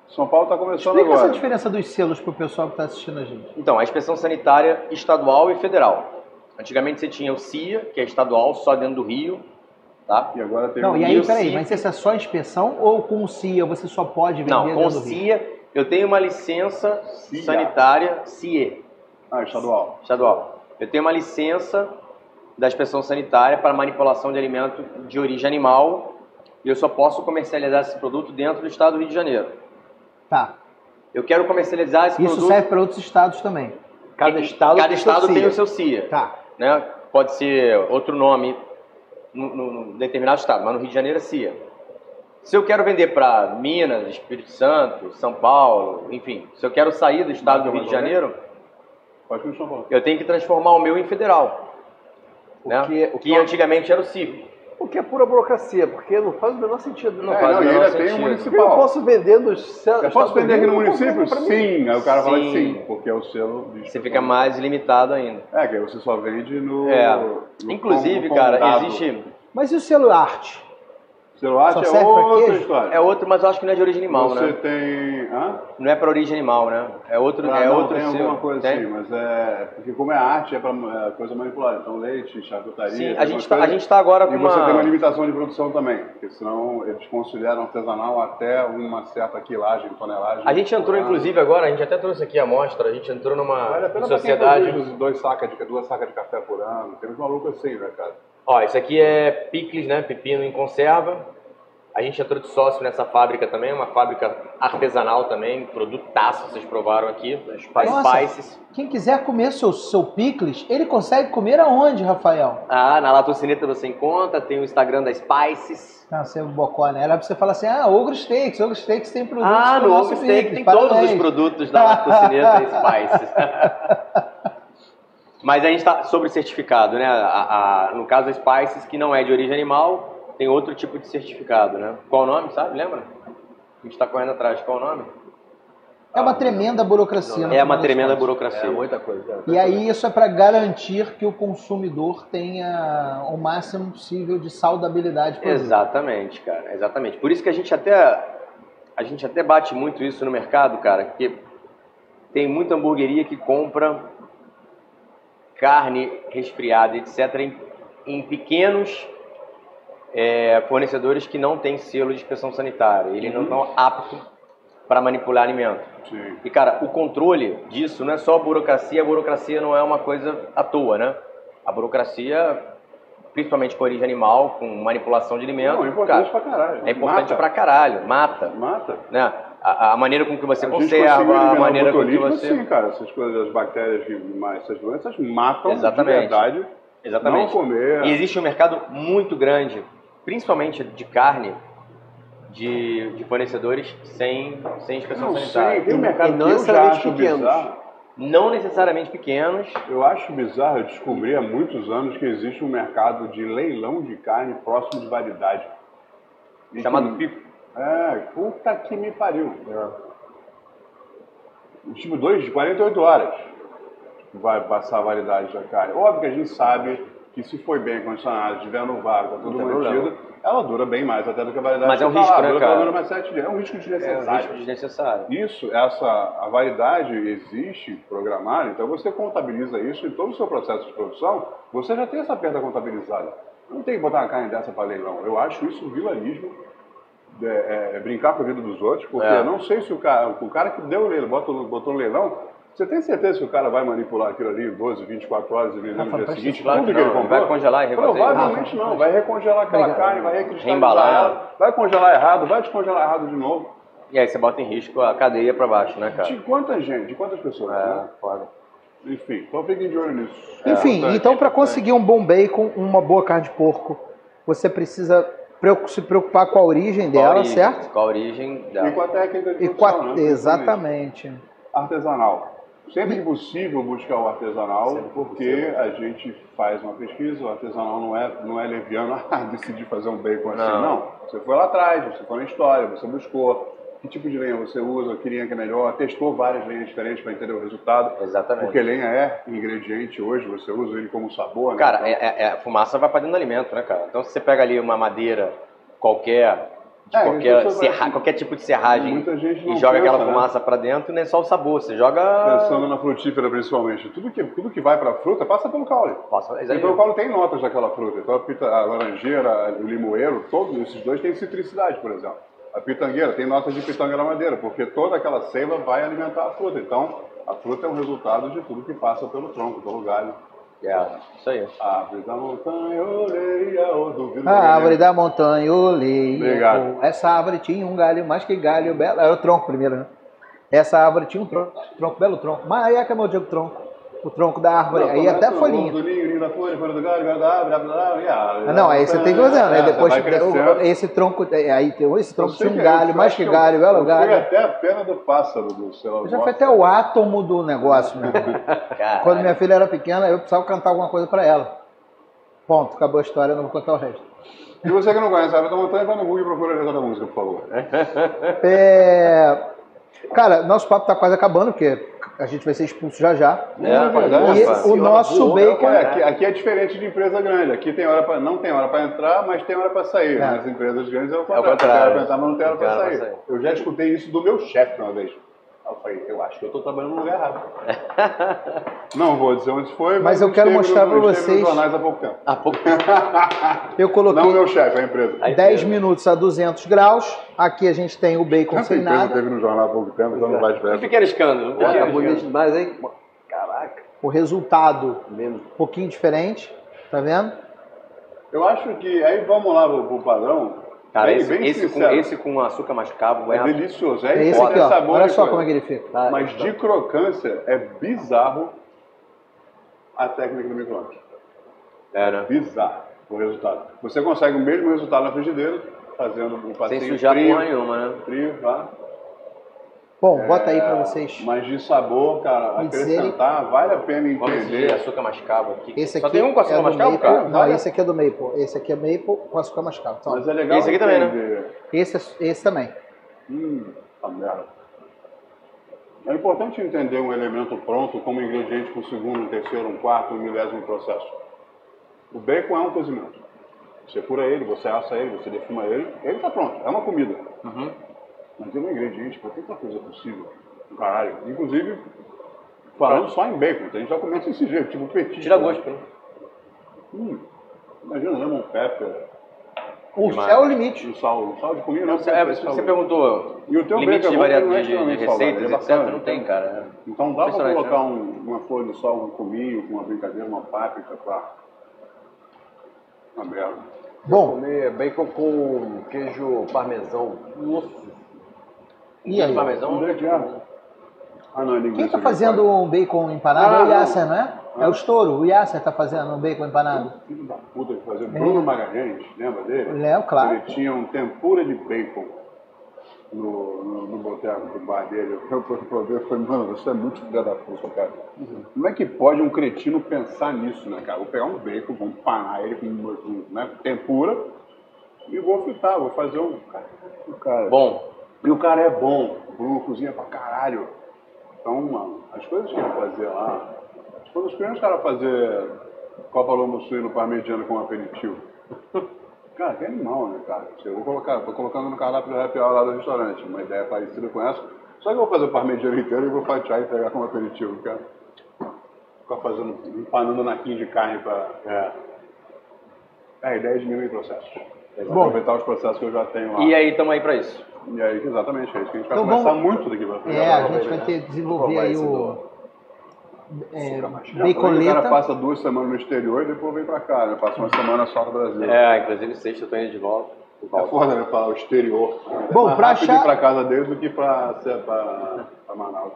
São Paulo está começando Explica essa agora. diferença dos selos pro pessoal que tá assistindo a gente. Então, a inspeção sanitária estadual e federal. Antigamente você tinha o CIA, que é estadual, só dentro do Rio, tá? E agora tem Não, um- e E aí, o peraí, CIF? mas esse é só inspeção ou com o CIA você só pode vender Não, com o dentro do Rio? CIA, eu tenho uma licença CIA. sanitária CIE, Ah, estadual. estadual. Eu tenho uma licença da inspeção sanitária para manipulação de alimento de origem animal e eu só posso comercializar esse produto dentro do estado do Rio de Janeiro. Tá. Eu quero comercializar esse Isso produto... serve para outros estados também. Cada estado, tem o seu estado tem CIA. o seu CIA. Tá. né? Pode ser outro nome no, no- no determinado estado, mas no Rio de Janeiro é CIA. Se eu quero vender para Minas, Espírito Santo, São Paulo, enfim, se eu quero sair do estado do Rio de Janeiro, Pode continuar falando. eu tenho que transformar o meu em federal, né? que- que, o que- antigamente era o CIF. O que é pura burocracia, porque não faz o menor sentido. Não é, faz não, o e menor ainda tem o sentido. Porque eu municipal. posso vender nos Eu posso vender aqui no um município? Sim. Aí o cara fala Sim. sim, porque é o selo de Você fica mais limitado ainda. É, que aí você só vende no. É. no Inclusive, com- no cara, condado. existe Mas e o selo arte? Selo arte Só é serve pra outra queijo? história. é outro, mas eu acho que não é de origem animal, você né? tem. Hã? Não é para origem animal, né? É outro, Ah, é não, outro né? tem selo. alguma coisa Tem? assim, mas é. Porque como é arte, é pra é coisa manipulada. Então, leite, charcutaria. Sim, a tem gente umas tá- a coisas- gente está agora com E você uma... tem uma limitação de produção também, porque senão eles consideram artesanal até uma certa quilagem, tonelagem. A gente entrou, Ah, inclusive, agora, a gente até trouxe aqui a amostra, a gente entrou numa Vale a pena pra quem é sociedade. produz dois sacas de, duas sacas de café por ano. Tem uns malucos assim, né, cara? Ó, isso aqui é picles, né? Pepino em conserva. A gente entrou de sócio nessa fábrica também, uma fábrica artesanal também, produtaço, vocês provaram aqui. Spice Nossa. Spices. Quem quiser comer seu, seu picles, ele consegue comer aonde, Rafael? Ah, na Latocineta você encontra, tem o Instagram da Spices. Não, você é um bocó, né? Era pra você falar assim, ah, Ogro Steaks, Ogro Steaks tem produtos Ah, pro no nosso Home Steak picles, tem todos os parabéns. produtos da Latocineta e Spices. Mas a gente está sobre certificado, né? A- a- no caso, a Spices, que não é de origem animal, tem outro tipo de certificado, né? Qual o nome, sabe? Lembra? A gente está correndo atrás. Qual o nome? É uma tremenda burocracia. no É final uma das tremenda contas. burocracia. É muita coisa. E aí isso é para garantir que o consumidor tenha o máximo possível de saudabilidade. pro produto. Exatamente, cara. Exatamente. Por isso que a gente até a gente até bate muito isso no mercado, cara, porque tem muita hamburgueria que compra carne resfriada, etc, em, em pequenos é, fornecedores que não têm selo de inspeção sanitária. Eles não estão aptos para manipular alimento. Sim. E, cara, o controle disso não é só a burocracia, a burocracia não é uma coisa à toa, né? A burocracia, principalmente com origem animal, com manipulação de alimento, Não, é importante cara, pra caralho. é importante Mata. pra caralho, mata, Mata. né? A, a maneira com que você a gente conseguiu conserva, eliminar a o maneira com que botulismo, você... Sim, cara, essas coisas, as bactérias, que- mas essas doenças matam Exatamente. de verdade. Não é. Exatamente. comer. E existe um mercado muito grande, principalmente de carne, de, de fornecedores sem, sem inspeção Não sei, sanitária. tem um mercado E não que eu já necessariamente acho pequenos. bizarro. Não necessariamente pequenos, Eu acho bizarro, eu descobri há muitos anos que existe um mercado de leilão de carne próximo de validade. E chamado que- pico. É, puta que me pariu. É. O tipo 2 de 48 horas vai passar a validade da carne. Óbvio que a gente sabe que se for bem condicionado, tiver no vácuo, tá tudo tem mantido, ela dura bem mais até do que a validade. Mas é um que tá risco, lá, né, dura pelo cara? menos mais sete dias. É um risco É um desnecessário. risco desnecessário. Isso, essa a validade existe programada, então você contabiliza isso em todo o seu processo de produção, você já tem essa perda contabilizada. Não tem que botar uma carne dessa para leilão. Eu acho isso um vilanismo, é, é, é brincar com a vida dos outros, porque É. eu não sei se o cara, o cara que deu o leilão, botou, botou o leilão, você tem certeza que o cara vai manipular aquilo ali 12, 24 horas e vender no Rafa, dia presta seguinte? Claro tudo que que ele não, vai comprou? congelar e refazer. Provavelmente não, vai recongelar aquela Obrigado. carne, vai recristalizar Reembalar. ela, vai congelar errado, vai descongelar errado de novo. E aí você bota em risco a cadeia pra baixo, né, cara? É. De quanta gente? De quantas pessoas? né? foda. Enfim, então fiquem de olho nisso. É, Enfim, Importante, então para importante. conseguir um bom bacon, uma boa carne de porco, você precisa preocu- se preocupar com a origem Qual a dela, origem- certo? Qual a origem E com dela? a técnica de E com a- produção, né? Exatamente. Artesanal. Sempre que possível buscar o artesanal, porque a gente faz uma pesquisa, o artesanal não é, não é <laughs> leviano, ah, decidi fazer um bacon assim, Não. não. Você foi lá atrás, você foi na história, você buscou, que tipo de lenha você usa, que linha que é melhor, testou várias lenhas diferentes para entender o resultado. Exatamente. Porque lenha é ingrediente hoje, você usa ele como sabor, né? Cara, é, é- é- a fumaça vai para dentro do alimento, né, cara? Então, se você pega ali uma madeira qualquer, de É, isso qualquer, eu serra- acho- qualquer tipo de serragem, Muita gente não e joga pensa, aquela né? fumaça pra dentro, não é só o sabor, você joga... Pensando na frutífera principalmente, tudo que, tudo que vai para a fruta passa pelo caule. Passa, E pelo caule tem notas daquela fruta. Então a, pita, a laranjeira, o limoeiro, todos esses dois têm citricidade, por exemplo. A pitangueira tem notas de pitanga na madeira, porque toda aquela seiva vai alimentar a fruta. Então a fruta é um resultado de tudo que passa pelo tronco, pelo galho. É, isso aí. A árvore da montanha, oleia, ô, duvido. A que árvore alguém- da montanha, olhei. Né? Obrigado. pô. Essa árvore tinha um galho, mais que galho, belo. Era o tronco primeiro, né? Essa árvore tinha um tronco, tronco belo tronco. Maiaca, meu Diego, tronco. O tronco da árvore. Não, é aí começa até a no folhinha. Do ninho, ninho da folha, folha do galho, galho da árvore, árvore da árvore, e a árvore. Ah, Não, aí você tem que fazer, né? É, Aí depois você vai crescendo. esse tronco, é, aí tem esse Eu tronco sei tinha um que- eu galho, acho mais que eu- galho, belo eu sei galho. até a perna do pássaro, do sei lá, Eu já gosto. fui até o átomo do negócio, meu irmão. Caralho. Quando minha filha era pequena, eu precisava cantar alguma coisa pra ela. Ponto, acabou a história, eu não vou contar o resto. E você que não conhece a Árvore da Montanha, vai no Google e procura a letra da música, por favor. É... Cara, nosso papo tá quase acabando, porque a gente vai ser expulso já já. Não, rapaz, verdade, É, E é, rapaz. o nosso Não, bacon. né? é, aqui, aqui é diferente de empresa grande. Aqui tem hora pra, não tem hora para entrar, mas tem hora para sair. É. Nas empresas grandes é o É o contrário. Tem hora contrário. para entrar, mas não tem hora Tem para hora sair. pra sair. Eu já escutei isso do meu chefe uma vez. Aí Eu falei, eu acho que eu estou trabalhando no lugar é errado. <laughs> não vou dizer onde foi, Mas eu quero esteve mostrar no- pra esteve vocês- Nos jornais há pouco tempo. Há pouco Eu Não coloquei meu chefe, é a empresa. Aí 10 mesmo. minutos a 200 graus. Aqui a gente tem o bacon Essa sem empresa nada. teve no jornal há pouco tempo, então não vai Um diferença. pequeno escândalo. Um Olha, pequeno tá bonito escândalo. demais, hein? Caraca, O resultado mesmo. um pouquinho diferente, tá vendo? Eu acho que, aí vamos lá pro, pro padrão. Cara, bem, esse, bem esse com, sincero. esse com açúcar mascavo É é, delicioso. É É, esse foda. aqui, ó. Sabor Olha de só coisa. como é que ele fica. Ah, Mas de crocância é bizarro a técnica do micro-ondas. é, né? Bizarro o resultado. Você consegue o mesmo resultado na frigideira, fazendo um Sem passeio sujar frio, porra nenhuma, né? frio, tá? Bom, bota aí pra vocês. Mas de sabor, cara, Me dizer- acrescentar, vale a pena Vamos dizer entender. açúcar mascavo aqui. Esse aqui Só tem um com açúcar é do mascavo, maple. cara? Não, Olha. esse aqui é do maple. Esse aqui é maple com açúcar mascavo. Toma. Mas é legal Esse aqui também, né? entender. Esse, é, esse também. Hum, tá merda. É importante entender um elemento pronto como ingrediente para o segundo, um terceiro, um quarto, um milésimo processo. O bacon é um cozimento. Você fura ele, você assa ele, você defuma ele, ele está pronto, é uma comida. Uhum. Mas é um ingrediente para tanta coisa possível. Caralho. Inclusive, falando só em bacon, a gente já começa desse jeito, tipo petit. Tira gosto, né? Hum, imagina lemon pepper, O Demais. é o limite. um sal, um sal de comida. não, Você, é é, sal. você um perguntou E o teu limite bacon de, é bom, varia... ele não é de, de- de extremamente receitas, saudável, ele é etc. bacana, Não tem, então. cara. Então dá para Impressionante, colocar né? um- uma folha de sal, um cominho, com uma brincadeira, uma páprica para. Uma merda. Bom, Comer bacon com queijo parmesão. Nossa. e aí? Parmesão, Não é de ar. Ah, não, é linguiça. Quem tá né? fazendo um bacon empanado Ah, é o Yasser, não é? Ah. É o estouro. O Yasser tá fazendo um bacon empanado. Filho da puta que fazia. Bruno Magalhães, lembra dele? É. Léo, claro. Ele tinha um tempura de bacon no, no, no boteco do bar dele. Eu fui prover e falei, mano, você é muito filha da puta, cara. Uhum. Como é que pode um cretino pensar nisso, né, cara? Vou pegar um bacon, vou empanar ele com um, né, tempura e vou fritar, vou fazer um. Cara, o cara. Bom, E o cara é bom. O Bruno cozinha pra caralho. Então, mano, as coisas que ele fazia lá. Foi um dos primeiros caras a fazer Copa Lombo Suíno parmegiana com aperitivo. <laughs> Cara, que animal, né, cara? Eu vou colocar, tô colocando no cardápio do happy hour lá do restaurante. Uma ideia parecida com essa. Só que eu vou fazer o parmegiana inteiro e vou fatiar e pegar como aperitivo, cara. Ficar fazendo, empanando naquinho de carne pra... É. a ideia é diminuir processos. Bom. Aproveitar os processos que eu já tenho lá. e aí estamos aí pra isso. E aí, exatamente, é isso que a gente vai Então começar vamos- muito daqui pra frente. É, a Vai gente vai ver. ter que desenvolver aí o. é, Já foi, O cara baconeta. passa duas semanas no exterior e depois vem pra cá, né? Passa uma semana só no Brasil. É, É, inclusive sexta eu tô indo de volta. De volta. foda, né? Falar o exterior. Bom, é mais pra rápido achar- ir pra casa deles do que pra, ser pra, pra Manaus.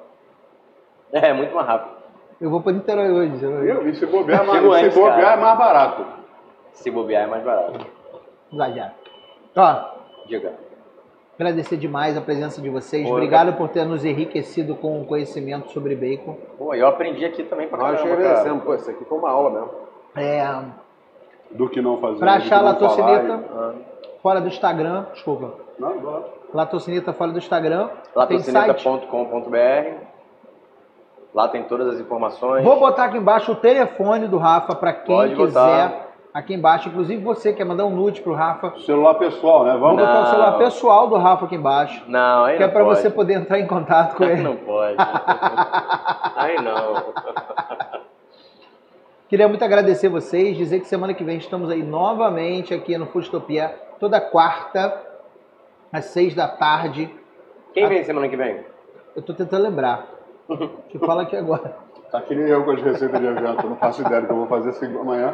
É, muito mais rápido. Eu vou pra Niterói hoje. eu- E se bobear, é mais- Chegou antes, se bobear cara. é mais barato. Se bobear é mais barato. Exagero. Ó, Diga. agradecer demais a presença de vocês. Pô, Obrigado por ter nos enriquecido com o conhecimento sobre bacon. Pô, eu aprendi aqui também pra Nós que caramba, cara. um agradecemos, pô, isso aqui foi uma aula mesmo. É, Do que não fazer. Pra do que achar não a falar Latocineta. e- fora do Instagram, desculpa. Não, não. Latocineta Fora do Instagram. Tem site. Latocineta.com.br. Lá tem todas as informações. Vou botar aqui embaixo o telefone do Rafa para quem Pode quiser. botar. Aqui embaixo, inclusive você quer mandar um nude pro Rafa. Celular pessoal, né? Vou Vamos? botar o Não. celular pessoal do Rafa aqui embaixo. Não, aí Que é não para pode. você poder entrar em contato com ele. <laughs> Não pode. aí não. Queria muito agradecer vocês, dizer que semana que vem estamos aí novamente aqui no Fustopia, toda quarta, às seis da tarde. Quem vem semana que vem? Eu tô <laughs> tentando lembrar. Te fala aqui agora. Tá que nem eu com as receitas de evento, eu não faço ideia do que eu vou fazer assim amanhã.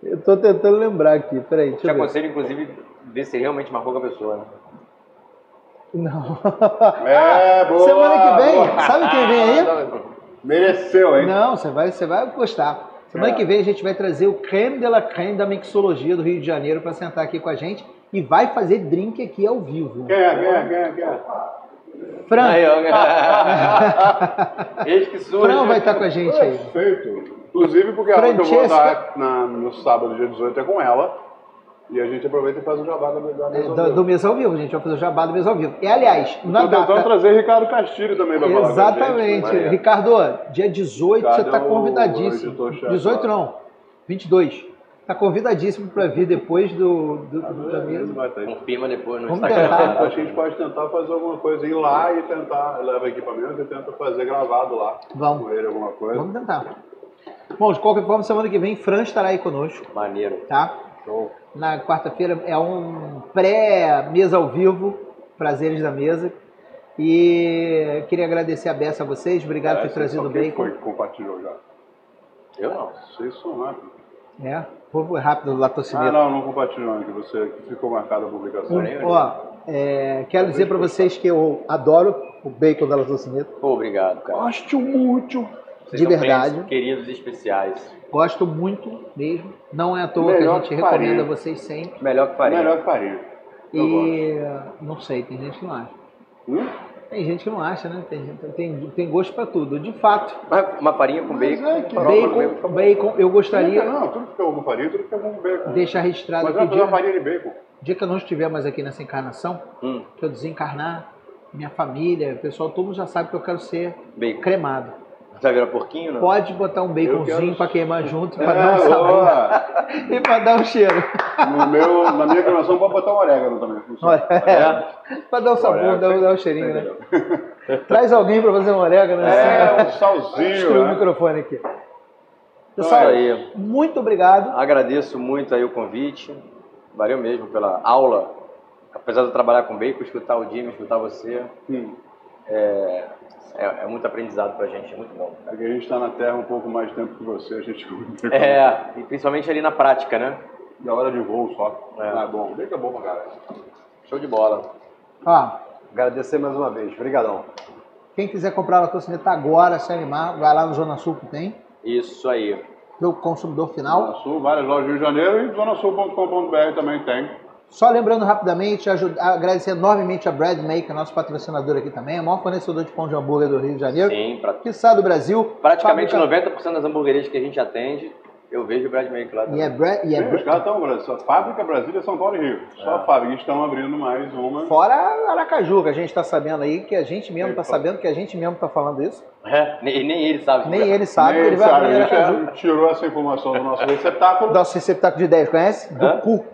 Eu tô tentando lembrar aqui, peraí, deixa Te eu ver. aconselho, inclusive, ver se realmente marcou com a pessoa. Né? Não. <laughs> É, boa! Ah, semana que vem, boa. sabe quem vem aí? Mereceu, hein? Não, você vai, você vai gostar. Semana É. que vem a gente vai trazer o creme de la creme da mixologia do Rio de Janeiro para sentar aqui com a gente e vai fazer drink aqui ao vivo. Quem é, quem é, quem é, quem é? Fran, Aí, ó. Eis que surge. Fran vai É. estar com a gente aí. Perfeito. Inclusive porque a aula que eu vou Francesca. dar na- no sábado, dia 18, é com ela. E a gente aproveita e faz o jabá da da É, mesa. do, do mês ao vivo, a gente vai fazer o jabá do mês ao vivo. E aliás, na Estou tentando data. trazer Ricardo Castilho também para falar. Exatamente. Com a gente, né? Ricardo, dia 18 você Ricardo está é o convidadíssimo. editor-chefe 18 lá. não, 22. Está Tá convidadíssimo para vir depois do, do- Tá do- da mesa. Vai ter. Então, Confirma depois no Vamos Instagram. tentar. A gente pode tentar fazer alguma coisa, ir lá e tentar, leva equipamento e tenta fazer gravado lá. Vamos. Com ele alguma coisa. Vamos tentar. Bom, de qualquer forma, semana que vem, Fran estará aí conosco, Maneiro. tá? Show. Na quarta-feira é um pré-mesa ao vivo, prazeres da mesa. E queria agradecer a Bessa a vocês, obrigado por ter Parece trazido É, só o quem bacon. Foi que compartilhou já. Eu não. Sei somar. É, vou rápido lá né? Ah, torcimento. não, não compartilhou, né, que você que ficou marcada a publicação. não. Hum, Ó, é, quero dizer pra vocês que eu adoro o bacon da Latocineta. Pô, obrigado, cara. Gosto muito. Vocês são De verdade. clientes Queridos e especiais. Gosto muito mesmo. Não é à toa Melhor que a gente que recomenda farinha. a vocês sempre. Melhor que faria. Melhor que farinha. Eu E não sei, tem gente que não acha. Hum? Tem gente que não acha, né? Tem, gente- tem, tem gosto pra tudo. De fato, Uma, uma farinha com Mas bacon. é que- farofa no bacon, bacon, eu Não, gostaria. Não, tudo que é com farinha, tudo que é com bacon. Deixar registrado Mas vai aqui. o fazer uma Dia, farinha de bacon. dia que eu não estiver mais aqui nessa encarnação, Hum, que eu desencarnar, minha família, o pessoal, todo mundo já sabe que eu quero ser bacon. cremado. Já virou porquinho, não? Pode botar um baconzinho quero- pra queimar junto, pra dar um É, sabor boa. e pra dar um cheiro. No meu, na minha gravação pode botar um orégano também. funciona. Olha, <laughs> É, pra dar um sabor, Orégano, dar, tá dar um cheirinho, né? <laughs> Traz alguém pra fazer um orégano. assim, É, um ó. Destruir salzinho, o né? microfone aqui. Isso Pessoal, aí. muito obrigado. Agradeço muito aí o convite. Valeu mesmo pela aula. Apesar de eu trabalhar com bacon, escutar o Jimmy, escutar você, Hum. é, é muito aprendizado pra gente, é muito bom. É que a gente está na Terra um pouco mais tempo que você, a gente É, e principalmente ali na prática, né? Da hora de voo só. É. Ah, bom, bem que é bom pra caralho. Show de bola. Ó, Agradecer mais uma vez. Obrigadão. quem quiser comprar a latocineta agora, se animar, vai lá no Zona Sul que tem, Isso aí. do consumidor final. Zona Sul, várias lojas do Rio de Janeiro e zonasul.com.br também tem. Só lembrando rapidamente, aju- agradecer enormemente a Brad Maker, nosso patrocinador aqui também, é o maior fornecedor de pão de hambúrguer do Rio de Janeiro. Sim, pra... Quiçá do Brasil. praticamente Fábrica- 90% das hamburguerias que a gente atende, eu vejo o Brad Maker lá E também. é, Brad, e é Sim, Os Brad- caras estão, Brasil, só fábrica Brasília, São Paulo e Rio. Só a fábrica. Estão abrindo mais uma. Fora Aracaju, que a gente está sabendo aí, que a gente mesmo Ele está fala. sabendo que a gente mesmo está falando isso. É, nem, nem ele sabe. Nem ele sabe, Nem ele vai sabe, abrir a gente Aracaju. já é, tirou essa informação do nosso <laughs> receptáculo. Nosso receptáculo de ideias, conhece? Do Hã? cu.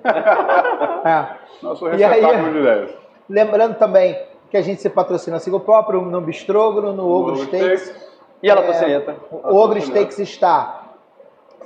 É. Nosso E aí- é. receptáculo de ideias. Lembrando também que a gente se patrocina assim o próprio, no Bistrogro, no Ogro Ogro Steaks. Steaks. E ela É. é... tocineta. O Ogro Steaks está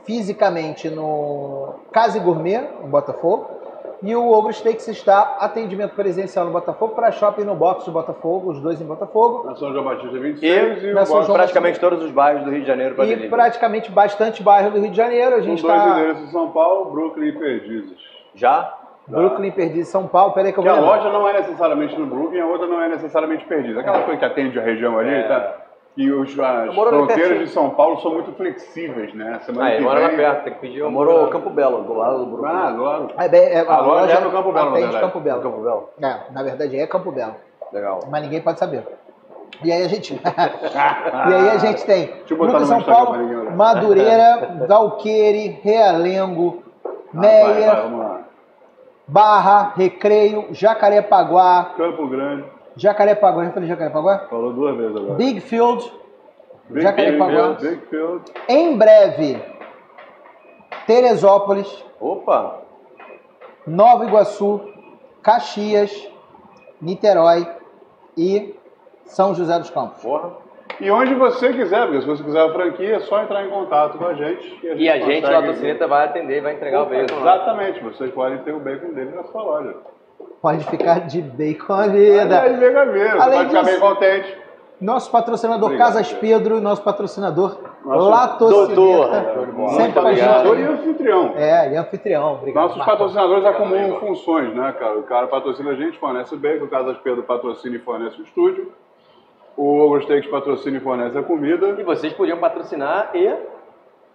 fisicamente no Casa e Gourmet, no Botafogo. E o Ogro Steaks está atendimento presencial no Botafogo, para shopping no box do Botafogo, os dois em Botafogo. Na São João Batista E, 26 e, o na São Box. João- praticamente todos os bairros do Rio de Janeiro para E delivery. praticamente bastante bairro do Rio de Janeiro. A Com gente Um, tá dois tá- está. endereços em São Paulo, Brooklyn e Perdizes. Já? Brooklyn, Perdiz, São Paulo. Peraí que eu Porque vou a lembrar. loja não é necessariamente no Brooklyn, a outra não é necessariamente perdida. Aquela coisa que atende a região ali, É. tá? E os, as Eu moro ali fronteiras pertinho. de São Paulo são muito flexíveis, né? Semana Ah, ele que mora lá vem- perto, tem que pedir Eu um. moro no Campo Belo, do lado do Bruno. Ah, adoro. É, bem, é, a A loja loja é no Campo Belo, na atende verdade. Campo Belo. Campo Belo. É, na verdade é Campo Belo, Legal. mas ninguém pode saber. E aí a gente, <laughs> e aí a gente tem Ah. eu botar Brooklyn, no São Instagram Paulo, pra ninguém olhar. <laughs> Madureira, Dalqueire, Realengo, Ah, vai, vai, Meia, vamos lá. Barra, Recreio, Jacarepaguá, Campo Grande, Jacarepaguá, já falei Jacarepaguá? falou duas vezes agora. Big Field, Big- Jacarepaguá. Big- Bigfield. em breve, Teresópolis, Opa! Nova Iguaçu, Caxias, Niterói e São José dos Campos. Porra! E onde você quiser, porque se você quiser a franquia, é só entrar em contato com a gente. E a gente lá consegue- do Cineta vai atender, vai entregar o veículo. lá. Exatamente, vocês podem ter o bacon dele na sua loja. Pode ficar de bem com a vida. Aí chega mesmo, você Além pode ficar disso- bem contente. Nosso patrocinador Obrigado, Casas Pedro. Pedro, nosso patrocinador Nosso Latocineta. Muito com a gente. obrigado. E anfitrião. É, e anfitrião. Obrigado. Nossos Marcão. patrocinadores acumulam amigo. funções, né, cara? O cara patrocina a gente, fornece o bacon, o Casas Pedro patrocina e fornece o estúdio. O Augustex patrocina e fornece a comida. E vocês podiam patrocinar e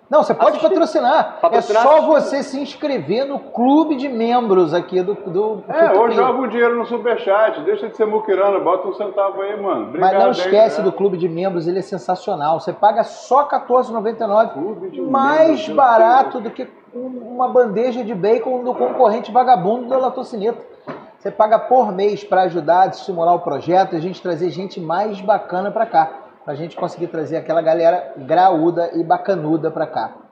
Não, você pode Assistir. patrocinar. Patrocinar, É só assistir. você se inscrever no clube de membros aqui do. do É, ou Futuri. joga o dinheiro no superchat, deixa de ser muquirana, bota um centavo aí, mano. Obrigado, Mas não hein, esquece né? do clube de membros, ele é sensacional. Você paga só R$14,99. Clube de membros, Mais meu barato do que um- uma bandeja de bacon do concorrente vagabundo da Latocineta. Você paga por mês para ajudar, estimular o projeto e a gente trazer gente mais bacana para cá. Pra gente conseguir trazer aquela galera graúda e bacanuda para cá.